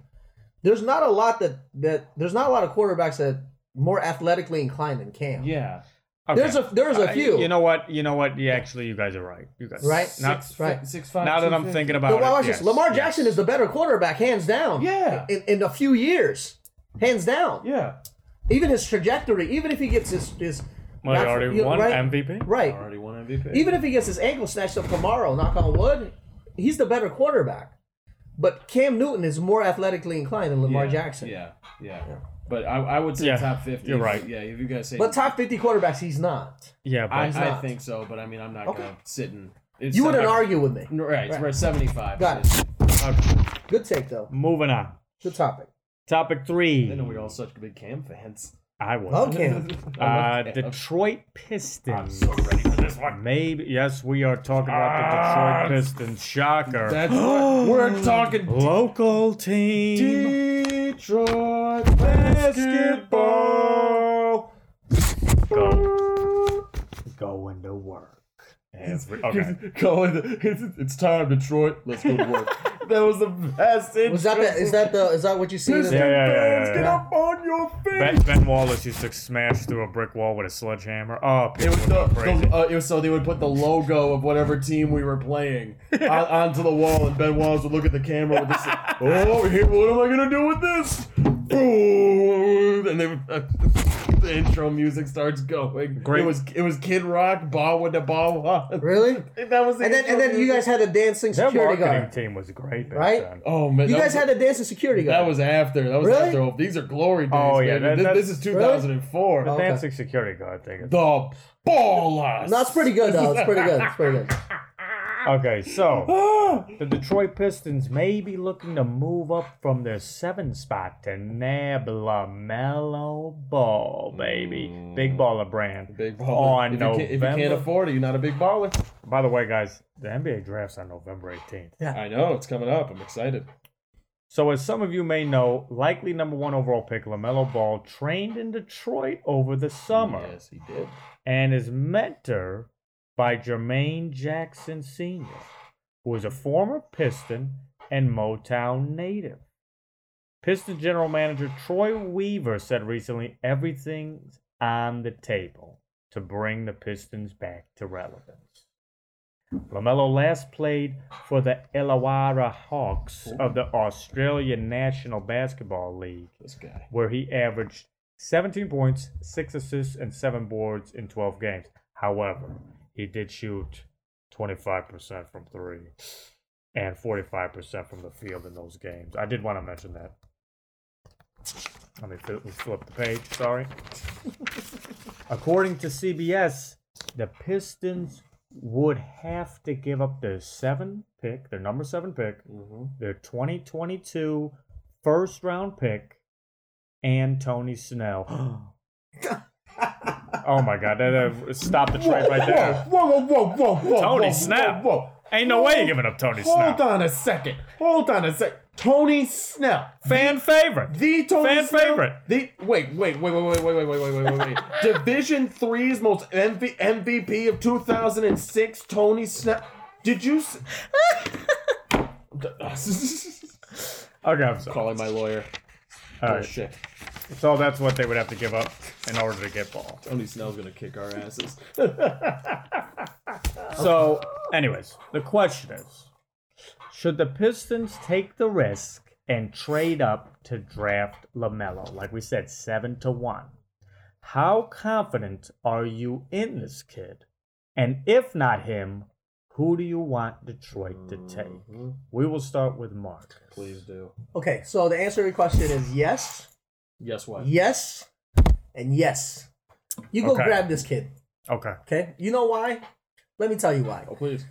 Speaker 5: There's not a lot that that there's not a lot of quarterbacks that more athletically inclined than Cam.
Speaker 3: Yeah,
Speaker 4: Okay.
Speaker 5: There's a there's a
Speaker 4: I-
Speaker 5: few.
Speaker 4: you know what? You know what? Yeah, actually, you guys are right. You guys
Speaker 5: Right?
Speaker 4: Not,
Speaker 3: Six-
Speaker 5: right.
Speaker 3: Six five.
Speaker 4: now that I'm
Speaker 3: 250.
Speaker 4: thinking
Speaker 5: The-
Speaker 4: about
Speaker 5: well,
Speaker 4: it,
Speaker 5: watch this.
Speaker 4: yes,
Speaker 5: Lamar
Speaker 4: yes.
Speaker 5: Jackson is the better quarterback, hands down.
Speaker 3: Yeah.
Speaker 5: In, in a few years, hands down.
Speaker 3: Yeah,
Speaker 5: Even his trajectory, even if he gets his his.
Speaker 4: Well, he
Speaker 5: not-
Speaker 4: already
Speaker 5: you-
Speaker 4: won
Speaker 5: right,
Speaker 4: MVP.
Speaker 5: Right.
Speaker 3: already won MVP.
Speaker 5: Even if he gets his ankle snatched up tomorrow, knock on wood, he's the better quarterback. But Cam Newton is more athletically inclined than Lamar
Speaker 3: yeah.
Speaker 5: Jackson.
Speaker 3: Yeah, yeah. But I, I would say
Speaker 4: Yeah,
Speaker 3: top fifty.
Speaker 4: you're right.
Speaker 3: Yeah, if you guys say
Speaker 5: But top 50 quarterbacks, he's not.
Speaker 4: Yeah, but
Speaker 3: I, I
Speaker 5: not.
Speaker 3: think so, but I mean, I'm not
Speaker 5: Okay.
Speaker 3: gonna sit and. It's
Speaker 5: You wouldn't
Speaker 3: seven-
Speaker 5: argue with me.
Speaker 3: No, Right,
Speaker 5: Right.
Speaker 3: we're at 75.
Speaker 5: Got
Speaker 3: it.
Speaker 5: Good take, though.
Speaker 4: moving on.
Speaker 5: Good topic.
Speaker 4: Topic
Speaker 3: I
Speaker 4: three.
Speaker 3: know we're all such big Cam fans.
Speaker 4: I was.
Speaker 5: Love Cam.
Speaker 4: Uh,
Speaker 3: I love Cam.
Speaker 4: Detroit Pistons. I'm so ready for this one. Maybe yes, we are talking about the Detroit Pistons. Shocker.
Speaker 3: That's what we're
Speaker 4: Oh.
Speaker 3: talking.
Speaker 4: Local team
Speaker 3: Detroit
Speaker 4: basketball. Go. Going to work. Every, okay.
Speaker 3: Going, it's, it's time, Detroit. Let's go to work. that was the best.
Speaker 5: Was that the, is that the is that what you see? in
Speaker 4: Yeah, yeah,
Speaker 5: the-
Speaker 4: yeah, yeah,
Speaker 3: Get
Speaker 4: yeah.
Speaker 3: up on your feet.
Speaker 4: Ben, ben Wallace used to smash through a brick wall with a sledgehammer. Oh,
Speaker 3: It
Speaker 4: people
Speaker 3: was
Speaker 4: would
Speaker 3: the,
Speaker 4: go crazy.
Speaker 3: the uh, it was so they would put the logo of whatever team we were playing on, onto the wall, and Ben Wallace would look at the camera with this. Oh, here, what am I gonna do with this? Boom! And they would- uh, the intro music starts going.
Speaker 4: Great.
Speaker 3: It was it was Kid Rock ball with the ball. on.
Speaker 5: Really?
Speaker 3: That was the
Speaker 5: And then
Speaker 3: intro
Speaker 5: and then you
Speaker 3: music.
Speaker 5: guys had a dancing
Speaker 4: Their
Speaker 5: security
Speaker 4: marketing
Speaker 5: guard.
Speaker 4: team was great, back
Speaker 5: Right?
Speaker 4: Then.
Speaker 3: Oh man,
Speaker 5: You
Speaker 3: that
Speaker 5: guys
Speaker 3: was-
Speaker 5: had a dancing security guard.
Speaker 3: that was after that was
Speaker 5: Really?
Speaker 3: after. Oh, these are glory days.
Speaker 4: Oh,
Speaker 3: Oh
Speaker 4: yeah,
Speaker 3: yeah,
Speaker 4: that-
Speaker 3: this, is
Speaker 5: that's- really?
Speaker 3: 2004.
Speaker 5: Oh. Okay.
Speaker 4: Dancing security guard thing.
Speaker 3: The ballers.
Speaker 5: No, it's pretty good though. It's pretty good. It's pretty good.
Speaker 4: Okay, so
Speaker 3: Ah!
Speaker 4: the Detroit Pistons may be looking to move up from their seven spot to nab LaMelo Ball, baby. Big baller brand.
Speaker 3: Big baller.
Speaker 4: On
Speaker 3: if, you can't, if you can't
Speaker 4: November-
Speaker 3: afford it, you're not a big baller.
Speaker 4: By the way, guys, the NBA draft's on November 18th.
Speaker 3: I know it's coming up. I'm excited.
Speaker 4: So, as some of you may know, likely number one overall pick LaMelo Ball trained in Detroit over the summer
Speaker 3: Yes, he did.
Speaker 4: and is mentored by Jermaine Jackson Sr., who is a former Piston and Motown native. Piston general manager Troy Weaver said recently everything's on the table to bring the Pistons back to relevance. LaMelo last played for the Illawarra Hawks of the Australian National Basketball League
Speaker 3: This guy.
Speaker 4: where he averaged 17 points, 6 assists, and 7 boards in 12 games. However, he did shoot 25% from 3 and 45% from the field in those games. I did want to mention that. Let me flip, flip the page, sorry. According to CBS, the Pistons would have to give up their seven pick, their number seven pick, their 2022 first round pick, and Tony Snell. oh my God! That, that, stop the trade right there.
Speaker 3: Whoa, whoa, whoa, whoa, whoa.
Speaker 4: Tony
Speaker 3: whoa,
Speaker 4: Snell.
Speaker 3: Whoa, whoa.
Speaker 4: Ain't no way you're giving up Tony
Speaker 3: Oh, Hold
Speaker 4: Snell.
Speaker 3: on a second. Hold on a sec. Tony Snell.
Speaker 4: Fan favorite.
Speaker 3: The Tony
Speaker 4: Fan
Speaker 3: Snell-
Speaker 4: favorite.
Speaker 3: The wait, wait, wait, wait, wait, wait, wait, wait, wait, wait, wait, wait. Division three's most MV, MVP of 2006, Tony Snell. Did you? S-
Speaker 4: Okay, I'm sorry.
Speaker 3: Calling my lawyer. Oh,
Speaker 4: All right.
Speaker 3: Bullshit.
Speaker 4: So that's what they would have to give up in order to get ball.
Speaker 3: Tony Snell's gonna kick our asses.
Speaker 4: So, anyways, the question is Should the Pistons take the risk and trade up to draft LaMelo? Like we said, 7 to 1. How confident are you in this kid? And if not him, who do you want Detroit to take? We will start with Mark.
Speaker 3: Please do.
Speaker 5: Okay, so the answer to your question is yes,
Speaker 3: Guess what?
Speaker 5: yes, and yes. You go
Speaker 4: Okay.
Speaker 5: grab this kid.
Speaker 4: Okay.
Speaker 5: Okay, you know why? Let me tell you why.
Speaker 3: Oh please.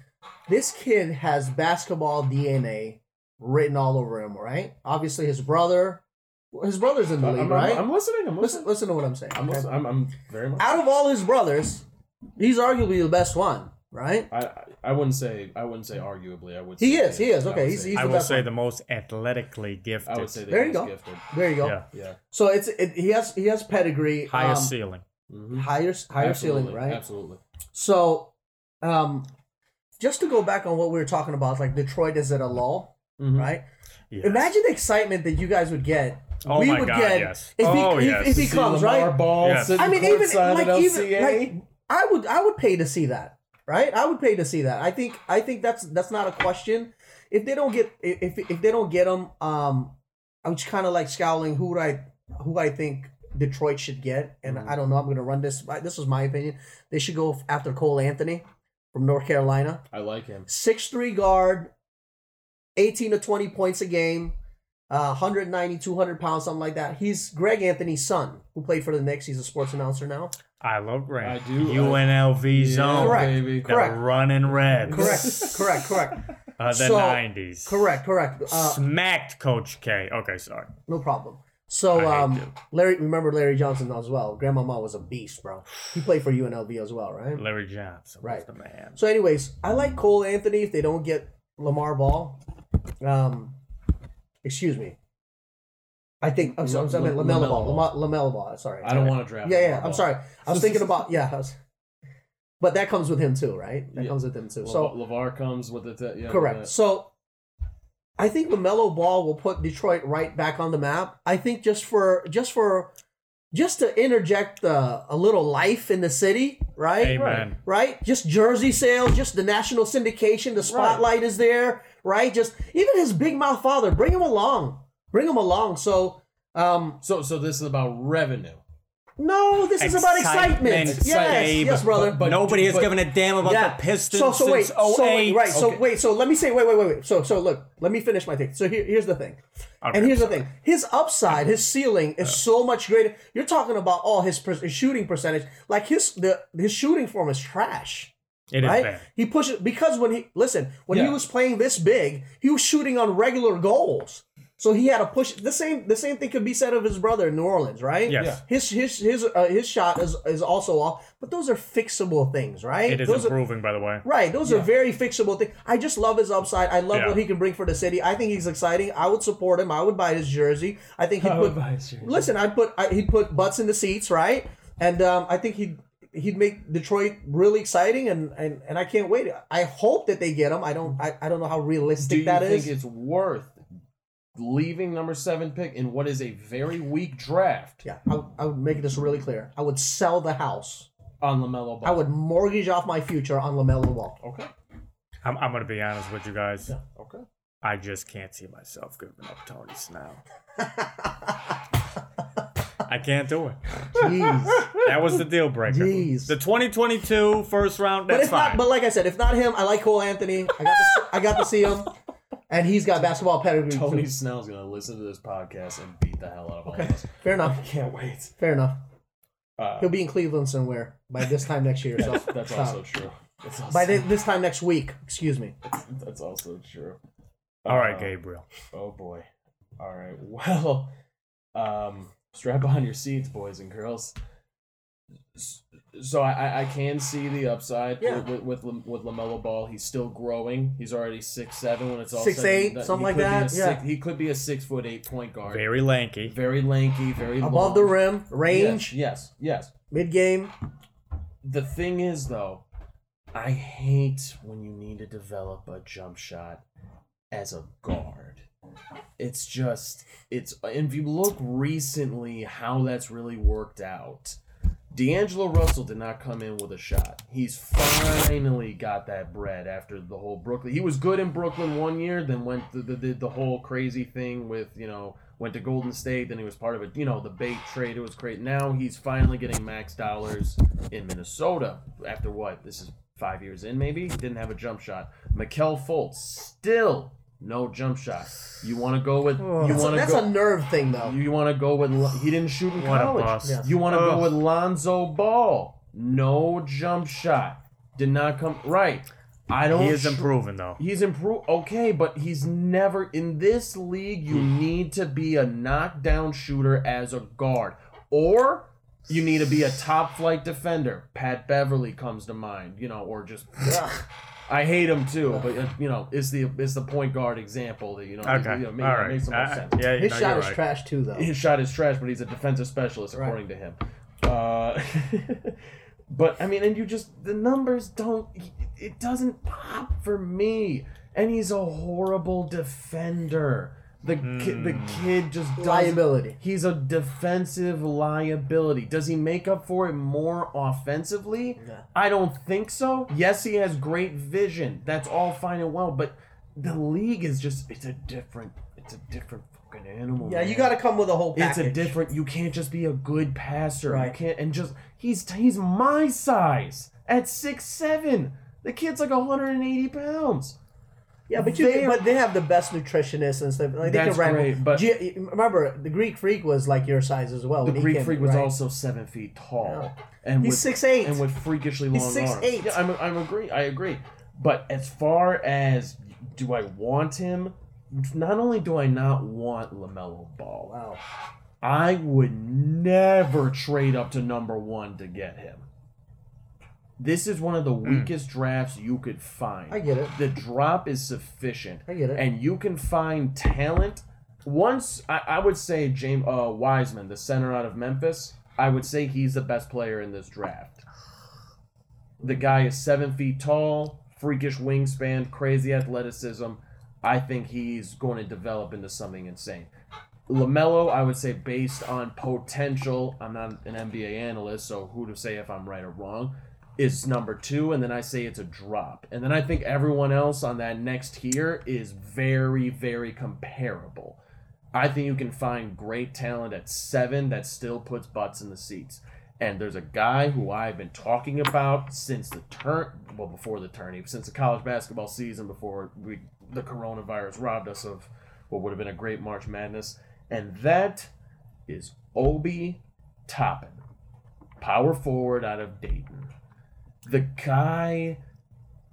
Speaker 5: This kid has basketball DNA written all over him. Right? Obviously, his brother, his brother's in the
Speaker 3: I'm,
Speaker 5: league,
Speaker 3: I'm,
Speaker 5: right?
Speaker 3: I'm listening. I'm listening.
Speaker 5: listen, listen to what I'm saying.
Speaker 3: I'm,
Speaker 5: okay?
Speaker 3: listening. I'm, I'm very much.
Speaker 5: Out of all his brothers, he's arguably the best one. Right?
Speaker 3: I, I I wouldn't say I wouldn't say arguably. I would.
Speaker 5: He
Speaker 3: say
Speaker 5: is, he is,
Speaker 3: I
Speaker 5: okay,
Speaker 3: would
Speaker 5: he's-
Speaker 3: say-
Speaker 5: he's-
Speaker 4: I
Speaker 5: the
Speaker 4: will
Speaker 5: best
Speaker 4: say
Speaker 5: one.
Speaker 4: the most athletically gifted.
Speaker 3: I would say that
Speaker 5: There you
Speaker 3: he's
Speaker 5: go.
Speaker 3: gifted.
Speaker 5: There you go.
Speaker 4: Yeah.
Speaker 3: Yeah.
Speaker 5: So it's it, he has he has pedigree.
Speaker 4: Highest
Speaker 5: um,
Speaker 4: ceiling.
Speaker 3: Mhm.
Speaker 5: higher higher ceiling,
Speaker 3: Absolutely,
Speaker 5: right?
Speaker 3: Absolutely.
Speaker 5: So, um, just to go back on what we were talking about, like Detroit is at a lull,
Speaker 3: Mm-hmm.
Speaker 5: right?
Speaker 4: Mm-hmm. Yes.
Speaker 5: Imagine the excitement that you guys would get.
Speaker 4: Oh
Speaker 5: we
Speaker 4: my
Speaker 5: would
Speaker 4: God,
Speaker 5: get
Speaker 4: yes.
Speaker 5: if, he,
Speaker 4: Oh,
Speaker 5: if,
Speaker 4: yes.
Speaker 5: if he
Speaker 3: See
Speaker 5: comes,
Speaker 3: Lamar
Speaker 5: right?
Speaker 3: Ball
Speaker 4: Yes.
Speaker 3: sitting
Speaker 5: I mean, even
Speaker 3: courtside
Speaker 5: like
Speaker 3: at
Speaker 5: even
Speaker 3: LCA.
Speaker 5: like I would I would pay to see that, right? I would pay to see that. I think I think that's that's not a question. If they don't get if if they don't get him, um, I'm just kind of like scowling who would I who I think Detroit should get, and I don't know. I'm gonna run this. This is my opinion. They should go after Cole Anthony from North Carolina
Speaker 3: I like him.
Speaker 5: six three guard, eighteen to twenty points a game, uh, 190, 200 pounds, something like that. He's Greg Anthony's son, who played for the Knicks. He's a sports announcer now.
Speaker 4: I love Grant.
Speaker 3: I do, uh,
Speaker 4: UNLV
Speaker 3: yeah,
Speaker 4: zone.
Speaker 5: Correct.
Speaker 3: baby.
Speaker 4: The
Speaker 5: Correct.
Speaker 4: running reds.
Speaker 5: Correct, correct, correct,
Speaker 4: Uh, the
Speaker 5: So-
Speaker 4: 90s.
Speaker 5: correct, correct. Uh,
Speaker 4: Smacked Coach K. Okay, sorry.
Speaker 5: no problem. So
Speaker 4: I hate
Speaker 5: um,
Speaker 4: you.
Speaker 5: Larry, remember Larry Johnson as well. Grandmama was a beast, bro. He played for UNLV as well, right?
Speaker 4: Larry Johnson was
Speaker 5: Right.
Speaker 4: the man.
Speaker 5: So, anyways, I like Cole Anthony if they don't get Lamar Ball. Um, excuse me. I think I'm sorry, I'm sorry, I meant
Speaker 3: Lam-
Speaker 5: Lamelo
Speaker 3: Lamelo
Speaker 5: Ball.
Speaker 3: Ball.
Speaker 5: Lama- Lamelo Ball. Sorry.
Speaker 3: I don't want to draft.
Speaker 5: Yeah,
Speaker 3: Lamar
Speaker 5: yeah. I'm
Speaker 3: Ball.
Speaker 5: sorry. I was thinking about yeah. I was- but that comes with him too, right? That
Speaker 3: Yeah.
Speaker 5: comes with him too.
Speaker 3: Well,
Speaker 5: So
Speaker 3: Lavar comes with the yeah,
Speaker 5: correct. So I think Lamelo Ball will put Detroit right back on the map. I think just for just for just to interject uh, a little life in the city, right?
Speaker 4: Amen.
Speaker 5: Right? Just jersey sales, just the national syndication, the spotlight is there, right? Just even his big mouth father, bring him along. Bring him along. So um
Speaker 3: So so this is about revenue.
Speaker 5: no, this is about excitement.
Speaker 4: Excitement.
Speaker 5: Yes, yes, brother.
Speaker 3: But-
Speaker 2: Nobody has
Speaker 3: but-
Speaker 2: given a damn about
Speaker 5: yeah.
Speaker 2: the Pistons
Speaker 5: So, so wait,
Speaker 2: since 08.
Speaker 5: so wait, right? So
Speaker 3: Okay.
Speaker 5: wait, so let me say, wait, wait, wait, wait. So, so look, let me finish my thing. So here, here's the thing, and here's the thing. His upside, his ceiling is so much greater. You're talking about all his, per- his shooting percentage, like his the his shooting form is trash.
Speaker 4: It is
Speaker 5: right?
Speaker 4: bad.
Speaker 5: He pushes because when he listen when he
Speaker 3: Yeah.
Speaker 5: was playing this big, he was shooting on regular goals. So he had to push the same. The same thing could be said of his brother in New Orleans, right?
Speaker 4: Yes.
Speaker 3: Yeah.
Speaker 5: His his his uh, his shot is is also off, but those are fixable things, right?
Speaker 4: It is
Speaker 5: those are,
Speaker 4: improving, by the way.
Speaker 5: right. Those are very fixable things. I just love his upside. I love
Speaker 4: Yeah.
Speaker 5: what he can bring for the city. I think he's exciting. I would support him. I would buy his jersey. I think he'd
Speaker 3: I
Speaker 5: put
Speaker 3: would buy his jersey.
Speaker 5: listen. I'd put I, he'd put butts in the seats, right? And um, I think he'd he'd make Detroit really exciting, and and and I can't wait. I hope that they get him. I don't I, I don't know how
Speaker 3: Do
Speaker 5: realistic
Speaker 3: you
Speaker 5: that
Speaker 3: think
Speaker 5: is.
Speaker 3: it's worth leaving number seven pick in what is a very weak draft
Speaker 5: yeah, I, would- I would make this really clear. I would sell the house.
Speaker 3: on Lamelo Ball?
Speaker 5: I would mortgage off my future on Lamelo Ball.
Speaker 3: Okay.
Speaker 4: I'm, I'm going to be honest with you guys.
Speaker 3: Okay.
Speaker 4: I just can't see myself giving up Tony Snell. I can't do it.
Speaker 5: Jeez.
Speaker 4: That was the deal breaker.
Speaker 5: Jeez.
Speaker 4: The 2022 first round.
Speaker 5: But
Speaker 4: That's
Speaker 5: if not,
Speaker 4: fine.
Speaker 5: but like I said, if not him, I like Cole Anthony. I got to, see- I got to see him, and he's got basketball pedigree.
Speaker 3: Tony
Speaker 5: Too.
Speaker 3: Snell's gonna listen to this podcast and beat the hell out of all of us.
Speaker 5: Fair enough.
Speaker 3: Can't wait.
Speaker 5: Fair enough.
Speaker 3: Uh,
Speaker 5: He'll be in Cleveland somewhere by this time next year. So
Speaker 3: that's, that's
Speaker 5: stop.
Speaker 3: also true. That's also,
Speaker 5: by thi- this time next week. Excuse me.
Speaker 3: that's also true.
Speaker 4: All right,
Speaker 3: Uh,
Speaker 4: Gabriel.
Speaker 3: Oh boy. All right. Well, um, strap on your seats, boys and girls. S- So I- I, I can see the upside
Speaker 5: Yeah.
Speaker 3: with with, with, with Lamelo Ball. He's still growing. He's already six seven when it's all
Speaker 5: 6'8",
Speaker 3: said and done. He
Speaker 5: something like
Speaker 3: could be a
Speaker 5: that, yeah.
Speaker 3: six- he could be a six foot eight point guard. Very,
Speaker 4: Very lanky.
Speaker 3: lanky. Very long.
Speaker 5: Above the rim,
Speaker 3: Yes,
Speaker 5: range,
Speaker 3: yes, yes.
Speaker 5: mid game.
Speaker 3: The thing is, though, I hate when you need to develop a jump shot as a guard. It's just, it's, and if you look recently how that's really worked out, D'Angelo Russell did not come in with a shot. He's finally got that bread after the whole Brooklyn. He was good in Brooklyn one year, then went the the, the, the whole crazy thing with you know went to Golden State. Then he was part of a you know the bait trade. It was great. Now he's finally getting max dollars in Minnesota after what this is five years in maybe didn't have a jump shot. Mikel Fultz still no jump shot. You want to go with you
Speaker 5: That's, a,
Speaker 3: want to
Speaker 5: Oh, that's
Speaker 3: go.
Speaker 5: a nerve thing, though.
Speaker 3: You want to go with Lo- he didn't shoot in
Speaker 4: What a
Speaker 3: college.
Speaker 4: bust.
Speaker 5: Yeah.
Speaker 3: You want to go
Speaker 4: Ugh.
Speaker 3: with Lonzo Ball? No jump shot. Did not come right. I don't.
Speaker 4: He is
Speaker 3: sh-
Speaker 4: improving though.
Speaker 3: He's improved. Okay, but he's never in this league. You
Speaker 4: Hmm.
Speaker 3: need to be a knockdown shooter as a guard, or you need to be a top flight defender. Pat Beverly comes to mind, you know, or just. I hate him too, but uh, you know, is the is the point guard example that you know,
Speaker 4: Okay.
Speaker 3: you know,
Speaker 4: All
Speaker 3: ma-
Speaker 4: right.
Speaker 3: makes the most
Speaker 4: I-
Speaker 3: sense
Speaker 4: yeah,
Speaker 5: His
Speaker 4: no,
Speaker 5: shot
Speaker 4: you're
Speaker 5: is
Speaker 4: right.
Speaker 5: trash too, though.
Speaker 3: his shot is trash, but he's a defensive specialist, according to him. Uh, but I mean, and you just the numbers don't. It doesn't pop for me, and he's a horrible defender. The ki- the kid just doesn't-
Speaker 5: Hmm. Liability.
Speaker 3: He's a defensive liability. Does he make up for it more offensively? I don't think so. Yes, he has great vision. That's all fine and well, but the league is just it's a different it's a different fucking animal.
Speaker 5: Yeah, you
Speaker 3: man.
Speaker 5: got to come with a whole
Speaker 3: It's
Speaker 5: package.
Speaker 3: a different. You can't just be a good passer. You
Speaker 5: Right.
Speaker 3: can't and just he's he's my size at six seven. The kid's like 180 pounds.
Speaker 5: Yeah, but you
Speaker 3: They-
Speaker 5: but they have the best nutritionists and stuff. Like, they
Speaker 3: That's
Speaker 5: can wrangle.
Speaker 3: great, but-
Speaker 5: G- remember the Greek Freak was like your size as well.
Speaker 3: The
Speaker 5: when Oh, he
Speaker 3: Greek
Speaker 5: came
Speaker 3: freak
Speaker 5: in,
Speaker 3: was
Speaker 5: right?
Speaker 3: also seven feet tall and
Speaker 5: He's
Speaker 3: with-
Speaker 5: 6'8".
Speaker 3: and with freakishly long
Speaker 5: He's
Speaker 3: arms.
Speaker 5: 6'8".
Speaker 3: Yeah, I'm I'm agree. I agree. But as far as do I want him? Not only do I not want Lamelo Ball,
Speaker 5: Wow.
Speaker 3: I would never trade up to number one to get him. This is one of the weakest drafts you could find.
Speaker 5: Hmm. I get it.
Speaker 3: The drop is sufficient.
Speaker 5: I get it.
Speaker 3: And you can find talent. Once I, I would say James uh, Wiseman, the center out of Memphis, I would say he's the best player in this draft. The guy is seven feet tall, freakish wingspan, crazy athleticism. I think he's going to develop into something insane. LaMelo, I would say based on potential, I'm not an NBA analyst, so who to say if I'm right or wrong, is number two. And then I say it's a drop. And then I think everyone else on that next tier is very, very comparable. I think you can find great talent at seven that still puts butts in the seats. And there's a guy who I've been talking about since the turn, well, before the tourney, since the college basketball season, before we, the coronavirus robbed us of what would have been a great March Madness. And that is Obi Toppin, power forward out of Dayton. The guy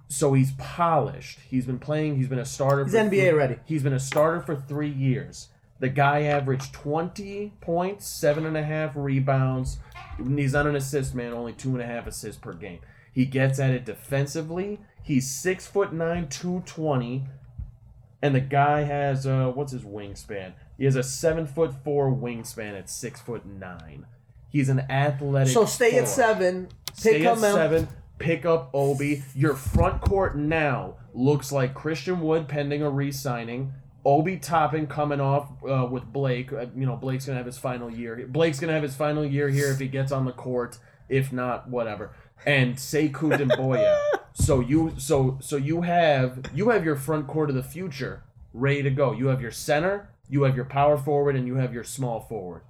Speaker 3: So he's polished. He's been playing. He's been a starter.
Speaker 5: He's
Speaker 3: for
Speaker 5: NBA
Speaker 3: three-
Speaker 5: ready.
Speaker 3: He's been a starter for three years. The guy averaged twenty points, seven and a half rebounds. He's not an assist man. Only two and a half assists per game. He gets at it defensively. He's six foot nine, two twenty, and the guy has uh, what's his wingspan? He has a seven foot four wingspan at six foot nine. He's an athletic.
Speaker 5: So stay at
Speaker 3: force.
Speaker 5: seven. Pick
Speaker 3: Stay
Speaker 5: him
Speaker 3: at
Speaker 5: out.
Speaker 3: seven. Pick up Obi. Your front court now looks like Christian Wood pending a re-signing. Obi Toppin coming off uh, with Blake. Uh, You know Blake's gonna have his final year. Blake's gonna have his final year here if he gets on the court. If not, whatever. And Sekou Demboya. so you so so you have you have your front court of the future ready to go. You have your center. You have your power forward, and you have your small forward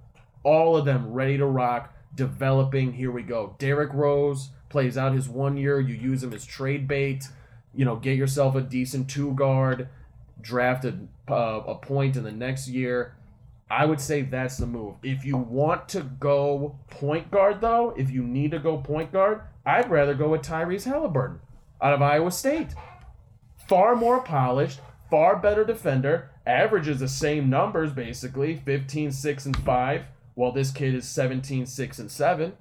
Speaker 3: all of them ready to rock, developing. Here we go. Derrick Rose plays out his one year. You use him as trade bait. You know, get yourself a decent two guard, draft a, uh, a point in the next year. I would say that's the move. If you want to go point guard, though, if you need to go point guard, I'd rather go with Tyrese Halliburton out of Iowa State far more polished, far better defender, averages the same numbers basically 15, 6, and 5, while this kid is 17, 6, and 7.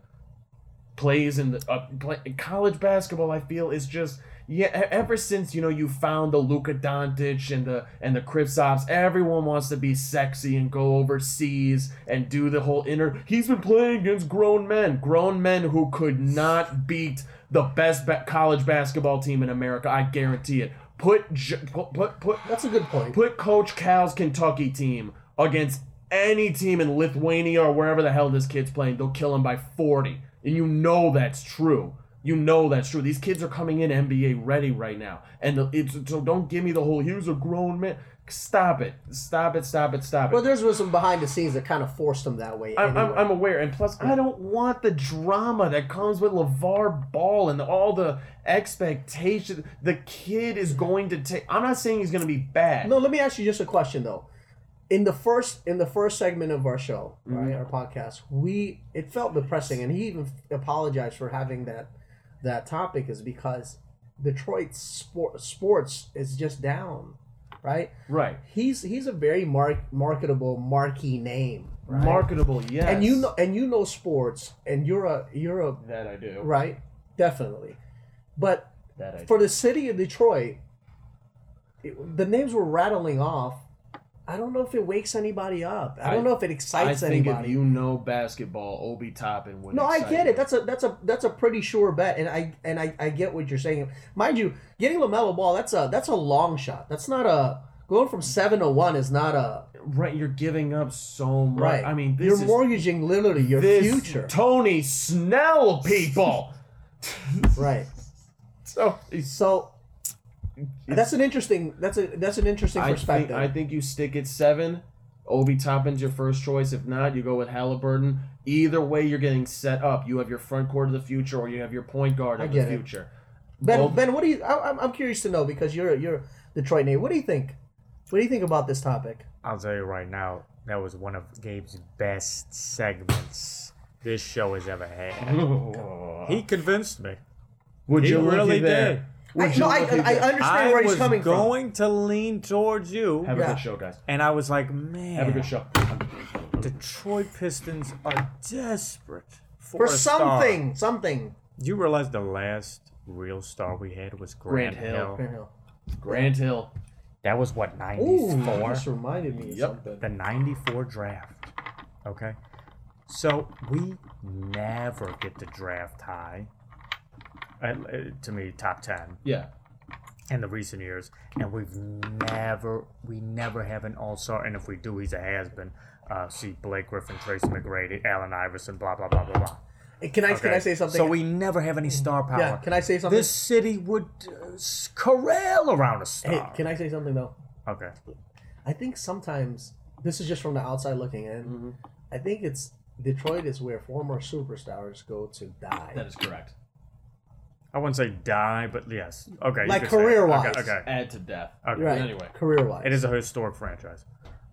Speaker 3: Plays in the uh, play, college basketball, I feel, is just. Yeah, e- ever since you know you found the Luka Doncic and the and the Kristaps, everyone wants to be sexy and go overseas and do the whole inner. He's been playing against grown men, grown men who could not beat the best ba- college basketball team in America. I guarantee it. Put J- put put put,
Speaker 5: That's a good point.
Speaker 3: put Coach Cal's Kentucky team against any team in Lithuania or wherever the hell this kid's playing. They'll kill him by forty, and you know that's true. You know that's true. These kids are coming in NBA ready right now, and the, it's so don't give me the whole "here's a grown man." Stop it! Stop it! Stop it! Stop it!
Speaker 5: Well, there's been some behind the scenes that kind of forced him that way.
Speaker 3: I'm, I'm,
Speaker 5: anyway.
Speaker 3: I'm aware, and plus, I don't want the drama that comes with LeVar Ball and all the expectation. The kid is going to take. I'm not saying he's going to be bad.
Speaker 5: No, let me ask you just a question though. In the first in the first segment of our show,
Speaker 3: Mm-hmm.
Speaker 5: right, our podcast, we it felt depressing, and he even apologized for having that that topic is because Detroit sport, sports is just down, right?
Speaker 3: Right.
Speaker 5: He's he's a very mark, marketable marquee name, right?
Speaker 3: Marketable, yes.
Speaker 5: and you know and you know sports, and you're a you're a
Speaker 3: that I do.
Speaker 5: right, definitely, but
Speaker 3: That I do.
Speaker 5: for the city of Detroit, it, the names were rattling off. I don't know if it wakes anybody up. I don't
Speaker 3: I-
Speaker 5: know if it
Speaker 3: I
Speaker 5: excites
Speaker 3: think
Speaker 5: anybody.
Speaker 3: if you know basketball, Obi Toppin would.
Speaker 5: no, I
Speaker 3: excite
Speaker 5: get
Speaker 3: you.
Speaker 5: it. That's a that's a that's a pretty sure bet, and I and I, I get what you're saying. Mind you, getting Lamelo Ball that's a that's a long shot. That's not a going from seven to one is not a
Speaker 3: right. You're giving up so much.
Speaker 5: right.
Speaker 3: I mean, this
Speaker 5: you're
Speaker 3: is
Speaker 5: mortgaging literally your
Speaker 3: this
Speaker 5: future.
Speaker 3: Tony Snell people.
Speaker 5: right.
Speaker 3: so
Speaker 5: So that's an interesting that's a that's an interesting
Speaker 3: I
Speaker 5: perspective.
Speaker 3: think, I think you stick at seven. Obi Toppin's your first choice. If not, you go with Halliburton. Either way, you're getting set up. You have your front court of the future, or you have your point guard
Speaker 5: I
Speaker 3: of the
Speaker 5: get it.
Speaker 3: future.
Speaker 5: Ben,
Speaker 3: Well-
Speaker 5: Ben, what do you? I, I'm, I'm curious to know because you're you're Detroit native. What do you think? What do you think about this topic?
Speaker 4: I'll tell you right now, that was one of Gabe's best segments this show has ever had. he convinced me.
Speaker 3: Would
Speaker 4: He
Speaker 3: you look at
Speaker 4: really
Speaker 3: there?
Speaker 4: did.
Speaker 5: I,
Speaker 3: Would you
Speaker 5: no, I, I
Speaker 3: look at there?
Speaker 5: understand
Speaker 4: I
Speaker 5: where
Speaker 4: was
Speaker 5: he's coming
Speaker 4: going to lean towards you,
Speaker 3: Have a
Speaker 5: Yeah.
Speaker 3: good show, guys.
Speaker 4: and I was like, man,
Speaker 3: Have a good show.
Speaker 4: Detroit Pistons are desperate for,
Speaker 5: from. For
Speaker 4: a star.
Speaker 5: something, something.
Speaker 4: You realize the last real star we had was
Speaker 3: Grant
Speaker 4: Grant,
Speaker 3: Hill.
Speaker 4: Hill.
Speaker 5: Grant Hill.
Speaker 3: Grant Hill.
Speaker 4: That was what
Speaker 5: Ooh,
Speaker 4: '94.
Speaker 5: just reminded me of
Speaker 3: Yep.
Speaker 5: something.
Speaker 4: the 94 draft. Okay. So we never get to draft high. Uh, uh, to me, top 10
Speaker 3: Yeah.
Speaker 4: in the recent years. And we've never, we never have an all star. And if we do, he's a has been. Uh, see Blake Griffin, Tracy McGrady, Allen Iverson, blah, blah, blah, blah, blah.
Speaker 5: Hey, Can I can I
Speaker 4: Okay.
Speaker 5: say something?
Speaker 4: So we never have any star power.
Speaker 5: yeah. Can I say something?
Speaker 4: This city would uh, s- corral around a star.
Speaker 5: hey, can I say something though?
Speaker 4: okay.
Speaker 5: I think sometimes this is just from the outside looking in.
Speaker 4: Mm-hmm.
Speaker 5: I think it's Detroit is where former superstars go to die.
Speaker 3: That is correct.
Speaker 4: I wouldn't say die, but yes. Okay. you
Speaker 5: Like
Speaker 4: could say it. Okay,
Speaker 5: career-wise.
Speaker 4: Okay.
Speaker 3: Add to death.
Speaker 4: okay.
Speaker 5: right.
Speaker 3: Anyway.
Speaker 5: career wise,
Speaker 4: It is a historic franchise.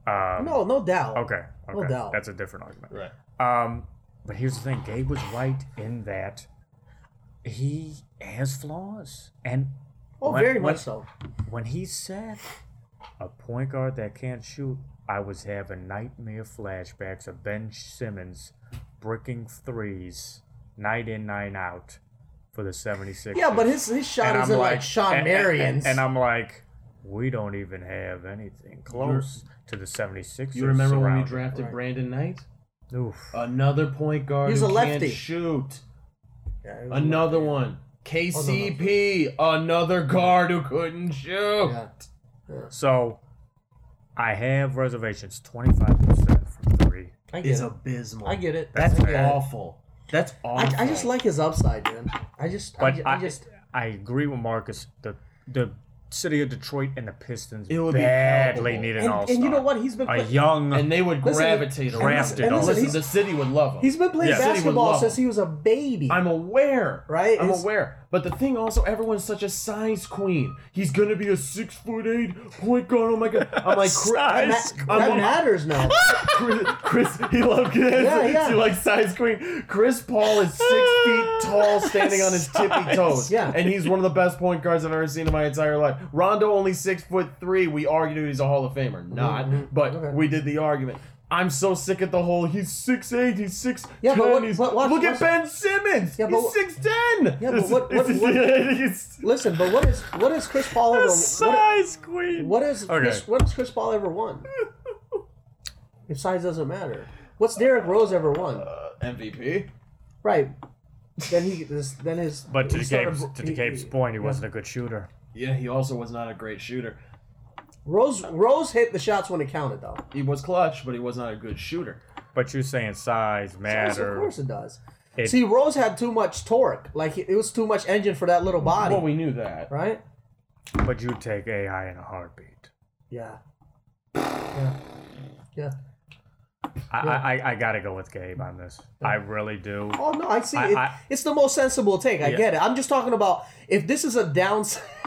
Speaker 4: Um,
Speaker 5: no, no doubt.
Speaker 4: Okay. Okay.
Speaker 5: doubt.
Speaker 4: That's a different argument.
Speaker 3: Right.
Speaker 4: Um, but here's the thing: Gabe was right in that he has flaws, and
Speaker 5: Oh,
Speaker 4: When-
Speaker 5: very
Speaker 4: when-
Speaker 5: much so.
Speaker 4: When he said a point guard that can't shoot, I was having nightmare flashbacks of Ben Simmons bricking threes night in, night out for the 76ers.
Speaker 5: Yeah, but his his shot
Speaker 4: And
Speaker 5: isn't like, Sean
Speaker 4: and- and-
Speaker 5: Marion's.
Speaker 4: And, and I'm like, we don't even have anything close to the 76ers.
Speaker 3: You remember when we
Speaker 4: surrounding-
Speaker 3: drafted
Speaker 5: Right.
Speaker 3: Brandon Knight?
Speaker 4: Oof.
Speaker 3: Another point guard
Speaker 5: He's
Speaker 3: who
Speaker 5: a lefty.
Speaker 3: can't shoot.
Speaker 5: Yeah, it was-
Speaker 3: Another
Speaker 5: Oh,
Speaker 3: one. KCP, another guard who couldn't shoot.
Speaker 5: Yeah.
Speaker 4: So I have reservations 25% from three.
Speaker 5: I get
Speaker 3: Is
Speaker 5: it.
Speaker 3: abysmal.
Speaker 5: I get it.
Speaker 3: That's
Speaker 5: I get it.
Speaker 3: awful. That's awful.
Speaker 5: I, I just like his upside, man. I just, I,
Speaker 4: But
Speaker 5: ju-
Speaker 4: I,
Speaker 5: I just,
Speaker 4: I agree with Marcus. The the city of Detroit and the Pistons
Speaker 3: It would be
Speaker 4: badly
Speaker 3: palpable.
Speaker 4: need an
Speaker 5: and,
Speaker 4: all
Speaker 5: and you know what? He's been
Speaker 4: A
Speaker 5: play-
Speaker 4: young
Speaker 3: and they would
Speaker 5: Listen,
Speaker 3: gravitate
Speaker 5: and
Speaker 3: around
Speaker 4: listen-
Speaker 3: it.
Speaker 4: and
Speaker 5: listen,
Speaker 3: listen,
Speaker 5: he's-
Speaker 3: the city would love him.
Speaker 5: he's been playing
Speaker 4: Yeah.
Speaker 3: City would
Speaker 5: basketball
Speaker 3: love
Speaker 5: since
Speaker 3: him.
Speaker 5: he was a baby.
Speaker 3: I'm aware,
Speaker 5: Right?
Speaker 3: I'm
Speaker 5: It's-
Speaker 3: aware. But the thing also, everyone's such a size queen. He's gonna be a six foot eight point guard. Oh my god! I'm like Chris.
Speaker 5: that
Speaker 4: Size
Speaker 5: ma-
Speaker 3: I'm
Speaker 5: that
Speaker 3: a-
Speaker 5: matters now.
Speaker 3: Chris, Chris he loves kids.
Speaker 5: Yeah, yeah.
Speaker 3: She likes size queen. Chris Paul is six feet tall, standing on his tippy toes.
Speaker 5: yeah.
Speaker 3: and he's one of the best point guards I've ever seen in my entire life. Rondo only six foot three. We argued he's a Hall of Famer, not,
Speaker 5: Mhm.
Speaker 3: but
Speaker 5: Okay.
Speaker 3: we did the argument. I'm so sick at the whole. He's six eight. He's six.
Speaker 5: Yeah, but what-
Speaker 3: he's,
Speaker 5: but what-
Speaker 3: look
Speaker 5: what's-
Speaker 3: at Ben Simmons.
Speaker 5: Yeah, but
Speaker 3: he's
Speaker 5: what-
Speaker 3: six ten.
Speaker 5: Yeah, but what- what- what- Listen, but what is what is Chris Paul ever? What,
Speaker 4: size queen.
Speaker 5: what is
Speaker 4: Okay.
Speaker 5: Chris, what has Chris Paul ever won? If size doesn't matter, what's Derrick Rose ever won?
Speaker 3: MVP.
Speaker 5: Right. Then he this, then his
Speaker 4: But to
Speaker 5: he
Speaker 4: the
Speaker 5: started-
Speaker 4: Gabe's to
Speaker 5: he-
Speaker 4: the Gabe's
Speaker 5: he-
Speaker 4: point, he wasn't a good shooter.
Speaker 3: Yeah, he also was not a great shooter.
Speaker 5: Rose Rose hit the shots when it counted though.
Speaker 3: He was clutch, but he was not a good shooter.
Speaker 4: But you're saying size
Speaker 5: Yes,
Speaker 4: matter.
Speaker 5: of course it does.
Speaker 4: It-
Speaker 5: See, Rose had too much torque. Like it was too much engine for that little body,
Speaker 3: Well, we knew that.
Speaker 5: right?
Speaker 4: But you take AI in a heartbeat.
Speaker 5: Yeah. Yeah. Yeah.
Speaker 4: I, I, I- I gotta go with Gabe on this. I really do.
Speaker 5: Oh no, I see.
Speaker 4: I-
Speaker 5: it,
Speaker 4: I-
Speaker 5: it's the most sensible take. I
Speaker 4: Yeah.
Speaker 5: get it. I'm just talking about if this is a down.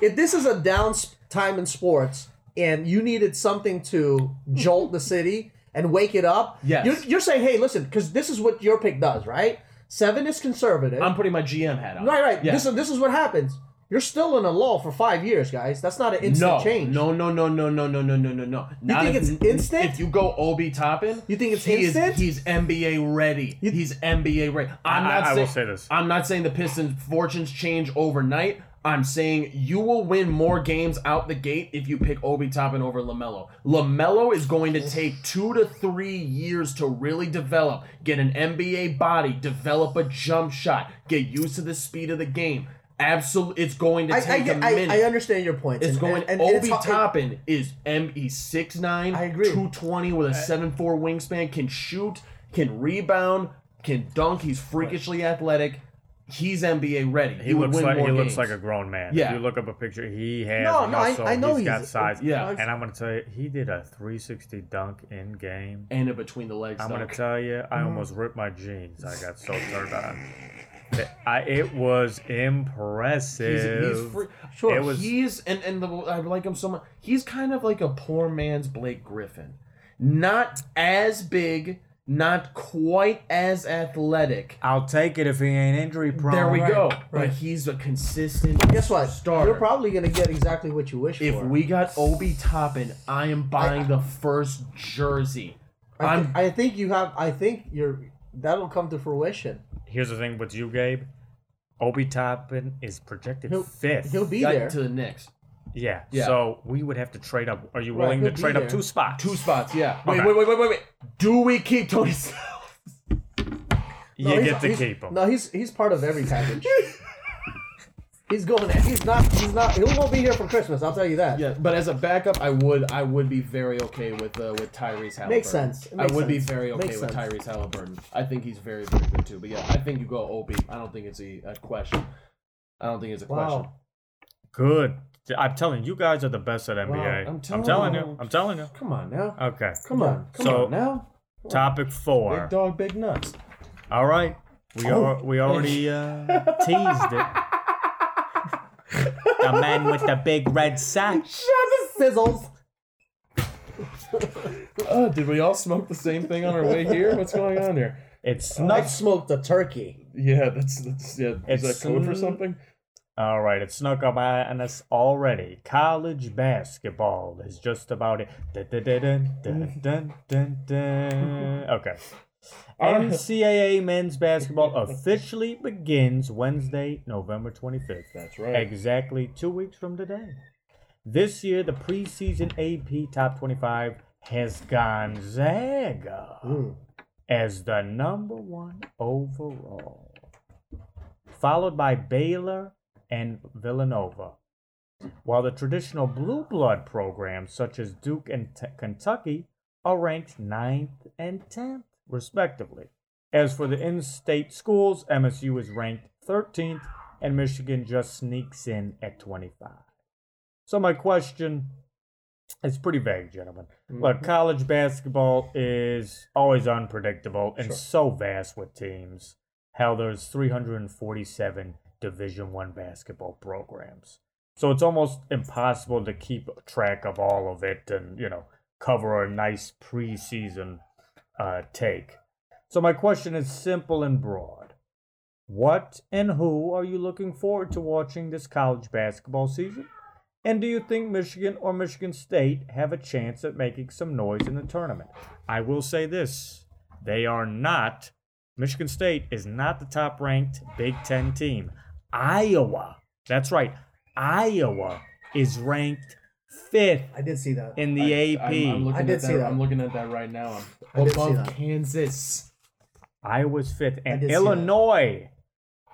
Speaker 5: if this is a down s- time in sports, and you needed something to jolt the city and wake it up.
Speaker 3: Yes.
Speaker 5: You're, you're saying, hey, listen, because this is what your pick does, right? Seven is conservative.
Speaker 3: I'm putting my GM hat on.
Speaker 5: right, right.
Speaker 3: Yeah.
Speaker 5: This is this is what happens. You're still in a lull for five years, guys. That's not an instant
Speaker 3: no,
Speaker 5: change.
Speaker 3: no, no, no, no, no, no, no, no, no, no. You
Speaker 5: think it's instant?
Speaker 3: If you go Obi Toppin,
Speaker 5: You think it's
Speaker 3: he
Speaker 5: instant?
Speaker 3: Is, he's NBA ready. he's NBA ready. I'm
Speaker 4: I-
Speaker 3: not.
Speaker 4: I
Speaker 3: say-
Speaker 4: will say this.
Speaker 3: I'm not saying the Pistons' fortunes change overnight. I'm saying you will win more games out the gate if you pick Obi Toppin over Lamelo. Lamelo is going to take two to three years to really develop, get an NBA body, develop a jump shot, get used to the speed of the game. Absolutely, it's going to
Speaker 5: I,
Speaker 3: take
Speaker 5: I,
Speaker 3: a
Speaker 5: get-
Speaker 3: minute.
Speaker 5: I, I understand your point.
Speaker 3: It's going
Speaker 5: it's
Speaker 3: Obi
Speaker 5: hard-
Speaker 3: Toppin is E ME 6'9,
Speaker 5: I agree.
Speaker 3: 220 with a 7'4 wingspan, can shoot, can rebound, can dunk. He's freakishly athletic. He's NBA ready.
Speaker 4: He looks
Speaker 3: would win
Speaker 4: like he
Speaker 3: more
Speaker 4: looks
Speaker 3: games.
Speaker 4: like a grown man.
Speaker 3: Yeah.
Speaker 4: If you look up a picture, he has
Speaker 5: No, no, I-
Speaker 4: muscle.
Speaker 5: I know
Speaker 4: he's got
Speaker 5: he's-
Speaker 4: size.
Speaker 3: yeah.
Speaker 4: And I'm gonna tell you, he did a 360 dunk in game.
Speaker 3: and a between the legs.
Speaker 4: I'm
Speaker 3: dunk.
Speaker 4: gonna tell you, I almost ripped my jeans. I got so turned on. That- I, it was
Speaker 3: He's,
Speaker 4: impressive.
Speaker 3: he's free. Sure,
Speaker 4: It was-
Speaker 3: he's and and the, I like him so much. He's kind of like a poor man's Blake Griffin, not as big, not quite as athletic.
Speaker 4: I'll take it if he ain't injury prone.
Speaker 3: There we
Speaker 5: Right,
Speaker 3: go. But
Speaker 5: right.
Speaker 3: he's a consistent.
Speaker 5: Guess what?
Speaker 3: Starter.
Speaker 5: You're probably gonna get exactly what you wish
Speaker 3: If
Speaker 5: for.
Speaker 3: we got Obi Toppin, I am buying the first jersey.
Speaker 5: I, thi-
Speaker 3: I'm-
Speaker 5: I think you have. I think you're. That'll come to fruition.
Speaker 4: Here's the thing with you, Gabe. Obi Toppin is projected
Speaker 5: He'll-
Speaker 4: 5th
Speaker 5: He'll be
Speaker 3: Got
Speaker 5: there.
Speaker 3: to the Knicks.
Speaker 4: Yeah.
Speaker 3: Yeah.
Speaker 4: So we would have to trade up. Are you
Speaker 5: Right,
Speaker 4: willing
Speaker 5: he'll
Speaker 4: to
Speaker 5: be
Speaker 4: trade
Speaker 5: there.
Speaker 4: up two spots?
Speaker 3: Two spots, yeah. Wait,
Speaker 4: Okay.
Speaker 3: wait, wait, wait, wait, wait. Do we keep Tony Snell?
Speaker 4: You
Speaker 5: No, he's-
Speaker 4: get to
Speaker 5: he's-
Speaker 4: keep him.
Speaker 5: No, he's he's part of every package. he's going. He's not. He's not. He won't be here for Christmas. I'll tell you that.
Speaker 3: Yeah, but as a backup, I would I would be very okay with uh, with Tyrese Halliburton.
Speaker 5: Makes sense. It
Speaker 3: I
Speaker 5: makes
Speaker 3: would be
Speaker 5: sense.
Speaker 3: very okay
Speaker 5: Makes
Speaker 3: with
Speaker 5: sense.
Speaker 3: Tyrese Halliburton. I think he's very very good too. But yeah, I think you go Obi. I don't think it's a, a question. I don't think it's a question.
Speaker 5: Wow.
Speaker 4: Good. I'm telling you, you guys are the best at NBA.
Speaker 3: Wow, I'm
Speaker 4: I'm,
Speaker 3: telling
Speaker 4: telling
Speaker 3: you.
Speaker 4: you. I'm telling you.
Speaker 3: Come on now.
Speaker 4: Okay.
Speaker 3: Come on. Come
Speaker 4: So-
Speaker 3: on now.
Speaker 4: Topic four.
Speaker 3: Big dog, big nuts.
Speaker 4: All right. We are, we already Oh. uh, teased it. the man with the big red sack.
Speaker 5: Sizzles.
Speaker 3: Uh, did we all smoke the same thing on our way here? What's going on here?
Speaker 4: It's
Speaker 5: I
Speaker 4: not.
Speaker 5: smoked a turkey.
Speaker 3: Yeah, that's that's yeah.
Speaker 4: It's
Speaker 3: is that code for
Speaker 4: sm-
Speaker 3: something?
Speaker 4: All right, it snuck up on us already. College basketball is just about it. Dun, dun, dun, dun,
Speaker 3: Mm.
Speaker 4: dun, dun, dun. Okay. NCAA men's basketball officially begins Wednesday, November 25th.
Speaker 3: That's right.
Speaker 4: Exactly two weeks from today. This year, the preseason AP Top 25 has Gonzaga
Speaker 5: Mm.
Speaker 4: as the number one overall, followed by Baylor and Villanova. While the traditional blue blood programs, such as Duke and T- Kentucky, are ranked 9th and 10th, respectively. As for the in state schools, MSU is ranked 13th, and Michigan just sneaks in at 25. So, my question it's pretty vague, gentlemen. Look, college basketball is always unpredictable and so vast with teams. Hell, there's 347 Division One basketball programs, so it's almost impossible to keep track of all of it and you know cover a nice preseason uh, take. So my question is simple and broad: What and who are you looking forward to watching this college basketball season? And do you think Michigan or Michigan State have a chance at making some noise in the tournament? I will say this they are not, Michigan State is not the top ranked Big Ten team. Iowa, that's right, Iowa is ranked fifth
Speaker 5: I did see that.
Speaker 4: in the AP.
Speaker 3: I'm, I'm looking
Speaker 5: I did
Speaker 3: at
Speaker 5: see
Speaker 3: that.
Speaker 5: that.
Speaker 3: I'm looking at that right now. I'm
Speaker 5: I did see
Speaker 3: above
Speaker 5: that.
Speaker 3: Kansas,
Speaker 4: Iowa's fifth. And
Speaker 5: did see that.
Speaker 4: Illinois,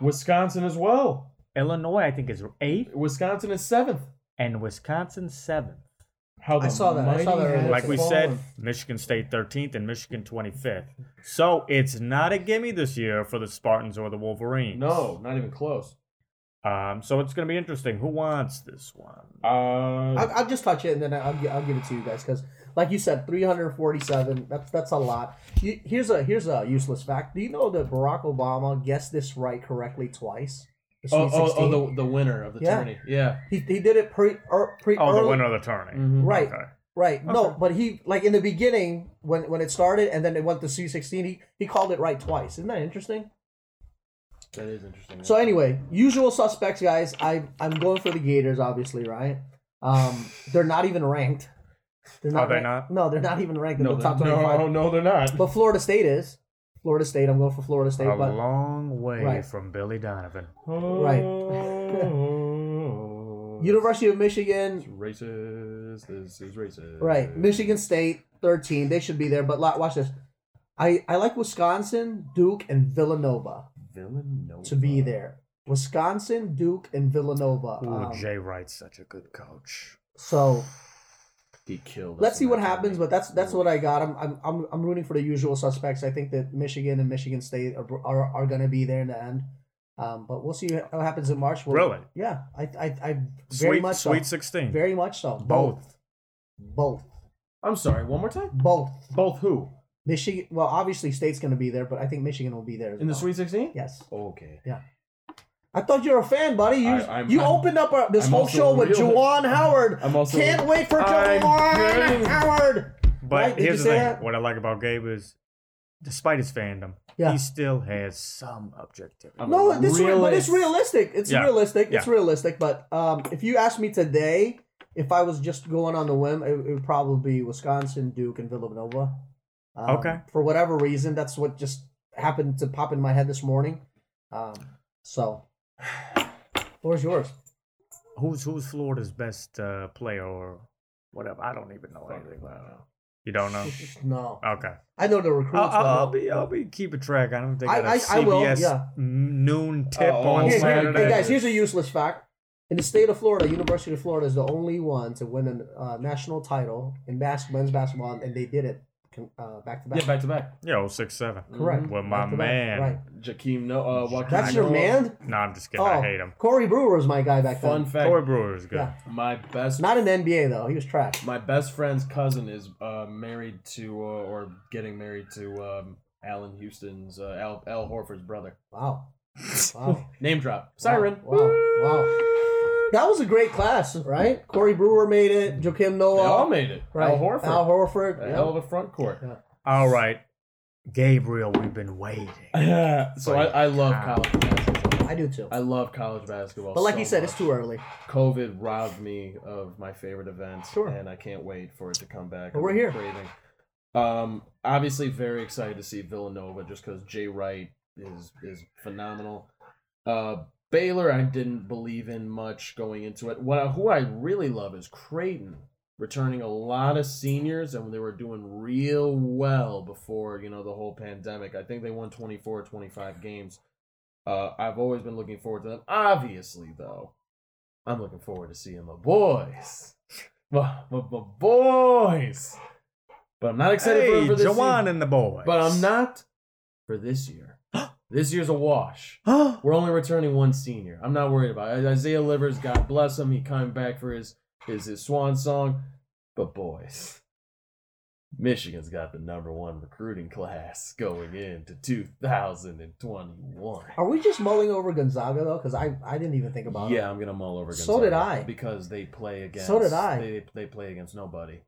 Speaker 3: Wisconsin as well.
Speaker 4: Illinois, I think, is eighth,
Speaker 3: Wisconsin is seventh.
Speaker 4: and Wisconsin seventh.
Speaker 3: How
Speaker 5: I
Speaker 3: the
Speaker 5: saw that. I saw
Speaker 3: mighty
Speaker 5: that earlier.
Speaker 3: have
Speaker 4: like we
Speaker 5: Fall
Speaker 4: said,
Speaker 5: one.
Speaker 4: Michigan State 13th and Michigan 25th. So it's not a gimme this year for the Spartans or the Wolverines.
Speaker 3: No, not even close.
Speaker 4: Um, so it's going to be interesting. Who wants this one?
Speaker 3: Uh,
Speaker 5: I'll, I'll just touch it and then I'll, gi- I'll give it to you guys because, like you said, 347. That's that's a lot. You, here's a here's a useless fact. Do you know that Barack Obama guessed this right correctly twice? The
Speaker 3: oh,
Speaker 5: Sweet
Speaker 3: oh,
Speaker 5: 16?
Speaker 3: oh, the, the winner of the
Speaker 5: Yeah.
Speaker 3: tourney. Yeah.
Speaker 5: he, he did it pre er, pre
Speaker 4: Oh,
Speaker 5: early, Mm-hmm.
Speaker 4: the winner of the tourney.
Speaker 3: Mhm.
Speaker 5: right
Speaker 4: Okay.
Speaker 5: right no
Speaker 4: Okay.
Speaker 5: but he like in the beginning when when it started and then it went to C sixteen he he called it right twice isn't that interesting
Speaker 3: That is interesting.
Speaker 5: so anyway usual suspects guys I I'm going for the Gators obviously right um they're not even ranked they're not
Speaker 4: Are they
Speaker 5: rank-
Speaker 4: not?
Speaker 5: no they're not even ranked in
Speaker 3: no,
Speaker 5: the top
Speaker 3: they're-
Speaker 5: twenty
Speaker 3: no,
Speaker 5: five
Speaker 3: no, they're not.
Speaker 5: but Florida State is Florida State I'm going for Florida State
Speaker 4: A
Speaker 5: but
Speaker 4: long way
Speaker 5: Right.
Speaker 4: from Billy Donovan.
Speaker 5: Right.
Speaker 3: Oh,
Speaker 5: University of Michigan
Speaker 3: It's racist. This is racist.
Speaker 5: Right. Michigan State, 13. They should be there. But lo- watch this. I, I like Wisconsin, Duke, and Villanova
Speaker 3: Villanova.
Speaker 5: to be there. Wisconsin, Duke, and Villanova.
Speaker 4: Ooh,
Speaker 5: Um,
Speaker 4: Jay Wright's such a good coach.
Speaker 5: so
Speaker 3: He killed.
Speaker 5: let's
Speaker 3: us
Speaker 5: see
Speaker 3: in
Speaker 5: what
Speaker 3: that
Speaker 5: happens.
Speaker 3: tournament.
Speaker 5: But that's that's what I got. I'm I'm I'm, I'm rooting for the usual suspects. I think that Michigan and Michigan State are are, are going to be there in the end. Um, but we'll see what happens in March. We'll-
Speaker 4: Really?
Speaker 5: Yeah. I I, I very
Speaker 4: sweet
Speaker 5: much
Speaker 4: sweet
Speaker 5: so.
Speaker 4: 16.
Speaker 5: Very much so.
Speaker 4: Both.
Speaker 5: Both.
Speaker 3: I'm sorry. One more time.
Speaker 5: Both.
Speaker 3: Both who
Speaker 5: Michigan. Well, obviously, State's going to be there, but I think Michigan will be there. as
Speaker 3: in the
Speaker 5: well.
Speaker 3: Sweet Sixteen?
Speaker 5: Yes.
Speaker 3: Okay.
Speaker 5: I thought you were a fan, buddy. You
Speaker 3: I- I'm-
Speaker 5: you
Speaker 3: I'm-
Speaker 5: opened up our, this
Speaker 3: I'm
Speaker 5: whole
Speaker 3: also
Speaker 5: show
Speaker 3: a
Speaker 5: with
Speaker 3: real-
Speaker 5: Juwan Howard.
Speaker 3: I'm also-
Speaker 5: can't wait for
Speaker 3: I'm
Speaker 5: Juwan
Speaker 3: kidding.
Speaker 5: Howard.
Speaker 4: But
Speaker 5: Right, did
Speaker 4: here's the
Speaker 5: you say
Speaker 4: thing.
Speaker 5: that?
Speaker 4: What I like about Gabe is, despite his fandom,
Speaker 5: Yeah.
Speaker 4: he still has some objectivity.
Speaker 3: I'm
Speaker 5: No, this re- but it's
Speaker 3: realist.
Speaker 5: realistic. It's
Speaker 4: Yeah.
Speaker 5: realistic. It's
Speaker 4: Yeah.
Speaker 5: realistic. But um, if you asked me today, if I was just going on the whim, it, it would probably be Wisconsin, Duke, and Villanova. Um,
Speaker 4: Okay.
Speaker 5: For whatever reason, that's what just happened to pop in my head this morning. Um, so, where's yours?
Speaker 4: Who's who's Florida's best uh, player or whatever? I don't even know anything about it. You don't know?
Speaker 5: No,
Speaker 4: Okay.
Speaker 5: I know the recruits.
Speaker 4: I'll,
Speaker 5: but
Speaker 4: I'll,
Speaker 5: no.
Speaker 4: I'll be I'll be keeping track. I don't think
Speaker 5: I-
Speaker 4: I, got a
Speaker 5: I- I will,
Speaker 4: CBS
Speaker 5: yeah.
Speaker 4: noon tip
Speaker 3: Oh,
Speaker 4: on
Speaker 5: Here, here- hey,
Speaker 4: Saturday.
Speaker 5: guys, here's a useless fact. In the state of Florida, University of Florida is the only one to win a uh, national title in bas- men's basketball, and they did it con- uh, back to back.
Speaker 3: Yeah, back to back.
Speaker 4: Yo, six seven.
Speaker 5: Correct.
Speaker 4: Well, my
Speaker 5: Back to back,
Speaker 4: man.
Speaker 5: Right.
Speaker 3: Jakeem, no, uh, Joaquin
Speaker 5: That's your
Speaker 3: Noah.
Speaker 5: man?
Speaker 4: No, I'm just kidding.
Speaker 5: Oh,
Speaker 4: I hate him.
Speaker 5: Corey Brewer was my guy back
Speaker 3: Fun
Speaker 5: then.
Speaker 3: fact:
Speaker 4: Corey Brewer is good.
Speaker 5: Yeah.
Speaker 3: my best,
Speaker 5: Not in the NBA, though. He was trash.
Speaker 3: my best friend's cousin is uh, married to uh, or getting married to um, Alan Houston's uh, Al, Al Horford's brother.
Speaker 5: Wow. Wow.
Speaker 3: Name drop. Siren.
Speaker 5: Wow. Wow. Wow. That was a great class, right? Corey Brewer made it. Joakim
Speaker 3: They
Speaker 5: Noah.
Speaker 3: all made it.
Speaker 5: right.
Speaker 3: Al Horford.
Speaker 5: Al Horford.
Speaker 3: a
Speaker 5: yeah.
Speaker 3: hell of a front court.
Speaker 4: All right, Gabriel, we've been waiting.
Speaker 3: so I, I love college basketball.
Speaker 5: I do too.
Speaker 3: I love college basketball.
Speaker 5: But like
Speaker 3: so
Speaker 5: he said,
Speaker 3: much.
Speaker 5: it's too early.
Speaker 3: COVID robbed me of my favorite event,
Speaker 5: Sure.
Speaker 3: and I can't wait for it to come back.
Speaker 5: But we're
Speaker 3: I'm
Speaker 5: here.
Speaker 3: Craving. Um, obviously, very excited to see Villanova just because Jay Wright is is phenomenal. Uh, Baylor, I didn't believe in much going into it. What I, who I really love is Creighton returning a lot of seniors, and they were doing real well before you know the whole pandemic. I think they won 24 or 25 games. Uh, I've always been looking forward to them. Obviously, though, I'm looking forward to seeing my boys. My, my, my boys. But I'm not excited for,
Speaker 4: Hey,
Speaker 3: for this
Speaker 4: Jawan
Speaker 3: year.
Speaker 4: and the boys.
Speaker 3: But I'm not for this year. this year's a wash. We're only returning one senior. I'm not worried about it. Isaiah Livers, God bless him. He coming back for his, his, his swan song. But boys, Michigan's got the number one recruiting class going into 2021.
Speaker 5: Are we just mulling over Gonzaga though? Because I, I didn't even think about it.
Speaker 3: Yeah, I'm gonna mull over.
Speaker 5: So did
Speaker 3: Gonzaga
Speaker 5: I.
Speaker 3: because they play against.
Speaker 5: So did I.
Speaker 3: They, they play against nobody.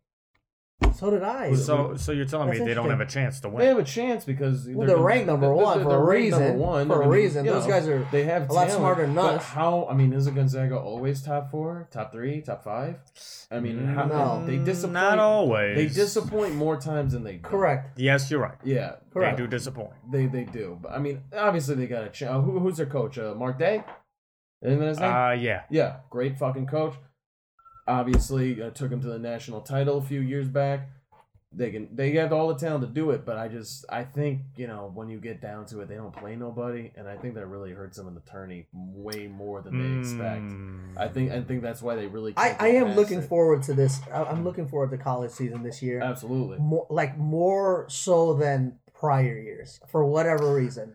Speaker 5: Yeah. So did I.
Speaker 4: so, so you're telling me
Speaker 5: That's
Speaker 4: they don't have a
Speaker 5: interesting.
Speaker 4: chance to
Speaker 3: They
Speaker 4: win?
Speaker 3: have a chance because
Speaker 5: Well, they're ranked number one for a
Speaker 3: ranked number
Speaker 5: reason. For a reason. Those guys are
Speaker 3: they have
Speaker 5: a lot
Speaker 3: talent,
Speaker 5: smarter than
Speaker 3: but
Speaker 5: us.
Speaker 3: How I mean, isn't Gonzaga always top four, top three, top five? I mean, how,
Speaker 5: No.
Speaker 3: they disappoint.
Speaker 4: Mm, Not always.
Speaker 3: They disappoint more times than they don't.
Speaker 5: correct.
Speaker 4: Yes, you're right.
Speaker 3: Yeah,
Speaker 5: Correct.
Speaker 4: They do disappoint.
Speaker 3: they they do. But I mean, obviously they got a chance. Who, who's their coach? Uh, Mark Day. Isn't that his name?
Speaker 4: Uh, yeah.
Speaker 3: Yeah, great fucking coach. Obviously, uh, took him to the national title a few years back. They can they have all the talent to do it, but I just I think you know when you get down to it, they don't play nobody, and I think that really hurts them in the tourney way more than they expect.
Speaker 4: Mm.
Speaker 3: I think I think that's why they really.
Speaker 5: I,
Speaker 3: can't
Speaker 5: I
Speaker 3: get
Speaker 5: am
Speaker 3: past
Speaker 5: looking
Speaker 3: it.
Speaker 5: forward to this. I, I'm looking forward to college season this year.
Speaker 3: absolutely.
Speaker 5: More, like more so than prior years for whatever reason.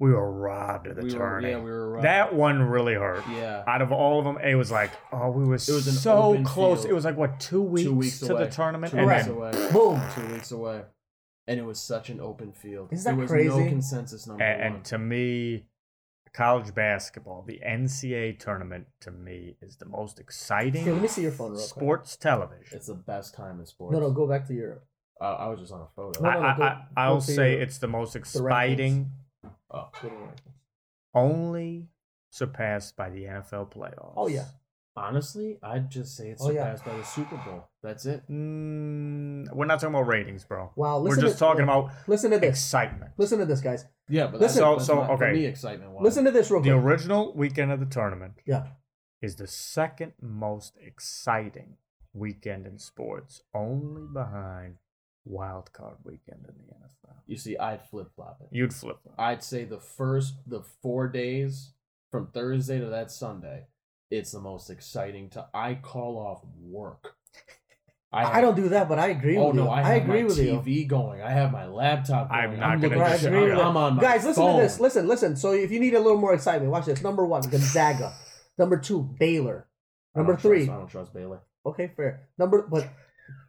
Speaker 4: we were robbed of the
Speaker 3: We were,
Speaker 4: tourney.
Speaker 3: yeah, we were right.
Speaker 4: That one really hurt.
Speaker 3: yeah.
Speaker 4: Out of all of them, it was like, oh, we were
Speaker 3: was an
Speaker 4: so
Speaker 3: open
Speaker 4: close.
Speaker 3: field.
Speaker 4: It was like what two weeks,
Speaker 3: Two weeks
Speaker 4: to
Speaker 3: away.
Speaker 4: the tournament,
Speaker 3: Two
Speaker 4: and
Speaker 5: Correct.
Speaker 3: weeks
Speaker 4: then
Speaker 3: away.
Speaker 5: Boom.
Speaker 3: Two weeks away, and it was such an open field.
Speaker 5: Isn't that
Speaker 3: there was
Speaker 5: crazy?
Speaker 3: no consensus number
Speaker 4: and, and
Speaker 3: one.
Speaker 4: to me college basketball the ncaa tournament to me is the most
Speaker 5: Here, let
Speaker 4: exciting
Speaker 5: me see your phone real quick.
Speaker 4: sports television
Speaker 3: it's the best time in sports.
Speaker 5: No, no, go back to Europe.
Speaker 3: Uh, I was just on a photo.
Speaker 5: No,
Speaker 4: I,
Speaker 5: no,
Speaker 4: I,
Speaker 5: go-
Speaker 4: I, i'll
Speaker 5: go to
Speaker 4: say
Speaker 5: your-
Speaker 4: it's the most exciting
Speaker 3: Oh.
Speaker 4: only surpassed by the nfl playoffs
Speaker 5: Oh yeah,
Speaker 3: Honestly, I'd just say it's
Speaker 5: Oh, yeah.
Speaker 3: surpassed by the Super Bowl. That's it.
Speaker 4: Mm, we're not talking about ratings bro
Speaker 5: wow.
Speaker 4: we're
Speaker 5: Listen
Speaker 4: just
Speaker 5: to,
Speaker 4: talking about
Speaker 5: Listen to this.
Speaker 4: excitement
Speaker 5: Listen to this, guys.
Speaker 3: Yeah, but
Speaker 5: Listen-
Speaker 4: So-
Speaker 3: that's,
Speaker 4: so,
Speaker 3: that's my-
Speaker 4: okay.
Speaker 3: For me, excitement. Wise.
Speaker 5: Listen to this real
Speaker 4: the
Speaker 5: quick.
Speaker 4: original weekend of the tournament
Speaker 5: yeah.
Speaker 4: is the second most exciting weekend in sports, only behind Wild Card Weekend in the NFL.
Speaker 3: you see, I'd flip flop it.
Speaker 4: You'd flip them.
Speaker 3: I'd say the first, the four days from Thursday to that Sunday, it's the most exciting. To I call off work.
Speaker 5: I, I don't do that, but I agree
Speaker 3: Oh
Speaker 5: with
Speaker 3: no,
Speaker 5: you.
Speaker 3: I,
Speaker 5: I,
Speaker 3: have
Speaker 5: agree
Speaker 3: my
Speaker 5: with
Speaker 3: TV
Speaker 5: you.
Speaker 3: going. I have my laptop. Going.
Speaker 4: I'm not gonna
Speaker 3: looking
Speaker 5: Right, I
Speaker 3: at shit.
Speaker 5: agree with
Speaker 3: I'm
Speaker 5: that.
Speaker 3: on my
Speaker 5: Guys, listen
Speaker 3: phone.
Speaker 5: to this. Listen, listen. So if you need a little more excitement, watch this. Number one, Gonzaga. Number two, Baylor.
Speaker 3: I don't
Speaker 5: Number
Speaker 3: trust-
Speaker 5: three.
Speaker 3: I don't trust Baylor.
Speaker 5: Okay, fair. Number but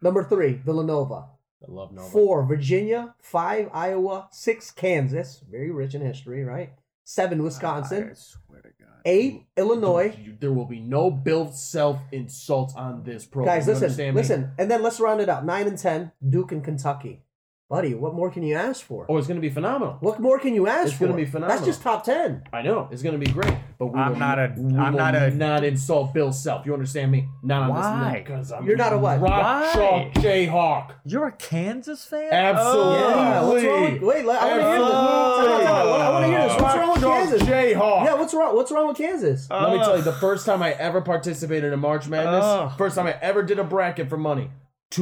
Speaker 5: number three, Villanova.
Speaker 3: I love Nova.
Speaker 5: Four, Virginia. Five, Iowa. Six, Kansas. Very rich in history, right?
Speaker 3: Ah,
Speaker 5: Seven, Wisconsin.
Speaker 4: I swear to God.
Speaker 5: Eight, Illinois.
Speaker 3: You- there will be no Bill self insults on this program.
Speaker 5: Guys,
Speaker 3: You
Speaker 5: listen,
Speaker 3: understand me?
Speaker 5: listen, and then let's round it out. Nine and ten, Duke and Kentucky. Buddy, what more can you ask for?
Speaker 3: Oh, it's going to be phenomenal.
Speaker 5: What more can you ask
Speaker 3: It's
Speaker 5: for?
Speaker 3: gonna be
Speaker 5: That's
Speaker 3: phenomenal.
Speaker 5: just top ten.
Speaker 3: I know it's going to be great, but we
Speaker 4: I'm
Speaker 3: will,
Speaker 4: not a-
Speaker 3: We
Speaker 4: I'm
Speaker 3: will
Speaker 4: not a-
Speaker 3: Not insult Bill Self. You understand me? Not on
Speaker 4: Why?
Speaker 3: this because I'm
Speaker 5: You're not a what?
Speaker 3: Rock
Speaker 4: Why?
Speaker 3: chalk Jayhawk.
Speaker 4: You're a Kansas fan?
Speaker 3: Absolutely.
Speaker 5: Yeah, what's wrong with- wait, let- I wanna hear this.
Speaker 3: Absolutely.
Speaker 5: I wanna hear this. What's wrong
Speaker 3: Rock
Speaker 5: with
Speaker 3: chalk
Speaker 5: Kansas?
Speaker 3: Jayhawk.
Speaker 5: Yeah, what's wrong? What's wrong with Kansas?
Speaker 3: Let me tell you, the first time I ever participated in March Madness,
Speaker 4: Ugh.
Speaker 3: first time I ever did a bracket for money,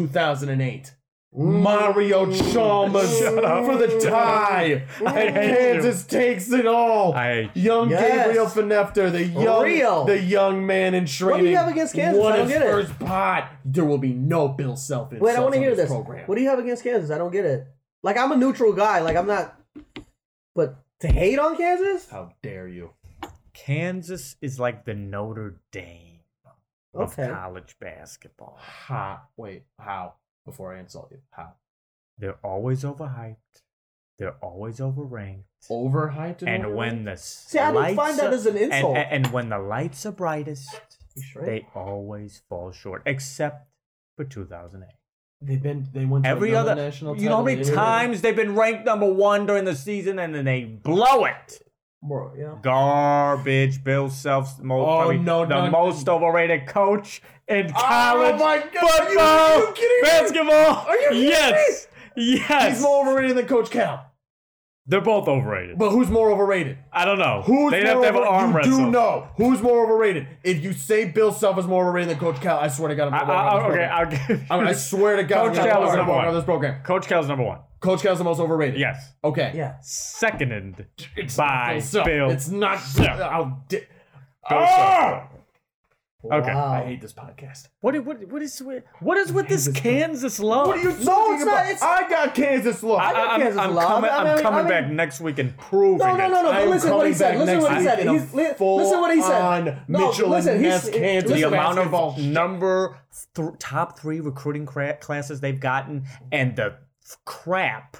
Speaker 3: 2008. Mario Chalmers
Speaker 4: Shut up.
Speaker 3: for the tie, and
Speaker 4: hate you.
Speaker 3: Kansas takes it all.
Speaker 4: I hate you.
Speaker 3: young
Speaker 5: Yes.
Speaker 3: Gabriel Finefter, the young,
Speaker 5: Real.
Speaker 3: the young man in training.
Speaker 5: do you have against Kansas?
Speaker 3: Won
Speaker 5: I don't
Speaker 3: his
Speaker 5: get it.
Speaker 3: first pot. There will be no Bill Self.
Speaker 5: Wait, I want to hear this.
Speaker 3: Program.
Speaker 5: What do you have against Kansas? I don't get it. Like I'm a neutral guy. Like I'm not. But to hate on Kansas?
Speaker 3: How dare you?
Speaker 4: Kansas is like the Notre Dame of
Speaker 5: Okay.
Speaker 4: college basketball.
Speaker 3: Ha. Wait. How? Before I insult you. How?
Speaker 4: They're always overhyped. They're always overranked.
Speaker 3: Overhyped.
Speaker 4: and when
Speaker 3: overrated?
Speaker 4: the
Speaker 5: See, I don't
Speaker 4: lights
Speaker 5: find
Speaker 4: are-
Speaker 5: that as an
Speaker 4: and,
Speaker 5: insult.
Speaker 4: and, and when the lights are brightest,
Speaker 5: You sure?
Speaker 4: they always fall short, except for 2008.
Speaker 3: they've been, they went to
Speaker 4: Every
Speaker 3: another
Speaker 4: other,
Speaker 3: national.
Speaker 4: you know how
Speaker 3: title.
Speaker 4: many
Speaker 3: They were-
Speaker 4: times they've been ranked number one during the season, and then they blow it.
Speaker 5: Bro, yeah.
Speaker 4: Garbage. Bill Self, most,
Speaker 3: Oh,
Speaker 4: probably
Speaker 3: no,
Speaker 4: the
Speaker 3: no,
Speaker 4: most overrated coach in college
Speaker 5: Oh my God, are you-
Speaker 4: football,
Speaker 5: are you kidding me?
Speaker 4: basketball.
Speaker 5: Are you kidding
Speaker 4: yes, yes.
Speaker 5: He's more overrated than Coach Cal.
Speaker 4: They're both overrated.
Speaker 5: But who's more overrated?
Speaker 4: I don't know.
Speaker 5: Who's
Speaker 4: They'd
Speaker 5: more
Speaker 4: have to have an
Speaker 5: over-
Speaker 4: arm
Speaker 5: you
Speaker 4: wrestle.
Speaker 5: do know who's more overrated. If you say Bill Self is more overrated than Coach Cal, I swear to God, I'm
Speaker 4: I,
Speaker 5: gonna walk
Speaker 4: I,
Speaker 5: out
Speaker 4: I,
Speaker 5: of
Speaker 4: okay,
Speaker 5: this
Speaker 4: I'll give.
Speaker 5: program. I, mean, I swear to God,
Speaker 4: Coach Cal
Speaker 5: I'm gonna
Speaker 4: is
Speaker 5: walk
Speaker 4: number
Speaker 5: out
Speaker 4: one.
Speaker 5: of this program.
Speaker 4: Coach Cal's number one.
Speaker 5: Coach Cal's the most overrated.
Speaker 4: Yes.
Speaker 5: Okay.
Speaker 6: Yeah.
Speaker 4: Seconded
Speaker 5: It's
Speaker 4: by
Speaker 5: Bill Self.
Speaker 4: Bill.
Speaker 5: It's not.
Speaker 4: Self.
Speaker 5: I'll di-
Speaker 4: Bill
Speaker 5: Ah!
Speaker 4: Okay.
Speaker 5: Wow.
Speaker 3: I hate this podcast.
Speaker 4: What, i- what, what is with- what is with this Kansas love?
Speaker 5: What are you talking
Speaker 3: it's not-
Speaker 5: about?
Speaker 3: it's-
Speaker 5: I got Kansas law. I,
Speaker 4: I,
Speaker 5: got
Speaker 4: am
Speaker 5: Kansas law.
Speaker 4: coming,
Speaker 5: I
Speaker 4: I'm
Speaker 5: mean- I
Speaker 4: coming
Speaker 5: mean-
Speaker 4: back next week and proving
Speaker 5: No, no, no, no.
Speaker 4: it.
Speaker 5: But
Speaker 3: I'm
Speaker 5: listen to what he
Speaker 3: coming
Speaker 5: said.
Speaker 3: back
Speaker 5: Listen to what
Speaker 3: next
Speaker 5: he said.
Speaker 3: week in a
Speaker 5: He's, li-
Speaker 3: full
Speaker 5: listen to what he
Speaker 3: on
Speaker 5: said. No,
Speaker 3: Mitchell
Speaker 5: listen.
Speaker 3: and
Speaker 5: He's
Speaker 3: Ness
Speaker 5: it-
Speaker 3: Kansas
Speaker 4: The
Speaker 5: listen,
Speaker 4: amount
Speaker 5: basketball.
Speaker 4: of number th- top three recruiting cra- classes they've gotten and the f- crap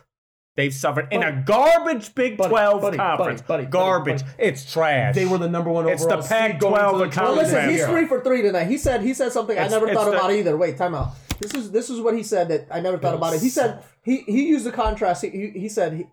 Speaker 4: they've suffered in a garbage Big
Speaker 5: Buddy,
Speaker 4: 12
Speaker 5: buddy, buddy,
Speaker 4: conference.
Speaker 5: buddy, buddy,
Speaker 4: garbage.
Speaker 5: buddy.
Speaker 4: It's trash.
Speaker 3: They were the number one
Speaker 4: It's
Speaker 3: overall
Speaker 4: the
Speaker 3: seed
Speaker 4: Pac-12
Speaker 3: going to the
Speaker 4: account
Speaker 5: Well,
Speaker 4: College
Speaker 5: listen,
Speaker 4: man.
Speaker 5: he's
Speaker 4: Yeah.
Speaker 5: three for three tonight. He said he said something
Speaker 4: It's-
Speaker 5: I never
Speaker 4: it's
Speaker 5: thought
Speaker 4: the-
Speaker 5: about either. Wait, time out. This is this is what he said that I never thought about it. He said he he used the contrast. He he, he said he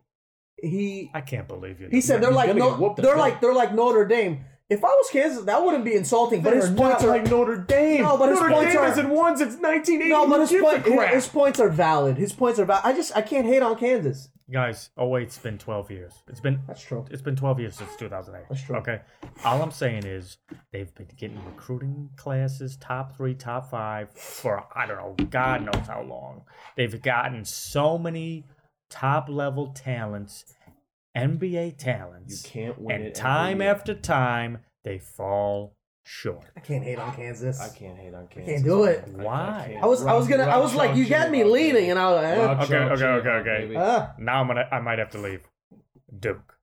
Speaker 5: he
Speaker 4: I can't believe you.
Speaker 5: he said they're
Speaker 3: He's
Speaker 5: like
Speaker 3: gonna
Speaker 5: no,
Speaker 3: get whooped
Speaker 5: they're
Speaker 3: up,
Speaker 5: like they're like Notre Dame. If I was Kansas, that wouldn't be insulting. But his
Speaker 3: They're
Speaker 5: points
Speaker 3: not
Speaker 5: are
Speaker 3: like Notre Dame.
Speaker 5: No, but his
Speaker 3: Notre
Speaker 5: points
Speaker 3: Dame
Speaker 5: are-
Speaker 3: hasn't won since 1980.
Speaker 5: no, but his,
Speaker 3: Who
Speaker 5: point,
Speaker 3: gives a crap?
Speaker 5: his points are valid. His points are valid. I just I can't hate on Kansas.
Speaker 4: guys. Oh wait, it's been 12 years. It's been
Speaker 5: That's true.
Speaker 4: it's been 12 years since 2008.
Speaker 5: That's true.
Speaker 4: Okay. All I'm saying is they've been getting recruiting classes top three, top five for I don't know, God knows how long. They've gotten so many top level talents, NBA
Speaker 3: You
Speaker 4: talents,
Speaker 3: can't win it.
Speaker 4: and
Speaker 3: every
Speaker 4: time
Speaker 3: year.
Speaker 4: after time they fall short.
Speaker 5: I can't hate on Kansas.
Speaker 3: I can't hate on Kansas.
Speaker 5: can't do it.
Speaker 4: Why?
Speaker 5: I was I was gonna I was like you got me leading and I was like, eh,
Speaker 4: Okay, okay, okay, okay.
Speaker 5: ah.
Speaker 4: Now I'm gonna I might have to leave. Duke.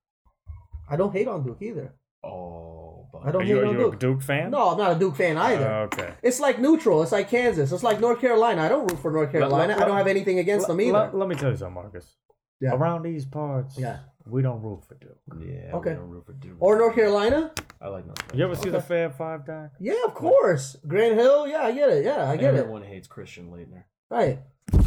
Speaker 5: I don't hate on Duke either.
Speaker 3: Oh, but
Speaker 5: I don't
Speaker 4: Are you,
Speaker 5: hate
Speaker 4: are
Speaker 5: on
Speaker 4: you a
Speaker 5: Duke.
Speaker 4: Duke fan? Uh,
Speaker 5: No, I'm not a Duke fan either.
Speaker 4: Okay.
Speaker 5: It's like neutral. It's like Kansas. It's like North Carolina. I don't root for North Carolina. I don't have anything against them
Speaker 4: Let-
Speaker 5: either.
Speaker 4: Let, me tell you something, Marcus.
Speaker 5: Yeah.
Speaker 4: Around these parts,
Speaker 5: Yeah.
Speaker 4: we don't root for Duke.
Speaker 3: Yeah.
Speaker 5: Okay.
Speaker 3: we don't root for Duke.
Speaker 5: Or North Carolina?
Speaker 3: I like North Carolina.
Speaker 4: You ever see the Fab Five doc?
Speaker 5: Yeah, of course. Grand Hill? Yeah, I get it. Yeah, I get it.
Speaker 3: Everyone hates Christian Leitner.
Speaker 5: Right.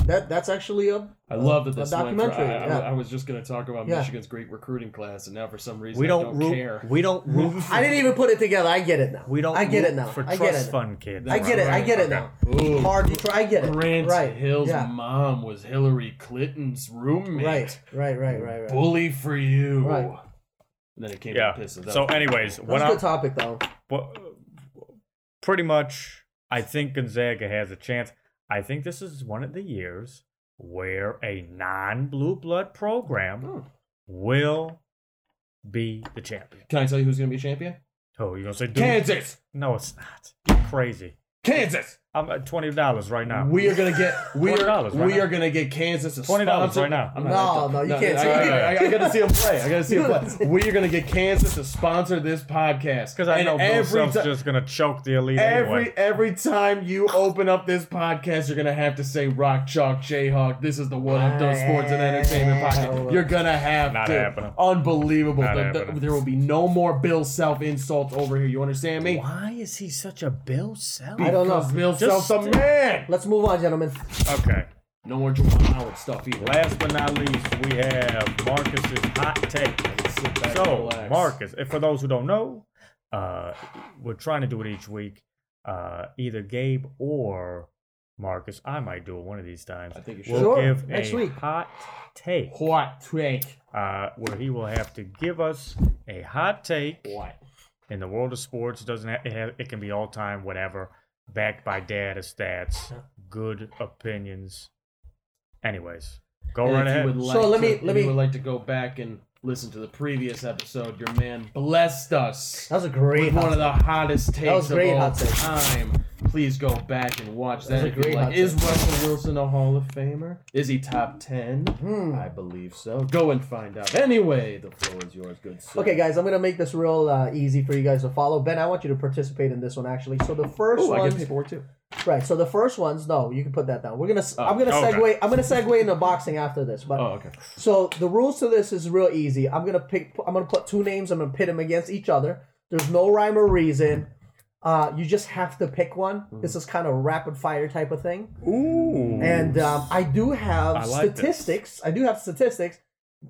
Speaker 5: That that's actually a
Speaker 3: I love that
Speaker 5: a
Speaker 3: this
Speaker 5: documentary.
Speaker 3: Went for, I- I,
Speaker 5: yeah.
Speaker 3: I was just going to talk about
Speaker 5: Yeah.
Speaker 3: Michigan's great recruiting class, and now for some reason
Speaker 4: We
Speaker 3: I
Speaker 4: don't, root.
Speaker 3: care.
Speaker 4: We don't root.
Speaker 5: I didn't even put it together. I get it now.
Speaker 4: we don't.
Speaker 5: I get
Speaker 4: root
Speaker 5: it now.
Speaker 4: For
Speaker 5: I
Speaker 4: trust
Speaker 5: get it. now.
Speaker 4: fund kids.
Speaker 5: I get it. I get it now.
Speaker 3: Ooh,
Speaker 5: Hard Detroit. I get it.
Speaker 3: Grant
Speaker 5: right.
Speaker 3: Hill's
Speaker 5: Yeah.
Speaker 3: mom was Hillary Clinton's roommate.
Speaker 5: Right. Right. Right. Right. Right.
Speaker 3: Bully for you.
Speaker 5: Right.
Speaker 3: And then it came
Speaker 4: Yeah.
Speaker 3: to pisses.
Speaker 4: So, anyways,
Speaker 5: That's
Speaker 4: what
Speaker 5: a
Speaker 4: I'm
Speaker 5: good topic though.
Speaker 4: what- pretty much, I think Gonzaga has a chance. I think this is one of the years where a non-blue blood program
Speaker 5: Hmm.
Speaker 4: will be the champion.
Speaker 3: Can I tell you who's going to be champion?
Speaker 4: Oh, you're gonna say Duke?
Speaker 3: Kansas.
Speaker 4: No, it's not. You're crazy.
Speaker 3: Kansas.
Speaker 4: I'm at twenty dollars right now.
Speaker 3: We are gonna get we are
Speaker 4: $20 right
Speaker 3: we
Speaker 4: now.
Speaker 3: are gonna get Kansas a
Speaker 4: $20
Speaker 3: sponsor.
Speaker 4: right now.
Speaker 3: I'm
Speaker 5: No,
Speaker 3: not-
Speaker 5: no, you can't
Speaker 3: I,
Speaker 5: say
Speaker 3: I-
Speaker 5: that.
Speaker 3: I- I gotta see him play. I gotta see him play. We are gonna get Kansas to sponsor this podcast
Speaker 4: because I
Speaker 3: And
Speaker 4: know Bill
Speaker 3: every
Speaker 4: Self's
Speaker 3: ti-
Speaker 4: just gonna choke the elite anyway.
Speaker 3: Every every time you open up this podcast, you're gonna have to say Rock Chalk Jayhawk. This is the one up those sports and entertainment podcast. You're gonna have
Speaker 4: Not
Speaker 3: to.
Speaker 4: happening.
Speaker 3: Unbelievable.
Speaker 4: Not
Speaker 3: The- the-
Speaker 4: happening.
Speaker 3: there will be no more Bill Self insults over here. You understand me?
Speaker 4: Why is he such a Bill Self?
Speaker 5: I don't know.
Speaker 3: Because Bill
Speaker 4: Just-
Speaker 3: Self's a man.
Speaker 5: Let's move on, gentlemen.
Speaker 4: Okay.
Speaker 3: No more Jordan Howard stuff either.
Speaker 4: Last but not least, we have Marcus's hot take.
Speaker 3: Sit back and
Speaker 4: So,
Speaker 3: relax.
Speaker 4: Marcus, if for those who don't know, uh, we're trying to do it each week. Uh, either Gabe or Marcus, I might do it one of these times.
Speaker 3: I think you
Speaker 4: We'll
Speaker 3: should.
Speaker 5: Sure,
Speaker 4: give
Speaker 5: next
Speaker 4: a
Speaker 5: week.
Speaker 4: hot take.
Speaker 3: What take?
Speaker 4: uh, where he will have to give us a hot take
Speaker 3: What?
Speaker 4: in the world of sports. It doesn't have, it, ha it can be all time, whatever, backed by data stats, good opinions. Anyways, go right
Speaker 3: if you
Speaker 4: ahead.
Speaker 3: would like
Speaker 5: So let
Speaker 3: to-
Speaker 5: me-
Speaker 3: if
Speaker 5: let
Speaker 3: you
Speaker 5: me-
Speaker 3: would like to go back and listen to the previous episode. Your man blessed us.
Speaker 5: That was a great.
Speaker 3: with one of the hottest takes
Speaker 5: was great
Speaker 3: of all
Speaker 5: hot take.
Speaker 3: time. Please go back and watch that.
Speaker 5: was a
Speaker 3: if you
Speaker 5: great
Speaker 3: like.
Speaker 5: hot
Speaker 3: Is
Speaker 5: take.
Speaker 3: Russell Wilson a Hall of Famer? Is he top ten?
Speaker 5: Hmm.
Speaker 3: I believe so. Go and find out. Anyway, the floor is yours, good sir.
Speaker 5: Okay, guys, I'm gonna make this real uh, easy for you guys to follow. Ben, I want you to participate in this one actually. So the first
Speaker 3: Ooh, I get
Speaker 5: ones,
Speaker 3: paperwork too.
Speaker 5: right? So the first ones, no, you can put that down. We're gonna, s I'm gonna
Speaker 4: okay.
Speaker 5: segue, I'm gonna segue into boxing after this. But
Speaker 3: Oh, okay.
Speaker 5: so the rules to this is real easy. I'm gonna pick, I'm gonna put two names. I'm gonna pit them against each other. There's no rhyme or reason. Uh, you just have to pick one.
Speaker 3: Mm-hmm.
Speaker 5: This is kind of rapid fire type of thing.
Speaker 4: Ooh.
Speaker 5: And um, I do have
Speaker 4: I like this.
Speaker 5: statistics. I do have statistics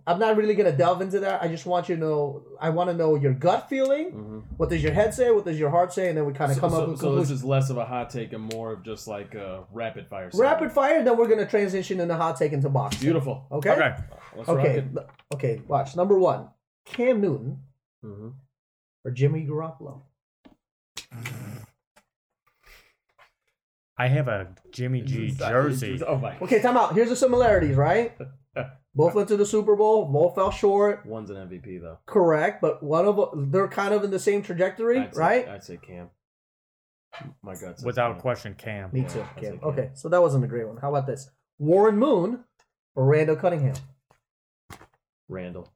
Speaker 5: I'm not really gonna delve into that. I just want you to know. I want to know your gut feeling. What does your head say? What does your heart say? And then we kind of
Speaker 3: Mm-hmm. So,
Speaker 5: come up
Speaker 3: so-
Speaker 5: with
Speaker 3: so this
Speaker 5: conclusions.
Speaker 3: is less of a hot take and more of just like a rapid fire. segment.
Speaker 5: Rapid fire. Then we're gonna transition into hot take into boxing.
Speaker 3: Beautiful.
Speaker 5: Okay.
Speaker 4: Okay.
Speaker 3: Let's rock
Speaker 5: Okay.
Speaker 3: it.
Speaker 5: l- Okay. Watch number one: Cam Newton
Speaker 3: Mhm.
Speaker 5: or Jimmy Garoppolo.
Speaker 4: I have a Jimmy G
Speaker 3: It's-
Speaker 4: jersey.
Speaker 3: it's- Oh my.
Speaker 5: Okay, time out. Here's the similarities, right? Both went to the Super Bowl. Both fell short.
Speaker 3: One's an MVP though.
Speaker 5: Correct, but one of they're kind of in the same trajectory,
Speaker 3: I'd say-
Speaker 5: right?
Speaker 3: I'd say Cam. My God.
Speaker 4: Without question, Cam.
Speaker 5: Me too.
Speaker 3: Yeah, I'd say
Speaker 5: Cam.
Speaker 3: Cam.
Speaker 5: Okay, so that wasn't a great one. How about this? Warren Moon or Randall Cunningham?
Speaker 3: Randall.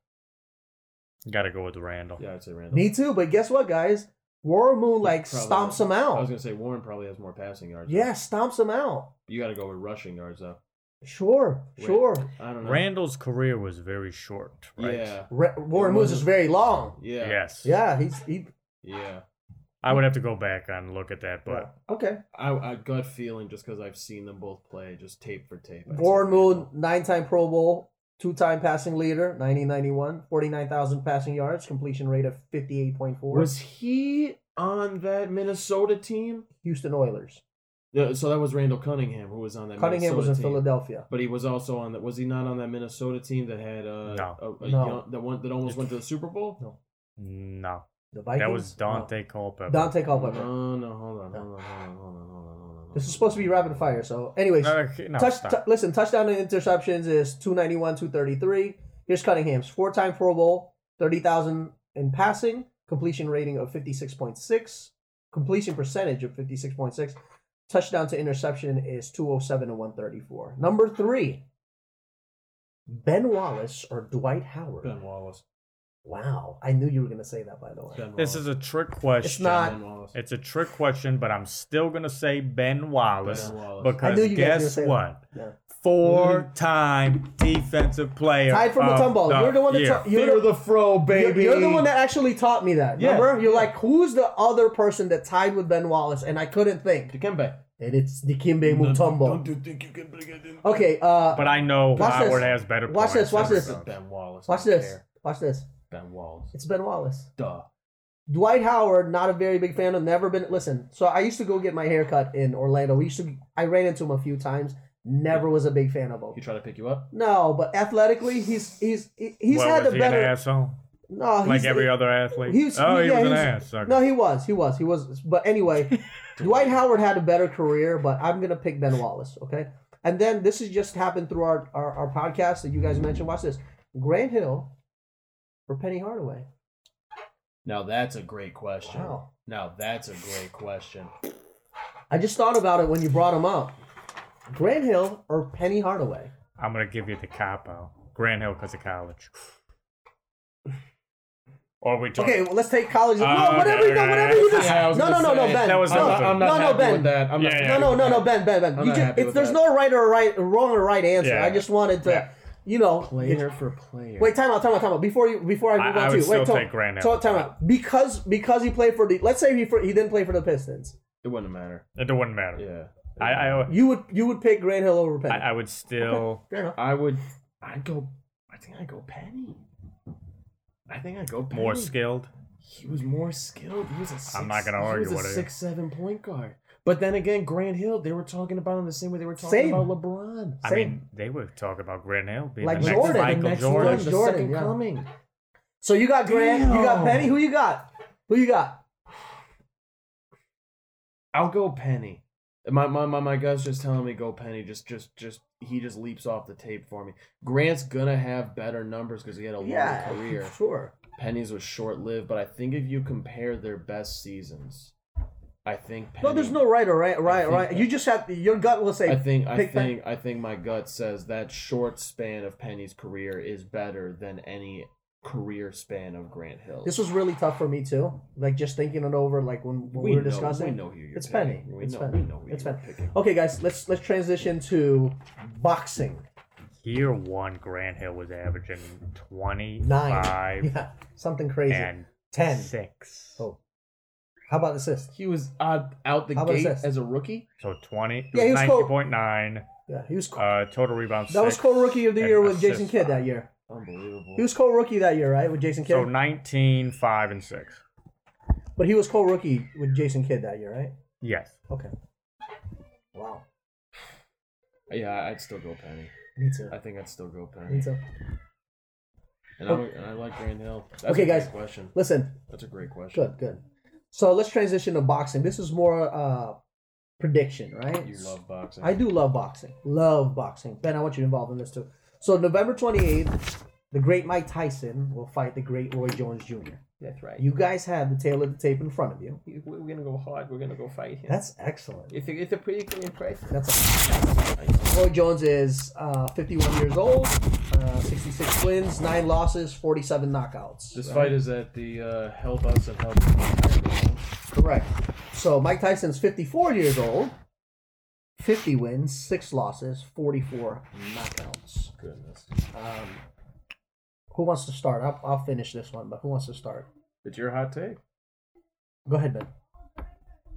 Speaker 4: Gotta go with Randall.
Speaker 3: Yeah, I'd say Randall.
Speaker 5: Me too, but guess what, guys? Warren Moon like
Speaker 3: Probably-
Speaker 5: stomps him
Speaker 3: I was
Speaker 5: out.
Speaker 3: gonna say Warren probably has more passing yards.
Speaker 5: Yeah, stomps him out.
Speaker 3: You got to go with rushing yards though.
Speaker 5: Sure,
Speaker 3: Wait.
Speaker 5: sure.
Speaker 3: I don't know.
Speaker 4: Randall's career was very short, right?
Speaker 3: Yeah.
Speaker 5: Ra- Warren Moon's is very long.
Speaker 3: Yeah.
Speaker 4: Yes.
Speaker 5: Yeah, he's he.
Speaker 3: Yeah.
Speaker 4: I would have to go back and look at that, but
Speaker 5: Okay,
Speaker 3: I, I gut feeling just because I've seen them both play just tape for tape. I'd say
Speaker 5: Warren Moon,
Speaker 3: Randall.
Speaker 5: nine-time Pro Bowl, two-time passing leader, 1991, 49,000 passing yards, completion rate of 58.4.
Speaker 3: was he on that Minnesota team?
Speaker 5: Houston Oilers.
Speaker 3: Yeah, so that was Randall Cunningham who was on that.
Speaker 5: Cunningham
Speaker 3: Minnesota
Speaker 5: was in
Speaker 3: team.
Speaker 5: Philadelphia.
Speaker 3: But he was also on that. Was he not on that Minnesota team that had uh,
Speaker 4: No.
Speaker 3: a, a
Speaker 5: No.
Speaker 3: young- that one that almost went to the Super Bowl?
Speaker 5: No.
Speaker 4: no.
Speaker 5: The Vikings.
Speaker 4: That was
Speaker 5: No.
Speaker 4: Dante Culpepper.
Speaker 5: Dante Culpepper.
Speaker 3: No, no, hold on, hold on, hold on, hold on, hold on, hold on.
Speaker 5: This is supposed to be rapid fire. So, anyways,
Speaker 4: Okay, no,
Speaker 5: touch,
Speaker 4: stop.
Speaker 5: t- listen, touchdown and interceptions is 291, 233. Here's Cunningham's four time Pro Bowl, 30,000 in passing, completion rating of 56.6, completion percentage of 56.6. Touchdown to interception is 207 and 134. Number three, Ben Wallace or Dwight Howard.
Speaker 3: Ben Wallace.
Speaker 5: Wow. I knew you were going to say that, by the way.
Speaker 3: Ben
Speaker 4: this
Speaker 3: Wallace.
Speaker 4: is a trick question.
Speaker 5: It's not-
Speaker 3: Ben Wallace.
Speaker 4: It's a trick question, but I'm still gonna say Ben Wallace,
Speaker 3: Ben Wallace.
Speaker 5: I
Speaker 4: because
Speaker 5: knew you guys were gonna
Speaker 4: guess
Speaker 5: say that.
Speaker 4: what?
Speaker 5: Yeah.
Speaker 4: Four-time defensive player.
Speaker 5: Tied from the
Speaker 4: of
Speaker 5: tumble. You're the one that
Speaker 4: year.
Speaker 5: ta- you're
Speaker 3: Fear
Speaker 5: the-
Speaker 3: the fro,
Speaker 5: You're-
Speaker 3: baby.
Speaker 5: You're, the one that actually taught me that.
Speaker 3: Yeah.
Speaker 5: Remember? You're like, who's the other person that tied with Ben Wallace? And I couldn't think.
Speaker 3: Dikembe.
Speaker 5: And it's Dikembe Mutombo.
Speaker 3: Don't you think you can bring it in?
Speaker 5: Okay, uh,
Speaker 4: But I know
Speaker 5: Watch this.
Speaker 4: Howard has better.
Speaker 5: Watch this,
Speaker 4: points
Speaker 5: watch
Speaker 4: than
Speaker 5: this.
Speaker 4: Russell.
Speaker 3: Ben Wallace.
Speaker 5: watch
Speaker 3: I don't
Speaker 5: this.
Speaker 3: care.
Speaker 5: Watch this.
Speaker 3: Ben Wallace.
Speaker 5: It's Ben Wallace.
Speaker 3: Duh.
Speaker 5: Dwight Howard, not a very big fan of, never been. Listen, so I used to go get my haircut in Orlando. We used to, I ran into him a few times. Never was a big fan of
Speaker 3: He
Speaker 5: him.
Speaker 3: try to pick you up?
Speaker 5: No, but athletically, he's he's he- he's
Speaker 4: Well,
Speaker 5: had
Speaker 4: was
Speaker 5: the
Speaker 4: he an
Speaker 5: better.
Speaker 4: asshole?
Speaker 5: No, he's,
Speaker 4: Like every other athlete.
Speaker 5: He was-
Speaker 4: oh, he was
Speaker 5: yeah, he
Speaker 4: an
Speaker 5: was-
Speaker 4: ass. Okay.
Speaker 5: No, he was. He was. He was. But anyway, Dwight Howard had a better career, but I'm going to pick Ben Wallace, okay? And then this has just happened through our, our, our podcast that you guys mentioned. Watch this Grant Hill or Penny Hardaway.
Speaker 3: Now that's a great question.
Speaker 5: Wow.
Speaker 3: Now that's a great question.
Speaker 5: I just thought about it when you brought him up. Grant Hill or Penny Hardaway?
Speaker 4: I'm gonna give you the capo. Grand Hill because of college. Or we talk.
Speaker 5: Okay, well, let's take college.
Speaker 4: Uh,
Speaker 5: no, whatever,
Speaker 4: okay,
Speaker 5: no,
Speaker 4: okay.
Speaker 5: whatever you just.
Speaker 3: Yeah, I was
Speaker 5: no, no,
Speaker 3: gonna
Speaker 5: no, no,
Speaker 3: say,
Speaker 5: Ben.
Speaker 4: that was
Speaker 5: no,
Speaker 4: nothing.
Speaker 3: I'm
Speaker 5: no,
Speaker 3: not
Speaker 5: no,
Speaker 3: happy
Speaker 5: Ben.
Speaker 3: with that. I'm
Speaker 4: Yeah,
Speaker 3: not
Speaker 4: yeah,
Speaker 5: No, no, no, no, Ben, Ben, Ben.
Speaker 3: I'm
Speaker 5: you
Speaker 3: not
Speaker 5: just,
Speaker 3: happy
Speaker 5: it's,
Speaker 3: with
Speaker 5: there's
Speaker 3: that.
Speaker 5: no right or right, wrong or right answer.
Speaker 4: Yeah.
Speaker 5: I just wanted to,
Speaker 4: Yeah.
Speaker 5: you know,
Speaker 3: Player for player.
Speaker 5: Wait, time out, time out, time out. Before you, before I
Speaker 4: I-
Speaker 5: move
Speaker 4: I
Speaker 5: on
Speaker 4: would
Speaker 5: to you,
Speaker 4: still
Speaker 5: wait, time,
Speaker 4: take Grant
Speaker 5: so-
Speaker 4: Hill.
Speaker 5: time out. Because because he played for the. Let's say he for, he didn't play for the Pistons.
Speaker 3: It wouldn't matter.
Speaker 4: It wouldn't matter.
Speaker 3: Yeah.
Speaker 4: I, I,
Speaker 5: You would you would pick Grant Hill over Penny.
Speaker 4: I I would still.
Speaker 5: Fair enough.
Speaker 3: I would. I go. I think I go Penny. I think I go Penny.
Speaker 4: More skilled.
Speaker 3: He was more skilled. He was a. Six,
Speaker 4: I'm not gonna
Speaker 3: He
Speaker 4: argue
Speaker 3: was
Speaker 4: with
Speaker 3: a
Speaker 4: you.
Speaker 3: six-seven point guard. But then again, Grant Hill. They were talking about him the same way they were talking
Speaker 5: Same.
Speaker 3: about LeBron.
Speaker 4: I mean, they were talking about Grant Hill being
Speaker 5: Like
Speaker 4: the next
Speaker 5: Jordan, the
Speaker 4: Michael
Speaker 3: next
Speaker 4: Jordan.
Speaker 3: one, the
Speaker 5: Jordan,
Speaker 3: second
Speaker 5: yeah.
Speaker 3: coming.
Speaker 5: So you got Grant, you got
Speaker 3: Damn.
Speaker 5: Penny. Who you got? Who you got?
Speaker 3: I'll go Penny. My my my my gut's just telling me go Penny. Just just just he just leaps off the tape for me. Grant's gonna have better numbers because he had a long
Speaker 5: yeah,
Speaker 3: career.
Speaker 5: sure.
Speaker 3: Penny's was short lived, but I think if you compare their best seasons, I think Penny,
Speaker 5: No, there's no right or right,
Speaker 3: I
Speaker 5: right,
Speaker 3: think
Speaker 5: right.
Speaker 3: that-
Speaker 5: You just have your gut will say.
Speaker 3: I think I
Speaker 5: pick
Speaker 3: think I think my gut says that short span of Penny's career is better than any career span of Grant Hill.
Speaker 5: This was really tough for me too. Like just thinking it over, like when, when we, were
Speaker 3: know-
Speaker 5: discussing.
Speaker 3: we know who you're
Speaker 5: it's
Speaker 3: picking.
Speaker 5: Penny.
Speaker 3: We
Speaker 5: it's
Speaker 3: know,
Speaker 5: Penny.
Speaker 3: we know who
Speaker 5: it's
Speaker 3: you're
Speaker 5: Penny.
Speaker 3: picking.
Speaker 5: Okay, guys, let's let's transition to boxing.
Speaker 4: Year one, Grant Hill was averaging 25
Speaker 5: Nine. Yeah, something crazy.
Speaker 4: and
Speaker 5: Ten.
Speaker 4: 6.
Speaker 5: Oh. How about assist?
Speaker 3: He was out, out the
Speaker 5: How about
Speaker 3: gate
Speaker 5: this?
Speaker 3: as a rookie.
Speaker 4: So 20.
Speaker 5: Yeah, he was cold.
Speaker 4: 19.9.
Speaker 5: Yeah, he was. co-
Speaker 4: Uh, total rebounds.
Speaker 5: that was
Speaker 4: six,
Speaker 5: co-rookie of the
Speaker 4: and
Speaker 5: year with Jason
Speaker 4: assists
Speaker 5: Kidd
Speaker 4: five.
Speaker 5: that year.
Speaker 3: Unbelievable.
Speaker 5: He was co-rookie that year, right, with Jason Kidd.
Speaker 4: So 19, 5, and 6.
Speaker 5: but he was co-rookie with Jason Kidd that year, right?
Speaker 4: Yes.
Speaker 5: Okay. Wow.
Speaker 3: Yeah, I'd still go Penny.
Speaker 5: Me too.
Speaker 3: I think I'd still go
Speaker 5: Me
Speaker 3: Penny.
Speaker 5: too.
Speaker 3: And, I'm, and I like Grant Hill. That's
Speaker 5: Okay,
Speaker 3: a great
Speaker 5: guys.
Speaker 3: Question.
Speaker 5: Listen,
Speaker 3: That's a great question.
Speaker 5: good, good. So let's transition to boxing. This is more uh prediction, right?
Speaker 3: You love boxing.
Speaker 5: I do love boxing. Love boxing. Ben, I want you involved in this too. So November 28th, the great Mike Tyson will fight the great Roy Jones Jr.
Speaker 7: That's right.
Speaker 5: You guys have the tail of the tape in front of you.
Speaker 7: You- We're gonna go hard. We're gonna go fight him.
Speaker 5: That's excellent.
Speaker 7: It's a, it's a pretty good impression.
Speaker 5: That's a- Roy Jones is uh, 51 years old, uh, 66 wins, 9 losses, 47 knockouts.
Speaker 3: This fight is at the uh, Hell Butts and Hell. Butts.
Speaker 5: Correct. So Mike Tyson's 54 years old, 50 wins, 6 losses, 44 knockouts.
Speaker 3: Goodness.
Speaker 5: Um, who wants to start? I'll, I'll finish this one, but who wants to start?
Speaker 3: It's your hot take.
Speaker 5: Go ahead, Ben.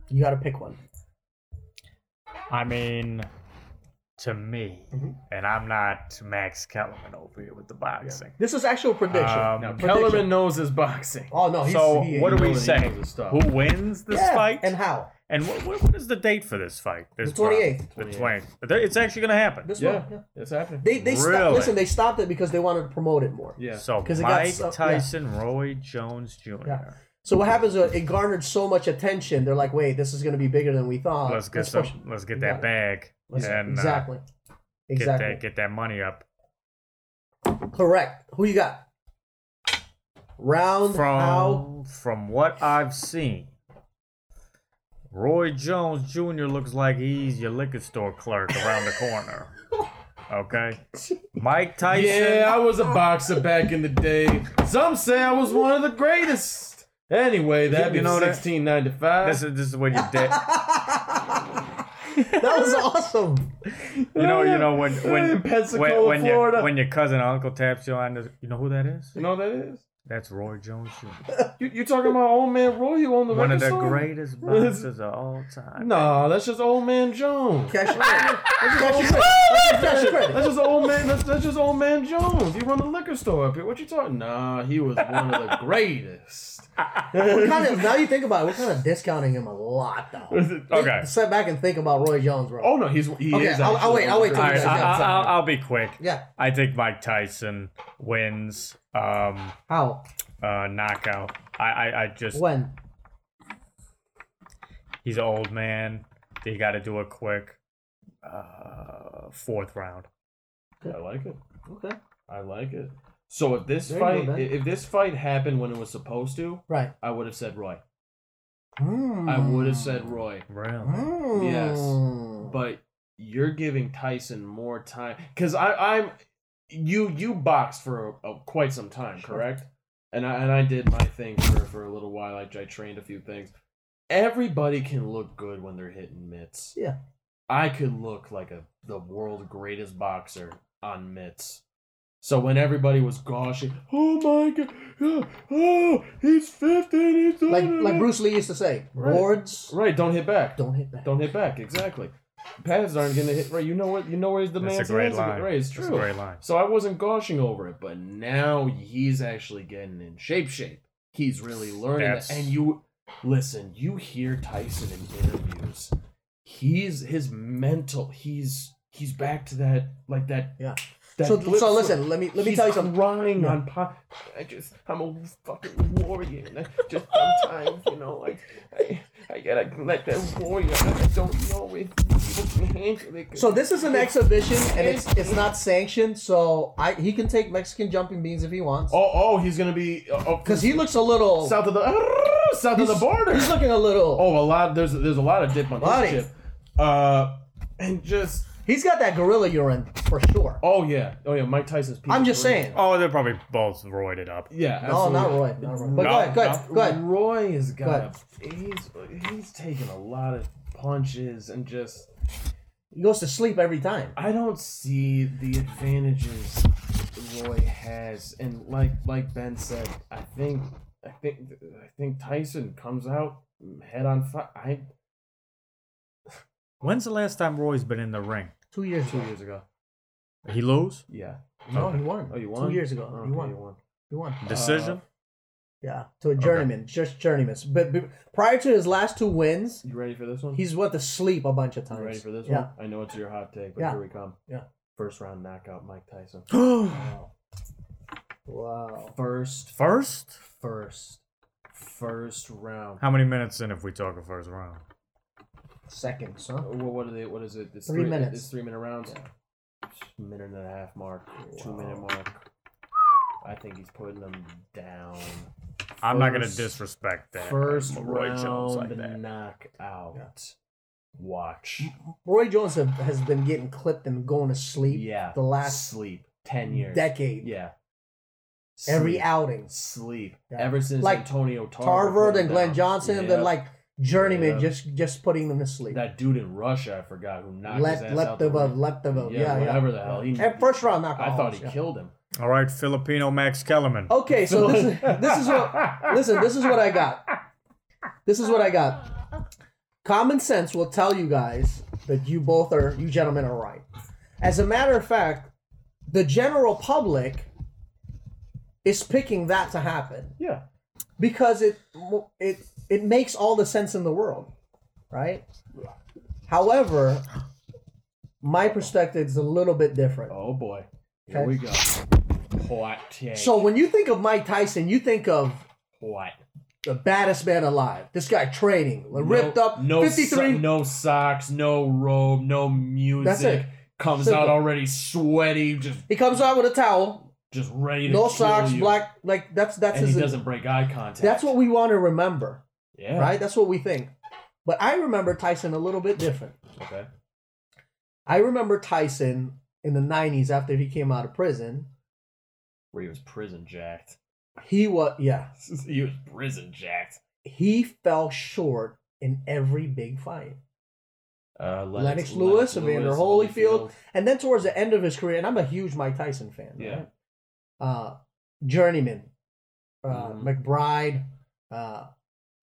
Speaker 5: You got to pick one.
Speaker 4: I mean, to me,
Speaker 5: Mm-hmm.
Speaker 4: and I'm not Max Kellerman over here with the boxing.
Speaker 5: This is actual prediction.
Speaker 4: Um,
Speaker 3: Now
Speaker 5: Prediction.
Speaker 3: Kellerman knows his boxing.
Speaker 5: oh no! He's,
Speaker 4: so,
Speaker 5: he-
Speaker 4: what do
Speaker 5: he-
Speaker 4: we
Speaker 3: knows- he
Speaker 4: say?
Speaker 3: knows his stuff.
Speaker 4: Who wins this
Speaker 5: Yeah,
Speaker 4: fight?
Speaker 5: and how?
Speaker 4: And what, what, what is the date for this fight? This
Speaker 5: The 28th.
Speaker 4: round? The 28th. But It's actually going to happen.
Speaker 5: This
Speaker 3: Yeah,
Speaker 5: one. Yeah.
Speaker 3: it's happening.
Speaker 5: They they stopped.
Speaker 4: Really?
Speaker 5: Listen, they stopped it because they wanted to promote it more.
Speaker 3: yeah.
Speaker 4: So
Speaker 5: 'Cause it got
Speaker 4: Mike
Speaker 5: so- yeah.
Speaker 4: Tyson, Roy Jones Jr.
Speaker 5: Yeah. So what happens? is It garnered so much attention. They're like, "Wait, this is going to be bigger than we thought."
Speaker 4: Let's get
Speaker 5: Uh, Let's
Speaker 4: some,
Speaker 5: push it.
Speaker 4: Let's get
Speaker 5: Yeah.
Speaker 4: that bag
Speaker 5: Let's-
Speaker 4: and uh,
Speaker 5: exactly,
Speaker 4: get
Speaker 5: exactly,
Speaker 4: that get that money up
Speaker 5: correct. Who you got? Round
Speaker 4: from
Speaker 5: how?
Speaker 4: from what I've seen. Roy Jones Jr. looks like he's your liquor store clerk around the corner. Okay, Mike Tyson.
Speaker 3: Yeah, I was a boxer back in the day. Some say I was one of the greatest. Anyway, that'd
Speaker 4: You- you
Speaker 3: be
Speaker 4: know that-
Speaker 3: 1695.
Speaker 4: This is this is when you did.
Speaker 5: That was awesome.
Speaker 4: You know, you know when
Speaker 3: In
Speaker 4: when
Speaker 3: Pensacola,
Speaker 4: when, when,
Speaker 3: Florida.
Speaker 4: Your, when your cousin or uncle taps you on the, you know who that is?
Speaker 3: you know what that is?
Speaker 4: That's Roy Jones Jr.
Speaker 3: You, you talking about old man Roy? You on the
Speaker 4: One of
Speaker 3: record
Speaker 4: the
Speaker 3: store?
Speaker 4: greatest boxers of all time.
Speaker 3: Nah, that's just old man Jones.
Speaker 5: Cash your credit. Cash your credit. Cash your credit.
Speaker 3: That's just old man. That's, that's just old man Jones. He run the liquor store up here. What you talking? Nah, he was one of the greatest.
Speaker 5: We're kind of now you think about it, we're kind of discounting him a lot though.
Speaker 4: Okay.
Speaker 5: Step back and think about Roy Jones, bro.
Speaker 3: Oh no, he's he
Speaker 5: Okay,
Speaker 3: is.
Speaker 5: I'll- I'll
Speaker 3: actually
Speaker 5: wait,
Speaker 3: one
Speaker 5: I'll
Speaker 3: of
Speaker 5: wait
Speaker 3: the
Speaker 5: till you
Speaker 4: All right,
Speaker 3: greatest.
Speaker 5: guys-
Speaker 4: I,
Speaker 3: uh,
Speaker 4: I, I'll, I'll be quick.
Speaker 5: Yeah.
Speaker 4: I think Mike Tyson wins um,
Speaker 5: How?
Speaker 4: uh, knockout. I, I, I just
Speaker 5: When?
Speaker 4: he's an old man. They got to do it quick. Uh, fourth round.
Speaker 3: I like it.
Speaker 5: Okay.
Speaker 3: I like it. So if this
Speaker 5: There you
Speaker 3: fight
Speaker 5: go, Ben.
Speaker 3: if this fight happened when it was supposed to,
Speaker 5: Right.
Speaker 3: I would have said Roy.
Speaker 5: Mm.
Speaker 3: I would have said Roy.
Speaker 4: Really?
Speaker 5: Mm.
Speaker 3: Yes. But you're giving Tyson more time because I I'm you you boxed for a, quite some time, correct? And I and I did my thing for for a little while. I, I trained a few things. Everybody can look good when they're hitting mitts.
Speaker 5: Yeah.
Speaker 3: I could look like a the world's greatest boxer on mitts. So when everybody was gushing, oh my god, oh, oh he's fifteen, he's
Speaker 5: Like like Bruce Lee used to say,
Speaker 3: Right.
Speaker 5: boards
Speaker 3: right, don't hit back,
Speaker 5: don't hit that.
Speaker 3: don't hit back. Exactly. Pads aren't gonna hit right. You know what? You know where the
Speaker 4: That's
Speaker 3: man's
Speaker 4: a great
Speaker 3: hands are-
Speaker 4: line.
Speaker 3: Right, it's
Speaker 4: That's a
Speaker 3: true.
Speaker 4: great line.
Speaker 3: So I wasn't gushing over it, but now he's actually getting in shape. Shape. He's really learning. that.
Speaker 4: That's-
Speaker 3: And you listen. You hear Tyson in interviews. He's his mental. He's he's back to that like that.
Speaker 5: Yeah.
Speaker 3: that
Speaker 5: So,
Speaker 3: lip
Speaker 5: so
Speaker 3: service.
Speaker 5: listen, let me let me
Speaker 3: He's
Speaker 5: tell you something.
Speaker 3: Crying
Speaker 5: Yeah.
Speaker 3: on pot. I just, I'm a fucking warrior. And I just sometimes, you know, like I, I gotta let that warrior. I don't know if people can handle it.
Speaker 5: So this is an exhibition and it's it's not sanctioned, so I he can take Mexican jumping beans if he wants.
Speaker 3: oh, oh, he's gonna be
Speaker 5: Because he looks a little
Speaker 3: south of the south of the border.
Speaker 5: He's looking a little
Speaker 3: oh, a lot. There's there's a lot of dip on
Speaker 5: Body.
Speaker 3: this chip. Uh, and just
Speaker 5: he's got that gorilla urine for sure.
Speaker 3: oh yeah, oh yeah. Mike Tyson's. Peter
Speaker 5: I'm just
Speaker 3: Green.
Speaker 5: saying.
Speaker 4: Oh, they're probably both roided up.
Speaker 3: Yeah.
Speaker 5: No,
Speaker 3: Absolutely.
Speaker 5: not Roy. Not Roy.
Speaker 4: No,
Speaker 5: But go ahead, go ahead,
Speaker 4: no.
Speaker 5: go ahead.
Speaker 3: Roy has
Speaker 5: ahead.
Speaker 3: got a, he's he's taking a lot of punches and just
Speaker 5: He goes to sleep every time.
Speaker 3: I don't see the advantages Roy has, and like like Ben said, I think I think I think Tyson comes out head on fire. I
Speaker 4: When's the last time Roy's been in the ring?
Speaker 5: Two years
Speaker 3: two
Speaker 5: ago.
Speaker 3: years ago.
Speaker 4: He lose?
Speaker 3: Yeah,
Speaker 5: No, he won.
Speaker 3: Oh, you won?
Speaker 5: Two years ago.
Speaker 3: Oh,
Speaker 5: he
Speaker 3: okay,
Speaker 5: won.
Speaker 3: you won.
Speaker 5: He won.
Speaker 3: Uh,
Speaker 4: Decision?
Speaker 5: Yeah, to a journeyman, just journeyman. But, but prior to his last two wins,
Speaker 3: You ready for this one?
Speaker 5: he's went to sleep a bunch of times.
Speaker 3: You ready for this
Speaker 5: yeah.
Speaker 3: one? I know it's your hot take, but
Speaker 5: Yeah.
Speaker 3: here we come.
Speaker 5: Yeah.
Speaker 3: First round knockout, Mike Tyson.
Speaker 5: Wow.
Speaker 3: First,
Speaker 4: first?
Speaker 3: first, first round.
Speaker 4: How many minutes in if we talk a first round?
Speaker 5: Seconds, huh?
Speaker 3: Well, Uh, what are they? What is it? It's
Speaker 5: Three minutes.
Speaker 3: It's three minute rounds. Minute and a half mark. Two minute mark. I think he's putting them down.
Speaker 4: I'm not going to
Speaker 3: First-
Speaker 4: disrespect that.
Speaker 3: First
Speaker 4: Roy
Speaker 3: round
Speaker 4: Jones like that.
Speaker 3: knockout. Watch.
Speaker 5: Roy Jones have, has been getting clipped and going to sleep.
Speaker 3: Yeah.
Speaker 5: The last
Speaker 3: sleep. Ten years.
Speaker 5: decade.
Speaker 3: Yeah.
Speaker 5: Every
Speaker 3: Sleep.
Speaker 5: outing.
Speaker 3: Sleep.
Speaker 5: Yeah.
Speaker 3: Ever since
Speaker 5: Like
Speaker 3: Antonio Tarver,
Speaker 5: Tarver
Speaker 3: put him
Speaker 5: and Glenn
Speaker 3: down.
Speaker 5: Johnson, and
Speaker 3: Yep.
Speaker 5: then like journeyman,
Speaker 3: Yeah.
Speaker 5: just just putting them to sleep.
Speaker 3: that dude in Russia, I forgot who knocked his
Speaker 5: Let
Speaker 3: ass out
Speaker 5: let the vote,
Speaker 3: room.
Speaker 5: let the vote.
Speaker 3: Yeah,
Speaker 5: Yeah, yeah.
Speaker 3: whatever the hell. He,
Speaker 5: And first round knockout.
Speaker 3: I thought he
Speaker 5: yeah.
Speaker 3: killed him.
Speaker 4: All right, Filipino Max Kellerman.
Speaker 5: Okay, so this is, this is what listen. This is what I got. This is what I got. Common sense will tell you guys that you both are, you gentlemen, are right. As a matter of fact, the general public is picking that to happen
Speaker 3: Yeah.
Speaker 5: because it it it makes all the sense in the world, right? However, my perspective is a little bit different.
Speaker 3: Oh boy. Here
Speaker 5: Okay.
Speaker 3: we go. Hot take.
Speaker 5: So when you think of Mike Tyson, you think of
Speaker 3: hot.
Speaker 5: the baddest man alive. This guy training, ripped
Speaker 3: No-
Speaker 5: up,
Speaker 3: No
Speaker 5: 53.
Speaker 3: so- no socks. No robe. No music.
Speaker 5: That's it.
Speaker 3: Comes
Speaker 5: Simple.
Speaker 3: out already sweaty. Just
Speaker 5: He comes out with a towel,
Speaker 3: just ready to
Speaker 5: no
Speaker 3: kill
Speaker 5: socks,
Speaker 3: you.
Speaker 5: black. Like that's that's
Speaker 3: And
Speaker 5: his.
Speaker 3: he doesn't break eye contact.
Speaker 5: that's what we want to remember,
Speaker 3: Yeah.
Speaker 5: right? That's what we think. But I remember Tyson a little bit different.
Speaker 3: Okay.
Speaker 5: I remember Tyson in the 90s after he came out of prison.
Speaker 3: Where he was prison jacked.
Speaker 5: He was yeah,
Speaker 3: he was prison jacked.
Speaker 5: he fell short in every big fight.
Speaker 3: Uh,
Speaker 5: Lennox Lewis, Evander Holyfield. And then towards the end of his career, and I'm a huge Mike Tyson fan.
Speaker 3: Yeah.
Speaker 5: right? Uh, Journeyman, uh,
Speaker 3: Mhm.
Speaker 5: McBride, uh,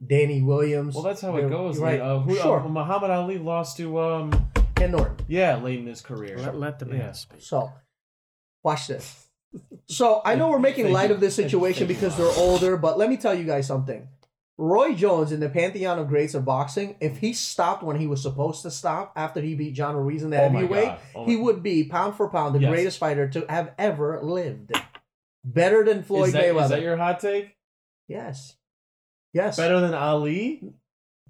Speaker 5: Danny Williams.
Speaker 3: Well, that's how
Speaker 5: They're-
Speaker 3: it goes.
Speaker 5: you're Right.
Speaker 3: Like, uh, who,
Speaker 5: sure.
Speaker 3: uh, Muhammad Ali lost to um,
Speaker 5: Ken Norton.
Speaker 3: yeah, late in his career.
Speaker 4: let the
Speaker 3: man
Speaker 4: speak.
Speaker 5: So, watch this. So I know we're making
Speaker 3: Thank
Speaker 5: light
Speaker 3: you.
Speaker 5: of this
Speaker 3: Thank you.
Speaker 5: situation
Speaker 3: Thank you.
Speaker 5: because they're older, but let me tell you guys something. Roy Jones in the pantheon of greats of boxing, if he stopped when he was supposed to stop after he beat John Ruiz in the
Speaker 3: Oh my
Speaker 5: heavyweight,
Speaker 3: God. Oh my-
Speaker 5: he would be pound for pound the
Speaker 3: Yes.
Speaker 5: greatest fighter to have ever lived. Better than Floyd
Speaker 3: is, that, is
Speaker 5: Mayweather.
Speaker 3: that your hot take?
Speaker 5: yes. Yes. Better.
Speaker 3: Better than Ali?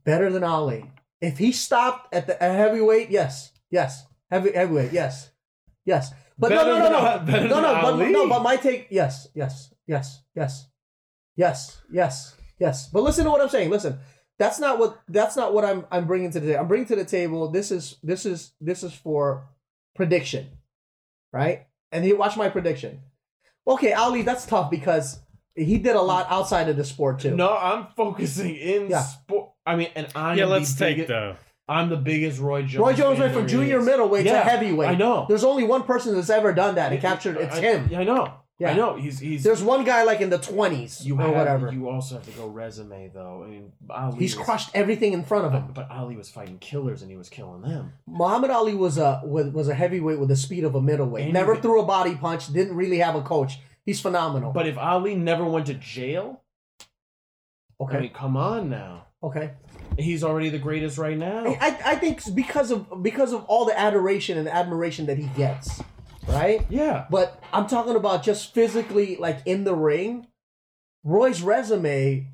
Speaker 5: than Ali. If he stopped at the at heavyweight, yes. Yes. Heavy heavyweight, yes. Yes. But
Speaker 3: Better
Speaker 5: no no no no.
Speaker 3: than- better
Speaker 5: no,
Speaker 3: than
Speaker 5: no, but,
Speaker 3: Ali?
Speaker 5: no, but my take, yes, yes, yes, yes, yes, yes, yes. But listen to what I'm saying. Listen, that's not what that's not what I'm I'm bringing to the table. I'm bringing to the table. This is this is this is for prediction, right? And he watch my prediction. Okay, Ali, that's tough because he did a lot outside of the sport too.
Speaker 3: No, I'm focusing in
Speaker 5: Yeah.
Speaker 3: sport. I mean, and I'm
Speaker 4: Yeah,
Speaker 3: the
Speaker 4: let's take
Speaker 3: biggest-
Speaker 4: the.
Speaker 3: I'm the biggest Roy Jones.
Speaker 5: Roy
Speaker 3: fan
Speaker 5: Jones went from
Speaker 3: there
Speaker 5: junior
Speaker 3: is.
Speaker 5: middleweight
Speaker 3: Yeah,
Speaker 5: to heavyweight.
Speaker 3: I know.
Speaker 5: There's only one person that's ever done that and captured. It's
Speaker 3: I-
Speaker 5: him.
Speaker 3: Yeah, I know.
Speaker 5: Yeah.
Speaker 3: I know. He's he's.
Speaker 5: There's one guy like in the 20s
Speaker 3: you
Speaker 5: or
Speaker 3: have,
Speaker 5: whatever.
Speaker 3: You also have to go resume though. I mean, Ali.
Speaker 5: He's
Speaker 3: was-
Speaker 5: crushed everything in front of him.
Speaker 3: But, but Ali was fighting killers, and he was killing them.
Speaker 5: Muhammad Ali was a was, was a heavyweight with the speed of a middleweight.
Speaker 3: And
Speaker 5: Never
Speaker 3: he-
Speaker 5: threw a body punch. Didn't really have a coach. He's phenomenal.
Speaker 3: But if Ali never went to jail,
Speaker 5: okay,
Speaker 3: I mean, come on now.
Speaker 5: okay.
Speaker 3: He's already the greatest right now.
Speaker 5: I, I I think it's because of because of all the adoration and admiration that he gets, right?
Speaker 3: yeah.
Speaker 5: But I'm talking about just physically, like in the ring. Roy's resume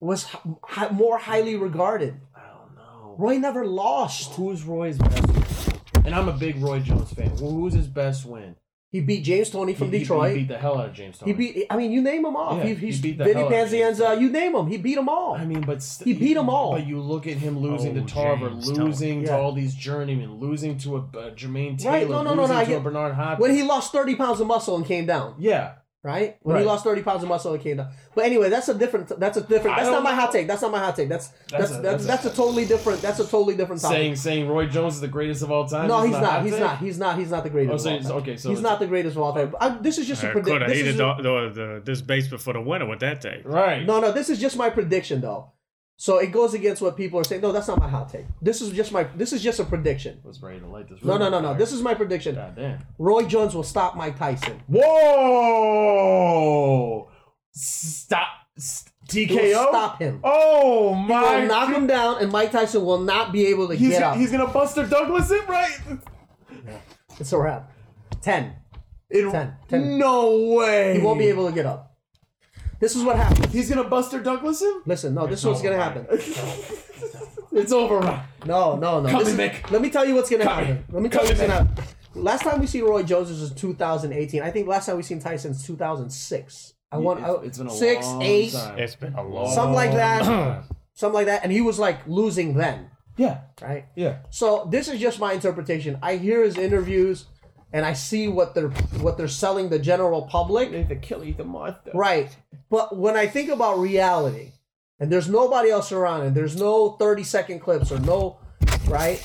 Speaker 5: was h- hi- more highly regarded.
Speaker 3: I don't know.
Speaker 5: Roy never lost.
Speaker 3: Who's Roy's best? Win? And I'm a big Roy Jones fan. Who- Who's his best win?
Speaker 5: He beat James Tony from
Speaker 3: He- he-
Speaker 5: Detroit.
Speaker 3: He beat the hell out of James. Tony.
Speaker 5: He beat. I mean, you name him off.
Speaker 3: Yeah,
Speaker 5: he, he's
Speaker 3: he beat the
Speaker 5: Vinny
Speaker 3: hell out of James
Speaker 5: Panzianza.
Speaker 3: Tony.
Speaker 5: You name him. He beat them all.
Speaker 3: I mean, but st-
Speaker 5: He beat 'em all.
Speaker 3: But you look at him losing
Speaker 4: Oh,
Speaker 3: to Tarver,
Speaker 4: James Tony.
Speaker 3: losing to
Speaker 5: Yeah.
Speaker 3: all these journeymen, losing to a, uh Jermaine Taylor,
Speaker 5: Right, no, no, no, no,
Speaker 3: losing
Speaker 5: I
Speaker 3: to a
Speaker 5: get-
Speaker 3: Bernard Hopkins.
Speaker 5: when he lost 30 pounds of muscle and came down
Speaker 3: yeah,
Speaker 5: right when he
Speaker 3: Right.
Speaker 5: lost 30 pounds of muscle and came down but anyway that's a different that's a different
Speaker 3: I
Speaker 5: that's not
Speaker 3: don't
Speaker 5: my
Speaker 3: know.
Speaker 5: hot take that's not my hot take that's that's
Speaker 3: That's
Speaker 5: that's,
Speaker 3: a-
Speaker 5: that's,
Speaker 3: that's
Speaker 5: a,
Speaker 3: a-
Speaker 5: totally different that's a totally different topic
Speaker 3: saying saying Roy Jones is the greatest of all time.
Speaker 5: no
Speaker 3: is
Speaker 5: he's
Speaker 3: a
Speaker 5: not
Speaker 3: hot
Speaker 5: he's
Speaker 3: take?
Speaker 5: not he's not he's not the greatest
Speaker 3: Oh,
Speaker 5: of
Speaker 3: so
Speaker 5: all
Speaker 3: it's-
Speaker 5: time.
Speaker 3: okay, so
Speaker 5: he's
Speaker 3: it's-
Speaker 5: not the greatest of all time I, this is just a
Speaker 4: I could
Speaker 5: prediction
Speaker 4: have
Speaker 5: this is
Speaker 4: uh, hated
Speaker 5: a-
Speaker 4: the, the, the, this basement for the winner with that take.
Speaker 3: right.
Speaker 5: no no this is just my prediction though So it goes against what people are saying. No, that's not my hot take. This is just my this is just a prediction.
Speaker 3: Was ready to light this.
Speaker 5: No,
Speaker 3: room
Speaker 5: no,
Speaker 3: on
Speaker 5: no, no.
Speaker 3: fire.
Speaker 5: This is my prediction.
Speaker 3: God damn.
Speaker 5: Roy Jones will stop Mike Tyson.
Speaker 3: Whoa! Stop. St-
Speaker 5: He will
Speaker 3: TKO.
Speaker 5: stop him.
Speaker 3: Oh
Speaker 5: He
Speaker 3: my!
Speaker 5: will knock him down, and Mike Tyson will not be able to
Speaker 3: he's,
Speaker 5: get up.
Speaker 3: he's gonna Buster Douglas it right.
Speaker 5: It's a wrap. Ten.
Speaker 3: It,
Speaker 5: Ten. Ten.
Speaker 3: No way.
Speaker 5: He won't be able to get up. This is what happens.
Speaker 3: He's gonna Buster Douglas him.
Speaker 5: Listen, no, this is
Speaker 3: Oh
Speaker 5: what's gonna happen.
Speaker 3: It's over. Ryan.
Speaker 5: No, no, no.
Speaker 3: Come
Speaker 5: This
Speaker 3: and
Speaker 5: is-
Speaker 3: make-
Speaker 5: let me tell you what's gonna
Speaker 3: Come
Speaker 5: happen.
Speaker 3: and-
Speaker 5: Let me tell you
Speaker 3: come
Speaker 5: what's
Speaker 3: and
Speaker 5: gonna happen. Last time we see Roy Jones was in 2018. I think last time we seen Tyson's 2006. I want
Speaker 3: It's- it's been a
Speaker 5: six,
Speaker 3: long
Speaker 5: eight,
Speaker 3: time.
Speaker 4: It's been a long
Speaker 5: something like
Speaker 3: Oh.
Speaker 5: that, something like that, and he was like losing then,
Speaker 3: Yeah.
Speaker 5: right?
Speaker 3: Yeah.
Speaker 5: So this is just my interpretation. I hear his interviews, and I see what they're what they're selling the general public.
Speaker 7: Either kill, either Martha.
Speaker 5: Right. But when I think about reality, and there's nobody else around, and there's no 30 second clips or no, right?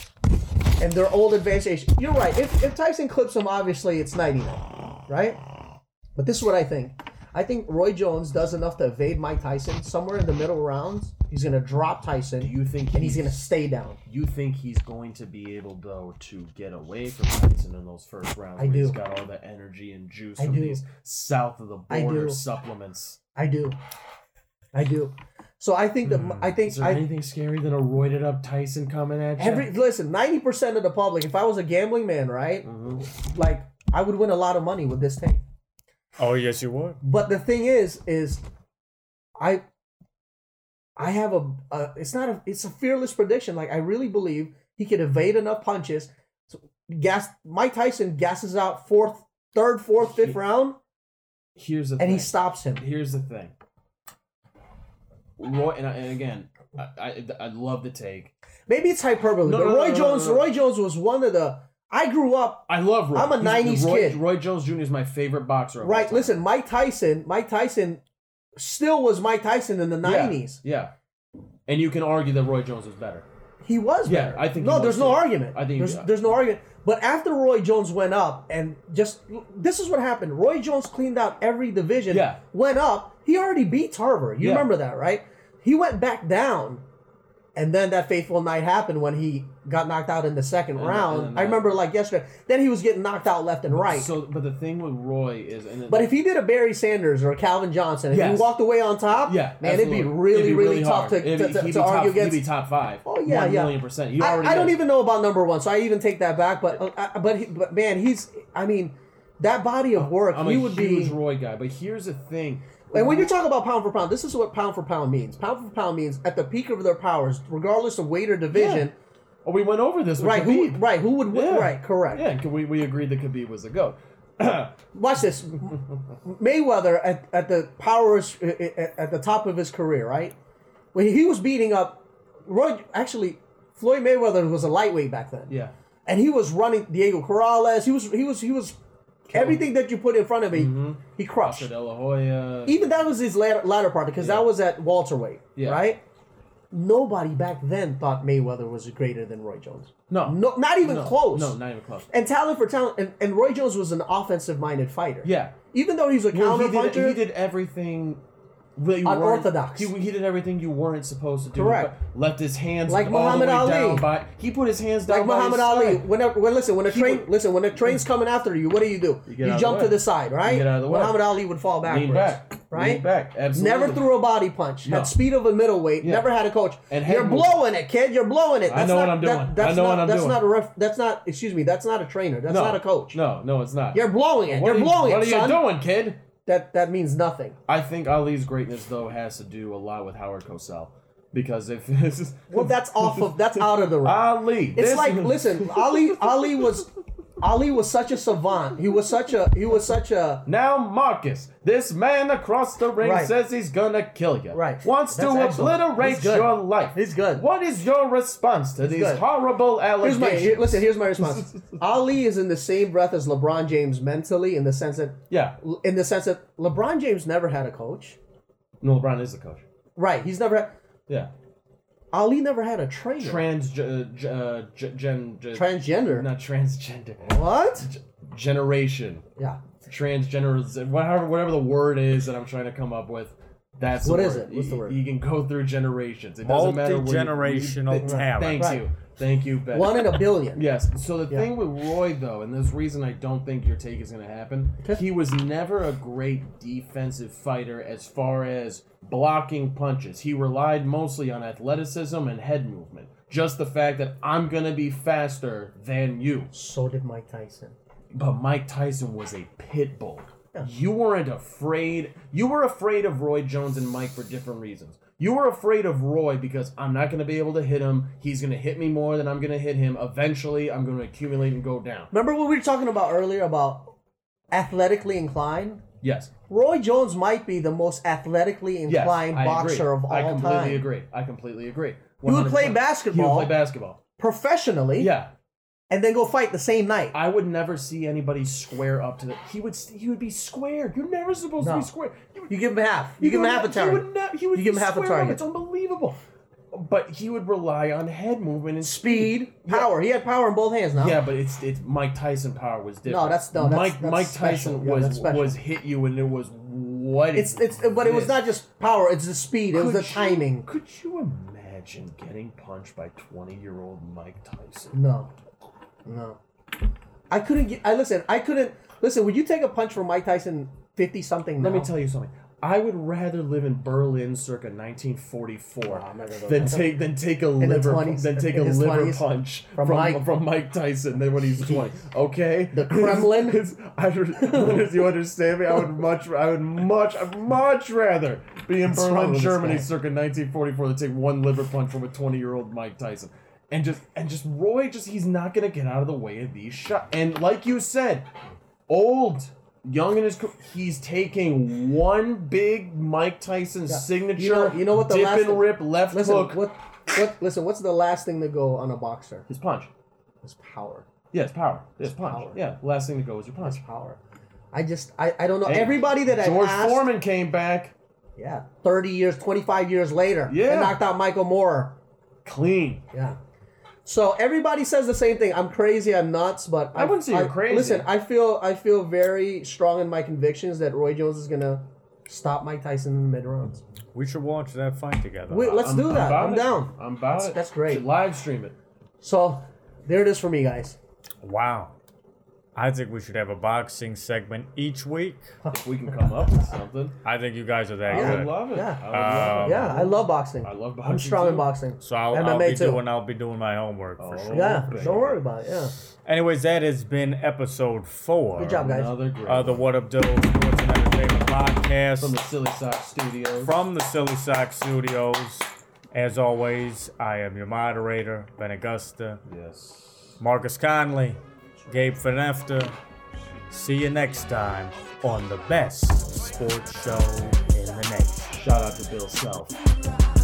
Speaker 5: And they're old advanced age. You're right. If, if Tyson clips him, obviously it's 99, right? But this is what I think. I think Roy Jones does enough to evade Mike Tyson. Somewhere in the middle rounds, he's going to drop
Speaker 3: Do
Speaker 5: Tyson
Speaker 3: you think
Speaker 5: and he's going to stay down.
Speaker 3: You think he's going to be able though to get away from Tyson in those first rounds?
Speaker 5: I
Speaker 3: where He's
Speaker 5: do.
Speaker 3: got all the energy and juice
Speaker 5: I
Speaker 3: from
Speaker 5: do.
Speaker 3: these south of the
Speaker 5: I
Speaker 3: border
Speaker 5: do.
Speaker 3: supplements.
Speaker 5: I do. I do. So I think that I think
Speaker 3: Hmm. Is there
Speaker 5: I,
Speaker 3: anything scary than a roided up Tyson coming at you?
Speaker 5: Every listen, ninety percent of the public. If I was a gambling man, right?
Speaker 3: Mm-hmm.
Speaker 5: Like I would win a lot of money with this thing.
Speaker 4: Oh yes, you would.
Speaker 5: But the thing is, is I, I have a. a it's not a. It's a fearless prediction. Like I really believe he could evade enough punches. So gas Mike Tyson gasses out fourth, third, fourth, fifth round,
Speaker 3: here's the
Speaker 5: and he
Speaker 3: thing.
Speaker 5: stops him.
Speaker 3: Here's the thing. Roy and, I, and again, I, I I love the take.
Speaker 5: Maybe it's hyperbole,
Speaker 3: No,
Speaker 5: but
Speaker 3: no, no,
Speaker 5: Roy
Speaker 3: no, no,
Speaker 5: Jones.
Speaker 3: no, no.
Speaker 5: Roy Jones was one of the. I grew up
Speaker 3: I love Roy.
Speaker 5: I'm a
Speaker 3: He's-
Speaker 5: 90s
Speaker 3: Roy,
Speaker 5: kid.
Speaker 3: Roy Jones Jr. is my favorite boxer. of all
Speaker 5: right.
Speaker 3: time.
Speaker 5: Listen, Mike Tyson. Mike Tyson still was Mike Tyson in the
Speaker 3: Yeah,
Speaker 5: nineties.
Speaker 3: Yeah. And you can argue that Roy Jones was better.
Speaker 5: He was
Speaker 3: Yeah,
Speaker 5: better.
Speaker 3: I think
Speaker 5: no.
Speaker 3: he
Speaker 5: There's
Speaker 3: was
Speaker 5: no
Speaker 3: too.
Speaker 5: argument.
Speaker 3: I think-
Speaker 5: there's, there's no argument. But after Roy Jones went up and just this is what happened. Roy Jones cleaned out every division.
Speaker 3: Yeah.
Speaker 5: Went up. He already beat Tarver. You
Speaker 3: Yeah.
Speaker 5: remember that, right? He went back down, and then that fateful night happened when he got knocked out in the second round.
Speaker 3: and then
Speaker 5: I
Speaker 3: that-
Speaker 5: remember like yesterday. Then he was getting knocked out left and right.
Speaker 3: So, but the thing with Roy is, and it-
Speaker 5: but if he did a Barry Sanders or a Calvin Johnson, if
Speaker 3: Yes.
Speaker 5: he walked away on top,
Speaker 3: yeah,
Speaker 5: man,
Speaker 3: absolutely.
Speaker 5: it'd be really,
Speaker 3: It'd
Speaker 5: really, tough
Speaker 3: hard.
Speaker 5: to,
Speaker 3: It'd
Speaker 5: to,
Speaker 3: be-
Speaker 5: to-
Speaker 3: he'd be
Speaker 5: to argue
Speaker 3: top,
Speaker 5: against.
Speaker 3: He'd be top five.
Speaker 5: Oh yeah,
Speaker 3: One
Speaker 5: yeah,
Speaker 3: million percent. You
Speaker 5: I,
Speaker 3: already
Speaker 5: I don't
Speaker 3: did.
Speaker 5: even know about number one, so I even take that back. But uh, I, but he, but man, he's I mean, that body of work,
Speaker 3: I'm
Speaker 5: he
Speaker 3: a
Speaker 5: would
Speaker 3: huge
Speaker 5: be.
Speaker 3: Roy guy, but here's the thing.
Speaker 5: and when you
Speaker 3: mm-hmm.
Speaker 5: talk about pound for pound, this is what pound for pound means. Pound for pound means at the peak of their powers, regardless of weight or division.
Speaker 3: Oh, we went over this. With
Speaker 5: Right? Who?
Speaker 3: Khabib.
Speaker 5: Right? Who would win?
Speaker 3: Yeah.
Speaker 5: Right? Correct.
Speaker 3: Yeah, and we we agreed that Khabib was a goat.
Speaker 5: Watch this. Mayweather at, at the powers at, at the top of his career, right? When he was beating up Roy, actually, Floyd Mayweather was a lightweight back then.
Speaker 3: Yeah,
Speaker 5: and he was running Diego Corrales. He was he was he was everything that you put in front of him.
Speaker 3: Mm-hmm.
Speaker 5: He crushed.
Speaker 3: De La Hoya.
Speaker 5: Even that was his latter, latter part because
Speaker 3: Yeah.
Speaker 5: that was at welterweight,
Speaker 3: Yeah.
Speaker 5: right? Nobody back then thought Mayweather was greater than Roy Jones.
Speaker 3: no,
Speaker 5: No, not even
Speaker 3: no,
Speaker 5: close.
Speaker 3: No, not even close.
Speaker 5: And talent for talent, and, and Roy Jones was an offensive-minded fighter.
Speaker 3: Yeah.
Speaker 5: even though he's a
Speaker 3: Well,
Speaker 5: counter
Speaker 3: he, did,
Speaker 5: puncher,
Speaker 3: he did everything. That you weren't-
Speaker 5: Unorthodox.
Speaker 3: He, he did everything you weren't supposed to do.
Speaker 5: Correct.
Speaker 3: He Left his hands
Speaker 5: Like
Speaker 3: all
Speaker 5: Muhammad
Speaker 3: the way
Speaker 5: Ali.
Speaker 3: Down by, he put his hands down.
Speaker 5: like
Speaker 3: by his
Speaker 5: Muhammad Ali.
Speaker 3: side.
Speaker 5: Whenever, when listen, when a train,
Speaker 3: would-
Speaker 5: listen, when a train's coming after you, what do you do?
Speaker 3: get out
Speaker 5: You,
Speaker 3: of the
Speaker 5: jump
Speaker 3: way.
Speaker 5: to the side, right?
Speaker 3: get out of the way.
Speaker 5: Muhammad Ali would fall backwards,
Speaker 3: Lean back.
Speaker 5: right?
Speaker 3: Lean back. Absolutely.
Speaker 5: Never threw a body punch.
Speaker 3: No.
Speaker 5: Had speed of a middleweight.
Speaker 3: Yeah.
Speaker 5: Never had a coach.
Speaker 3: And head
Speaker 5: you're
Speaker 3: movement.
Speaker 5: blowing it, kid. You're blowing it.
Speaker 3: I
Speaker 5: That's
Speaker 3: know what
Speaker 5: not-
Speaker 3: I'm doing.
Speaker 5: that- that's
Speaker 3: I know
Speaker 5: not,
Speaker 3: what I'm
Speaker 5: that's
Speaker 3: doing.
Speaker 5: Not a ref, that's not. Excuse me. That's not a trainer. That's
Speaker 3: No.
Speaker 5: not a coach.
Speaker 3: No, no, it's not.
Speaker 5: You're blowing it.
Speaker 3: What
Speaker 5: you're
Speaker 3: are you-
Speaker 5: blowing
Speaker 3: What
Speaker 5: it,
Speaker 3: are you
Speaker 5: son.
Speaker 3: doing, kid?
Speaker 5: That that means nothing.
Speaker 3: I think Ali's greatness though has to do a lot with Howard Cosell because if
Speaker 5: Well, that's off of. That's out of the realm.
Speaker 3: Ali,
Speaker 5: It's
Speaker 3: this-
Speaker 5: like listen, Ali. Ali was. Ali was such a savant. He was such a. He was such a.
Speaker 3: Now Marcus, this man across the ring
Speaker 5: Right.
Speaker 3: says he's gonna kill you.
Speaker 5: Right.
Speaker 3: Wants
Speaker 5: That's
Speaker 3: to
Speaker 5: excellent.
Speaker 3: obliterate
Speaker 5: He's good.
Speaker 3: your life.
Speaker 5: He's good.
Speaker 3: What is your response to these
Speaker 5: good.
Speaker 3: horrible
Speaker 5: Here's
Speaker 3: allegations?
Speaker 5: my here, listen. Here's my response. Ali is in the same breath as LeBron James mentally, in the sense that
Speaker 3: yeah.
Speaker 5: in the sense that LeBron James never had a coach.
Speaker 3: No, LeBron is the coach.
Speaker 5: Right. He's never had.
Speaker 3: Yeah.
Speaker 5: Ali never had a trainer.
Speaker 3: Trans uh, j- uh, j- gen j-
Speaker 5: Transgender.
Speaker 3: not transgender
Speaker 5: What?
Speaker 3: generation
Speaker 5: Yeah.
Speaker 3: transgender whatever whatever the word is that I'm trying to come up with. That's
Speaker 5: What
Speaker 3: the
Speaker 5: is
Speaker 3: word.
Speaker 5: it? What's the
Speaker 3: You-
Speaker 5: word?
Speaker 3: You, can go through generations. It doesn't matter. where you-
Speaker 4: Multi-generational
Speaker 3: you-
Speaker 4: talent.
Speaker 3: Thank
Speaker 5: Right.
Speaker 3: you. Thank you, Ben.
Speaker 5: One in a billion.
Speaker 3: Yes. So the
Speaker 5: Yeah.
Speaker 3: thing with Roy, though, and this reason I don't think your take is going to happen, he was never a great defensive fighter as far as blocking punches. He relied mostly on athleticism and head movement. Just the fact that I'm going to be faster than you.
Speaker 5: So did Mike Tyson.
Speaker 3: But Mike Tyson was a pit bull. You weren't afraid. You were afraid of Roy Jones and Mike for different reasons. You were afraid of Roy because I'm not going to be able to hit him. He's going to hit me more than I'm going to hit him. Eventually, I'm going to accumulate and go down.
Speaker 5: Remember what we were talking about earlier about athletically inclined?
Speaker 3: Yes.
Speaker 5: Roy Jones might be the most athletically
Speaker 3: Yes.
Speaker 5: inclined
Speaker 3: I
Speaker 5: boxer
Speaker 3: agree.
Speaker 5: of all
Speaker 3: I completely
Speaker 5: time.
Speaker 3: agree. I completely agree.
Speaker 5: He would play
Speaker 3: 100%. He
Speaker 5: basketball.
Speaker 3: would play basketball.
Speaker 5: Professionally,
Speaker 3: Yeah.
Speaker 5: and then go fight the same night.
Speaker 3: I would never see anybody square up to the. He would. He would be square. You're never supposed to
Speaker 5: No.
Speaker 3: be square. You
Speaker 5: you give him half. You, give him
Speaker 3: would-
Speaker 5: half a
Speaker 3: He
Speaker 5: target.
Speaker 3: would, ne- he would
Speaker 5: You give him half a
Speaker 3: square up.
Speaker 5: target.
Speaker 3: It's unbelievable. But he would rely on head movement and
Speaker 5: Speed,
Speaker 3: Yeah.
Speaker 5: power. He had power in both hands now.
Speaker 3: Yeah, but it's it's Mike Tyson power was different.
Speaker 5: No, that's- no, that's-
Speaker 3: Mike
Speaker 5: that's
Speaker 3: Mike
Speaker 5: special.
Speaker 3: Tyson
Speaker 5: Yeah, that's
Speaker 3: was
Speaker 5: special.
Speaker 3: was hit you and it was what
Speaker 5: It's it's but it was not just power, it's the speed, it was the timing.
Speaker 3: could you imagine getting punched by twenty year old Mike Tyson?
Speaker 5: No. No. I couldn't get I listen, I couldn't listen, would you take a punch from Mike Tyson fifty something
Speaker 3: Let me tell you something. I would rather live in Berlin circa 1944
Speaker 5: Oh, I'm not gonna go
Speaker 3: than
Speaker 5: there.
Speaker 3: take than take a
Speaker 5: the
Speaker 3: liver
Speaker 5: 20s,
Speaker 3: than take a
Speaker 5: in his
Speaker 3: liver
Speaker 5: 20s,
Speaker 3: punch
Speaker 5: from
Speaker 3: from from
Speaker 5: Mike.
Speaker 3: Mike, Tyson than when he's 20. Okay, the
Speaker 5: Kremlin?
Speaker 3: I, would- you understand me? I would much I would much much rather be in
Speaker 5: wrong
Speaker 3: Berlin,
Speaker 5: with this
Speaker 3: Germany
Speaker 5: guy?
Speaker 3: circa 1944 than take one liver punch from a 20 year old Mike Tyson. And just and just Roy just he's not gonna get out of the way of these shots. And like you said, old, young in his car- he's taking one big Mike Tyson signature.
Speaker 5: You know- you know what the
Speaker 3: dip
Speaker 5: last-
Speaker 3: and rip left
Speaker 5: Listen,
Speaker 3: hook.
Speaker 5: what what listen, what's the last thing to go on a boxer?
Speaker 3: His punch.
Speaker 5: It's power.
Speaker 3: Yeah, it's power. It's punch.
Speaker 5: power.
Speaker 3: Yeah, last thing to go is your punch.
Speaker 5: It's power. I just I, I don't know.
Speaker 3: Hey,
Speaker 5: Everybody that I
Speaker 3: George
Speaker 5: asked,
Speaker 3: Foreman came back
Speaker 5: Yeah. Thirty years, twenty five years later.
Speaker 3: Yeah.
Speaker 5: And knocked out Michael Moore.
Speaker 3: clean.
Speaker 5: Yeah. So everybody says the same thing. I'm crazy. I'm nuts. But
Speaker 3: I wouldn't say you're crazy.
Speaker 5: Listen, I feel I feel very strong in my convictions that Roy Jones is gonna stop Mike Tyson in the mid rounds.
Speaker 4: We should watch that fight together.
Speaker 5: Wait, let's do that.
Speaker 3: about
Speaker 5: I'm
Speaker 3: it.
Speaker 5: down.
Speaker 3: I'm about it.
Speaker 5: that's great.
Speaker 3: Should live stream it.
Speaker 5: So there it is for me, guys.
Speaker 4: wow. I think we should have a boxing segment each week.
Speaker 3: If we can come up with something,
Speaker 4: I think you guys are that
Speaker 3: I would
Speaker 4: good.
Speaker 3: love it.
Speaker 5: Yeah.
Speaker 3: I would love it.
Speaker 5: Yeah, I love boxing.
Speaker 3: I love
Speaker 5: I'm
Speaker 3: boxing,
Speaker 5: strong
Speaker 3: too.
Speaker 5: in boxing.
Speaker 4: So I'll,
Speaker 5: MMA
Speaker 4: I'll be
Speaker 5: too.
Speaker 4: doing I'll be doing my homework for
Speaker 3: Oh.
Speaker 4: sure.
Speaker 5: yeah,
Speaker 3: baby.
Speaker 5: don't worry about it. Yeah.
Speaker 4: Anyways, that has been episode four.
Speaker 5: Good job, guys.
Speaker 3: Another great
Speaker 4: Uh, the What Up Doe Sports and Entertainment Podcast
Speaker 3: from the Silly Sock Studios.
Speaker 4: from the Silly Sock Studios. As always, I am your moderator, Ben Augusta,
Speaker 3: yes.
Speaker 4: Marcus Conley, Gabe Finefta. See you next time on the best sports show in the nation.
Speaker 3: Shout out to Bill Self.